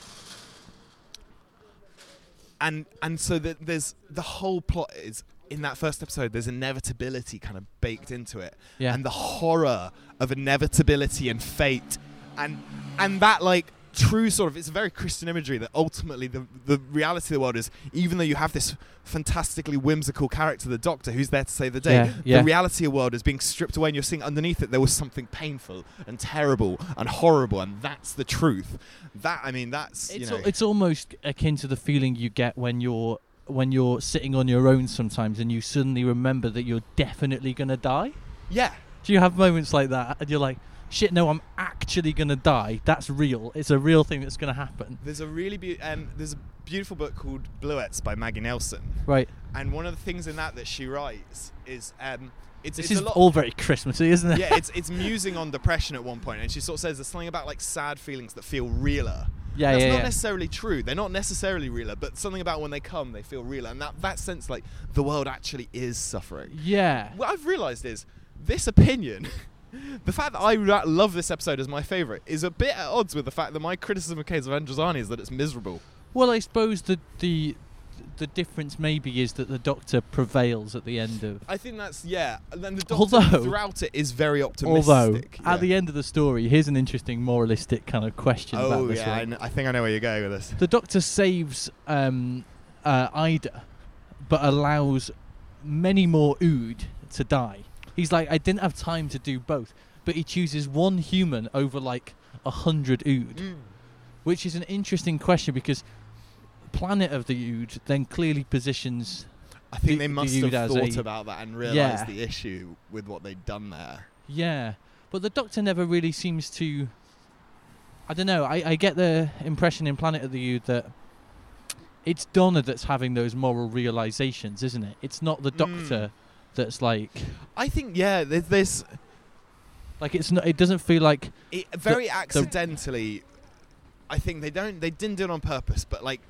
Speaker 5: and and so that there's the whole plot is in that first episode. There's inevitability kind of baked into it,
Speaker 4: Yeah.
Speaker 5: and the horror of inevitability and fate, and and that like true sort of it's a very Christian imagery that ultimately the the reality of the world is even though you have this fantastically whimsical character, the Doctor, who's there to save the day,
Speaker 4: Yeah, yeah.
Speaker 5: the reality of the world is being stripped away, and you're seeing underneath it there was something painful and terrible and horrible, and that's the truth. That I mean, that's you
Speaker 4: It's,
Speaker 5: know,
Speaker 4: al- it's almost akin to the feeling you get when you're when you're sitting on your own sometimes and you suddenly remember that you're definitely gonna die.
Speaker 5: yeah.
Speaker 4: Do you have moments like that and you're like, shit, no, I'm actually gonna die. That's real. It's a real thing that's gonna happen.
Speaker 5: There's a really be- um, there's a beautiful book called Bluettes by Maggie Nelson,
Speaker 4: Right.
Speaker 5: and one of the things in that that she writes is um, it's,
Speaker 4: This
Speaker 5: it's
Speaker 4: is
Speaker 5: a lot.
Speaker 4: all very Christmassy, isn't it?
Speaker 5: yeah, it's it's musing on depression at one point, and she sort of says there's something about like sad feelings that feel realer.
Speaker 4: Yeah,
Speaker 5: That's
Speaker 4: yeah,
Speaker 5: not
Speaker 4: yeah.
Speaker 5: necessarily true. They're not necessarily realer, but something about when they come, they feel realer, and that that sense like the world actually is suffering.
Speaker 4: yeah.
Speaker 5: what I've realised is this opinion, the fact that I ra- love this episode as my favourite, is a bit at odds with the fact that my criticism of Case of Androzani is that it's miserable.
Speaker 4: Well, I suppose the the the difference maybe is that the Doctor prevails at the end of.
Speaker 5: I think that's yeah. And then the doctor
Speaker 4: Although-
Speaker 5: throughout it is very optimistic.
Speaker 4: Although
Speaker 5: yeah.
Speaker 4: at the end of the story, here's an interesting moralistic kind of question
Speaker 5: oh
Speaker 4: about this
Speaker 5: yeah, I,
Speaker 4: one.
Speaker 5: kn- I think I know where you're going with this.
Speaker 4: The Doctor saves um, uh, Ida, but allows many more Ood to die. He's like, I didn't have time to do both, but he chooses one human over like a hundred Ood, which is an interesting question because Planet of the Ood then clearly positions
Speaker 5: I think
Speaker 4: the-
Speaker 5: they
Speaker 4: the
Speaker 5: must
Speaker 4: Ood
Speaker 5: have
Speaker 4: as
Speaker 5: thought
Speaker 4: a-
Speaker 5: about that and realised
Speaker 4: Yeah.
Speaker 5: the issue with what they'd done there.
Speaker 4: Yeah, but the Doctor never really seems to. I don't know. I, I get the impression in Planet of the U that it's Donna that's having those moral realizations, isn't it? It's not the
Speaker 5: Mm.
Speaker 4: Doctor that's like
Speaker 5: I think yeah, there's, there's
Speaker 4: like it's not. It doesn't feel like
Speaker 5: it, very accidentally. I think they don't. They didn't do it on purpose, but like,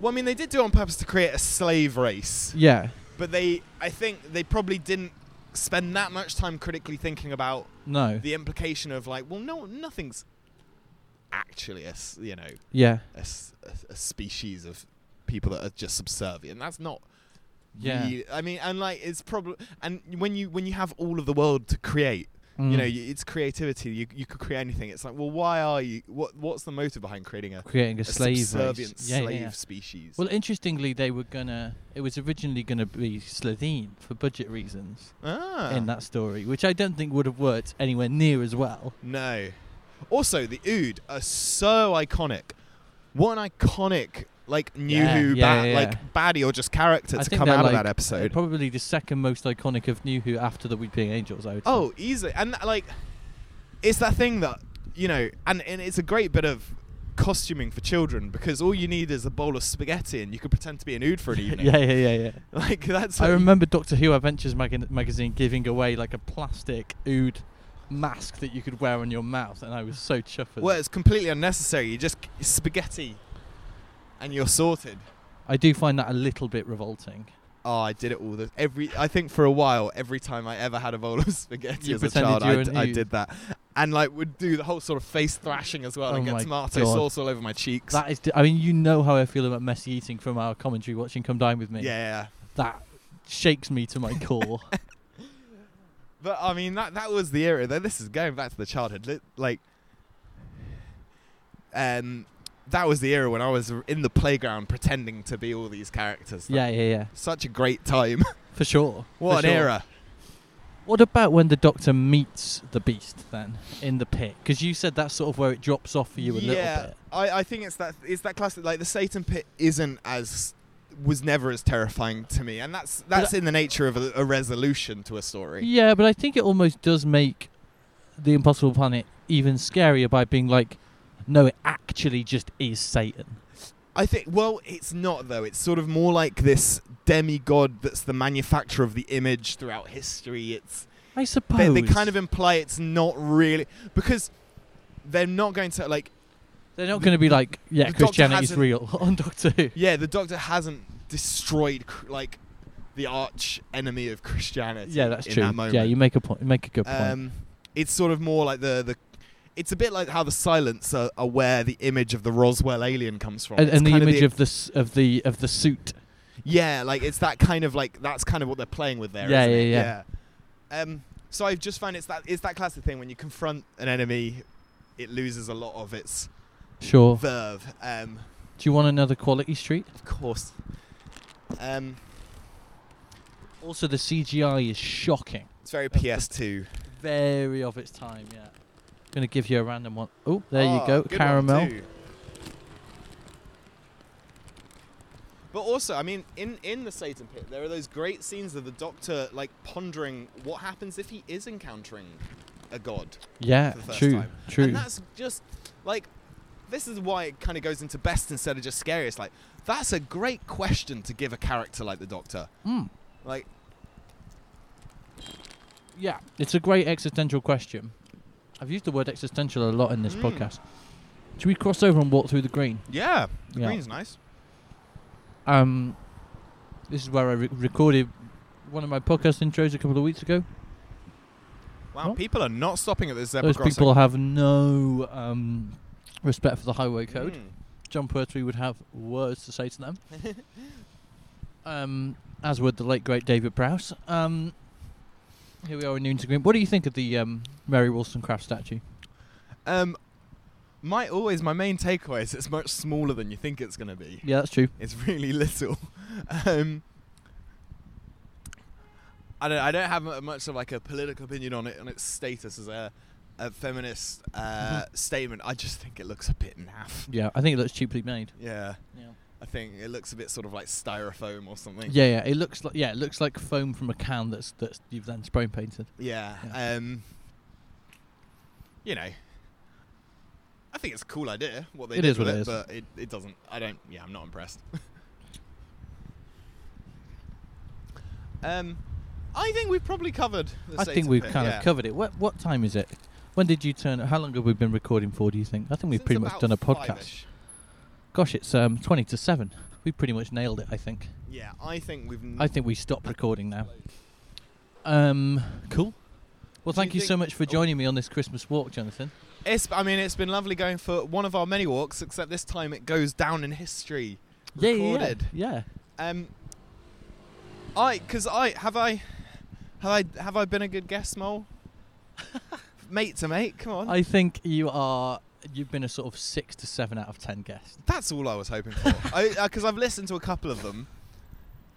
Speaker 5: well, I mean, they did do it on purpose to create a slave race.
Speaker 4: yeah.
Speaker 5: But they, I think, they probably didn't spend that much time critically thinking about
Speaker 4: No.
Speaker 5: the implication of like, well, no, nothing's actually a s- you know
Speaker 4: Yeah.
Speaker 5: a, s- a- a species of people that are just subservient. That's not.
Speaker 4: Yeah.
Speaker 5: really- I mean, and like it's probably and when you when you have all of the world to create, you
Speaker 4: Mm.
Speaker 5: know, y- it's creativity. You you could create anything. It's like, well, why are you? What what's the motive behind creating a,
Speaker 4: Creating a,
Speaker 5: a
Speaker 4: slave race.
Speaker 5: subservient
Speaker 4: Yeah, yeah,
Speaker 5: slave
Speaker 4: yeah.
Speaker 5: species?
Speaker 4: Well, interestingly, they were gonna. It was originally gonna be Slovene for budget reasons
Speaker 5: ah,
Speaker 4: in that story, which I don't think would have worked anywhere near as well.
Speaker 5: no. Also, the Ood are so iconic. What an iconic like new
Speaker 4: Yeah,
Speaker 5: who
Speaker 4: yeah,
Speaker 5: ba-
Speaker 4: yeah, yeah.
Speaker 5: like baddie or just character
Speaker 4: I
Speaker 5: to
Speaker 4: think
Speaker 5: come
Speaker 4: they're
Speaker 5: out of
Speaker 4: like-
Speaker 5: that
Speaker 4: They're
Speaker 5: episode.
Speaker 4: probably the second most iconic of New Who after the Weeping Angels, I would say.
Speaker 5: Oh, easily. And like, it's that thing that you know, and, and it's a great bit of costuming for children because all you need is a bowl of spaghetti and you could pretend to be an ood for an evening.
Speaker 4: yeah, yeah, yeah, yeah.
Speaker 5: Like that's.
Speaker 4: I
Speaker 5: what you-
Speaker 4: remember Doctor Who Adventures mag- magazine giving away like a plastic ood mask that you could wear on your mouth, and I was so chuffed.
Speaker 5: Well, it's completely unnecessary. You just spaghetti, and you're sorted.
Speaker 4: I do find that a little bit revolting.
Speaker 5: Oh, I did it all. The, every I think for a while, every time I ever had a bowl of spaghetti
Speaker 4: You
Speaker 5: as a
Speaker 4: pretended
Speaker 5: child,
Speaker 4: you
Speaker 5: I
Speaker 4: were
Speaker 5: d-
Speaker 4: an
Speaker 5: I
Speaker 4: ood.
Speaker 5: did that. and like would do the whole sort of face thrashing as well
Speaker 4: Oh
Speaker 5: and get
Speaker 4: my
Speaker 5: tomato
Speaker 4: God.
Speaker 5: sauce all over my cheeks.
Speaker 4: That is. I mean, you know how I feel about Messi eating from our commentary watching Come Dine with Me.
Speaker 5: yeah.
Speaker 4: That shakes me to my core.
Speaker 5: But I mean that that was the era. Though this is going back to the childhood, Li- like, um, that was the era when I was in the playground pretending to be all these characters.
Speaker 4: yeah, yeah, yeah.
Speaker 5: such a great time.
Speaker 4: For sure.
Speaker 5: what
Speaker 4: For
Speaker 5: an
Speaker 4: sure.
Speaker 5: era!
Speaker 4: What about when the Doctor meets the Beast then in the pit? Because you said that's sort of where it drops off for you a
Speaker 5: yeah,
Speaker 4: little bit.
Speaker 5: I, I think it's that it's that classic. Like the Satan Pit isn't as was never as terrifying to me, and that's that's in the nature of a, a resolution to a story.
Speaker 4: Yeah, but I think it almost does make the Impossible Planet even scarier by being like, no, it actually just is Satan.
Speaker 5: I think. Well, it's not though. It's sort of more like this demigod that's the manufacturer of the image throughout history. It's
Speaker 4: I suppose.
Speaker 5: they, they kind of imply it's not really because they're not going to like
Speaker 4: They're not going to be like, yeah,
Speaker 5: the Doctor
Speaker 4: Christianity's
Speaker 5: hasn't-
Speaker 4: real on Doctor Who.
Speaker 5: yeah the doctor hasn't destroyed cr- like the arch enemy of christianity
Speaker 4: Yeah, that's
Speaker 5: in
Speaker 4: true.
Speaker 5: that moment.
Speaker 4: Yeah, you make a point. You make a good point.
Speaker 5: um it's sort of more like the the it's a bit like how the silence are, are where the image of the roswell alien comes from
Speaker 4: and,
Speaker 5: It's
Speaker 4: and the
Speaker 5: kind
Speaker 4: image of the s- of the of the suit.
Speaker 5: yeah like it's that kind of like that's kind of what they're playing with there
Speaker 4: Yeah,
Speaker 5: isn't it?
Speaker 4: yeah, yeah.
Speaker 5: yeah um so i've just found it's that it's that classic thing when you confront an enemy it loses a lot of its
Speaker 4: Sure.
Speaker 5: verve um
Speaker 4: Do you want another quality street?
Speaker 5: Of course. Um,
Speaker 4: Also, the CGI is shocking.
Speaker 5: it's very PS2.
Speaker 4: Very of its time. Yeah. Gonna give you a random one. Oh, there
Speaker 5: Ah,
Speaker 4: you go.
Speaker 5: good one
Speaker 4: Caramel.
Speaker 5: too. But also, I mean, in in the Satan Pit, there are those great scenes of the Doctor like pondering what happens if he is encountering a god
Speaker 4: Yeah.
Speaker 5: for the
Speaker 4: Uh,
Speaker 5: first
Speaker 4: True.
Speaker 5: time.
Speaker 4: True.
Speaker 5: And that's just like this is why it kind of goes into best instead of just scariest. Like that's a great question to give a character like the Doctor.
Speaker 4: Mm.
Speaker 5: Like
Speaker 4: Yeah. It's a great existential question. I've used the word existential a lot in this
Speaker 5: Mm.
Speaker 4: podcast. Should we cross over and walk through the green?
Speaker 5: yeah, the
Speaker 4: Yeah.
Speaker 5: green's nice.
Speaker 4: Um, this is where I re- recorded one of my podcast intros a couple of weeks ago.
Speaker 5: Wow,
Speaker 4: What?
Speaker 5: people are not stopping at this zebra
Speaker 4: Those
Speaker 5: crossing.
Speaker 4: people have no um, respect for the highway
Speaker 5: Hmm.
Speaker 4: code. John Pertwee would have words to say to them, um, as would the late great David Prowse. Um, here we are in Newton Green. What do you think of the um, Mary Wollstonecraft statue?
Speaker 5: Um, my always my main takeaway is it's much smaller than you think it's going to be.
Speaker 4: Yeah, that's true.
Speaker 5: It's really little. Um, I don't I don't have mu- much of like a political opinion on it on its status as a, a feminist uh, statement. I just think it looks a bit naff.
Speaker 4: Mm-hmm. Yeah, I think it looks cheaply made.
Speaker 5: Yeah,
Speaker 4: Yeah,
Speaker 5: I think it looks a bit sort of like styrofoam or something.
Speaker 4: yeah, it looks like yeah, it looks like foam from a can that's that's you've then spray painted.
Speaker 5: Yeah.
Speaker 4: Yeah.
Speaker 5: Um, you know, I think it's a cool idea what they
Speaker 4: It
Speaker 5: did
Speaker 4: is
Speaker 5: with
Speaker 4: what
Speaker 5: it,
Speaker 4: it is.
Speaker 5: but it, it doesn't. I don't. Yeah, I'm not impressed. um, I think we've probably covered. The
Speaker 4: I
Speaker 5: Satan
Speaker 4: think we've
Speaker 5: Pit,
Speaker 4: kind
Speaker 5: yeah.
Speaker 4: of covered it. What what time is it? When did you turn? How long have we been recording for? Do you think? I think we've
Speaker 5: Since
Speaker 4: pretty much
Speaker 5: about
Speaker 4: done a podcast.
Speaker 5: five-ish.
Speaker 4: Gosh, it's um twenty to seven. We pretty much nailed it. I think.
Speaker 5: Yeah, I think we've.
Speaker 4: I think we stop recording now. Um, cool. Well,
Speaker 5: Do
Speaker 4: thank
Speaker 5: you
Speaker 4: you, so
Speaker 5: think-
Speaker 4: much for joining me on this Christmas walk, Jonathan.
Speaker 5: It's. I mean, it's been lovely going for one of our many walks, except this time it goes down in history. Recorded.
Speaker 4: yeah, yeah.
Speaker 5: Um, I because I have I have I have I been a good guest, Mole? mate to mate, come on.
Speaker 4: I think you are. You've been a sort of six to seven out of ten guest.
Speaker 5: That's all I was hoping for. Because uh 'cause I've listened to a couple of them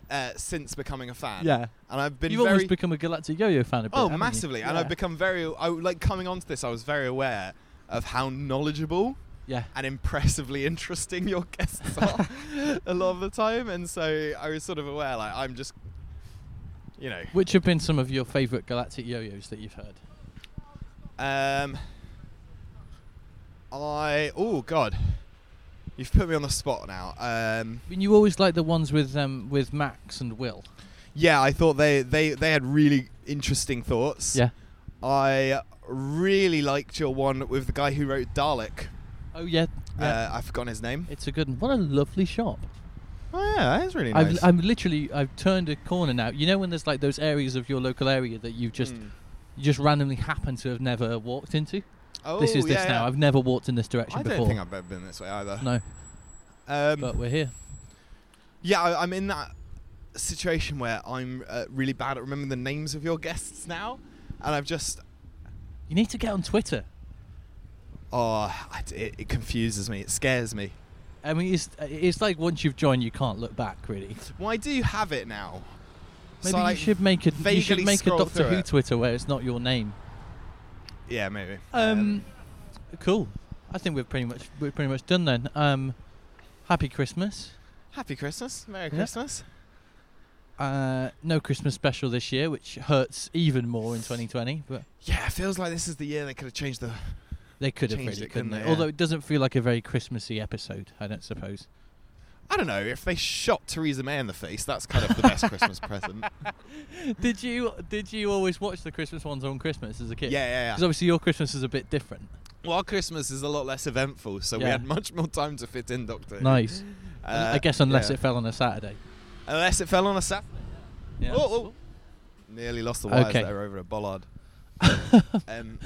Speaker 5: uh, since becoming a fan. and I've been
Speaker 4: you've
Speaker 5: very
Speaker 4: almost become a Galactic Yo-Yo fan. A bit,
Speaker 5: oh
Speaker 4: haven't you?
Speaker 5: massively, and
Speaker 4: Yeah.
Speaker 5: I've become very I like coming onto this. I was very aware of how knowledgeable
Speaker 4: Yeah.
Speaker 5: and impressively interesting your guests are a lot of the time, and so I was sort of aware like I'm just you know
Speaker 4: Which have been some of your favourite Galactic Yo-Yos that you've heard?
Speaker 5: Um, I oh god, you've put me on the spot now. Um,
Speaker 4: I mean, you always like the ones with um with Max and Will.
Speaker 5: yeah, I thought they they they had really interesting thoughts. I really liked your one with the guy who wrote Dalek.
Speaker 4: Oh yeah. yeah.
Speaker 5: Uh, I've forgotten his name.
Speaker 4: it's a good. One. What a lovely shop.
Speaker 5: Oh yeah, that's really nice.
Speaker 4: I've, I'm literally I've turned a corner now. You know when there's like those areas of your local area that you've just
Speaker 5: Mm.
Speaker 4: you just randomly happen to have never walked into.
Speaker 5: Oh,
Speaker 4: this is this
Speaker 5: yeah,
Speaker 4: now.
Speaker 5: yeah.
Speaker 4: I've never walked in this direction
Speaker 5: I
Speaker 4: before.
Speaker 5: don't think I've ever been this way either.
Speaker 4: no,
Speaker 5: Um,
Speaker 4: but we're here.
Speaker 5: Yeah, I, I'm in that situation where I'm uh, really bad at remembering the names of your guests now, and I've just
Speaker 4: You need to get on Twitter.
Speaker 5: oh, I- it, it confuses me. It scares me.
Speaker 4: I mean, it's it's like once you've joined, you can't look back really.
Speaker 5: Why do you have it now? So
Speaker 4: Maybe
Speaker 5: I
Speaker 4: you should make a you
Speaker 5: vaguely
Speaker 4: should make a
Speaker 5: scroll
Speaker 4: Doctor
Speaker 5: through
Speaker 4: Who
Speaker 5: it.
Speaker 4: Twitter where it's not your name.
Speaker 5: Yeah, maybe.
Speaker 4: Um, cool. I think we're pretty much we're pretty much done then. Um, happy Christmas.
Speaker 5: Happy Christmas, Merry
Speaker 4: Yeah.
Speaker 5: Christmas.
Speaker 4: Uh, no Christmas special this year, which hurts even more in 2020. But
Speaker 5: Yeah, it feels like this is the year they could have changed the.
Speaker 4: they could have
Speaker 5: Changed
Speaker 4: really,
Speaker 5: it,
Speaker 4: couldn't
Speaker 5: couldn't
Speaker 4: they?
Speaker 5: they? Yeah.
Speaker 4: Although it doesn't feel like a very Christmassy episode, I don't suppose.
Speaker 5: I don't know if they shot Theresa May in the face. That's kind of the best Christmas present.
Speaker 4: did you did you always watch the Christmas ones on Christmas as a
Speaker 5: Yeah,
Speaker 4: kid?
Speaker 5: yeah,
Speaker 4: Because
Speaker 5: yeah.
Speaker 4: obviously your Christmas is a bit different.
Speaker 5: Well, our Christmas is a lot less eventful, so we
Speaker 4: Yeah.
Speaker 5: had much more time to fit in, Doctor. Who.
Speaker 4: Nice.
Speaker 5: Uh,
Speaker 4: I guess unless
Speaker 5: yeah.
Speaker 4: it fell on a Saturday.
Speaker 5: unless it fell on a Saturday.
Speaker 4: Yeah.
Speaker 5: Oh, oh. Nearly lost the wires
Speaker 4: Okay.
Speaker 5: there over a bollard. um,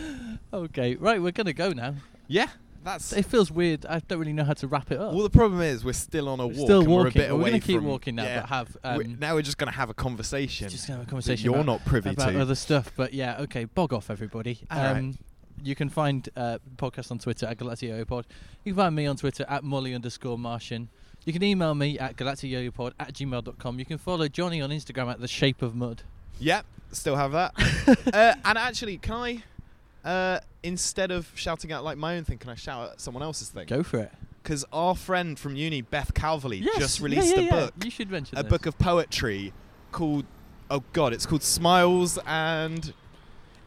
Speaker 4: Okay, right, we're gonna go now.
Speaker 5: yeah, that's.
Speaker 4: It feels weird. I don't really know how to wrap it up.
Speaker 5: well, the problem is we're still on a
Speaker 4: We're
Speaker 5: walk.
Speaker 4: still
Speaker 5: and We're, a
Speaker 4: walking.
Speaker 5: bit
Speaker 4: We're
Speaker 5: away
Speaker 4: gonna keep
Speaker 5: from-
Speaker 4: walking now,
Speaker 5: yeah.
Speaker 4: but have,
Speaker 5: We're-
Speaker 4: um,
Speaker 5: now we're just going to have a conversation.
Speaker 4: just gonna have a
Speaker 5: that
Speaker 4: conversation.
Speaker 5: You're
Speaker 4: about,
Speaker 5: not privy
Speaker 4: about
Speaker 5: to.
Speaker 4: other stuff, but yeah, okay. Bog off, everybody. Um,
Speaker 5: Alright.
Speaker 4: You can find uh, podcast on Twitter at GalaxioYoYoPod. You can find me on Twitter at Molly underscore Martian. You can email me at GalaxioYoYoPod at gmail.com. You can follow Johnny on Instagram at The Shape of Mud.
Speaker 5: Yep, still have that. uh, and actually, can I, uh, instead of shouting out like my own thing, can I shout at someone else's thing?
Speaker 4: Go for it.
Speaker 5: Because our friend from uni, Beth Calverley, just
Speaker 4: Yeah,
Speaker 5: released
Speaker 4: yeah, yeah.
Speaker 5: a book,
Speaker 4: You should mention
Speaker 5: a
Speaker 4: this.
Speaker 5: book of poetry called, oh god, it's called Smiles and.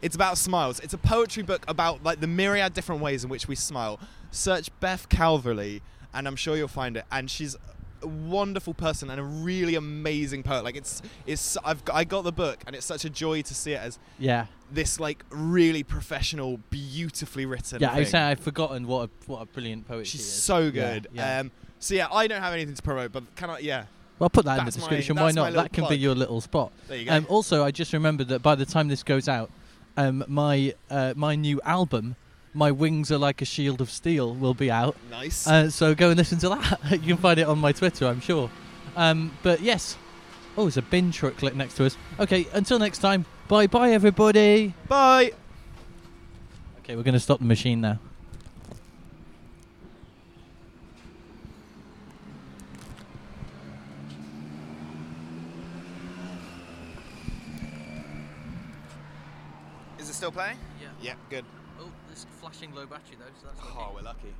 Speaker 5: It's about smiles. It's a poetry book about like the myriad different ways in which we smile. Search Beth Calverley, and I'm sure you'll find it. And she's a wonderful person and a really amazing poet. Like it's, it's. I've I got the book, and it's such a joy to see it as
Speaker 4: Yeah.
Speaker 5: this like really professional, beautifully written.
Speaker 4: Yeah, I
Speaker 5: thing.
Speaker 4: say I've forgotten what a, what a brilliant poet
Speaker 5: she's
Speaker 4: she is.
Speaker 5: so
Speaker 4: Yeah,
Speaker 5: good.
Speaker 4: yeah.
Speaker 5: Um, so yeah, I don't have anything to promote, but can I? Yeah,
Speaker 4: well, I'll put that in the
Speaker 5: that's my-
Speaker 4: description. Why
Speaker 5: that's my
Speaker 4: not?
Speaker 5: little
Speaker 4: That can be
Speaker 5: plug.
Speaker 4: your little spot.
Speaker 5: there you go.
Speaker 4: Um, also, I just remembered that by the time this goes out, um, my uh, my new album, "My Wings Are Like a Shield of Steel," will be out.
Speaker 5: nice.
Speaker 4: Uh, so go and listen to that. you can find it on my Twitter, I'm sure. Um, but yes, oh, there's a bin truck lit next to us. Okay, until next time. Bye bye, everybody.
Speaker 5: Bye.
Speaker 4: Okay, we're gonna stop the machine now.
Speaker 5: Is it still playing? Yeah, good.
Speaker 4: Oh, this flashing low battery though. So that's
Speaker 5: Oh, we're lucky.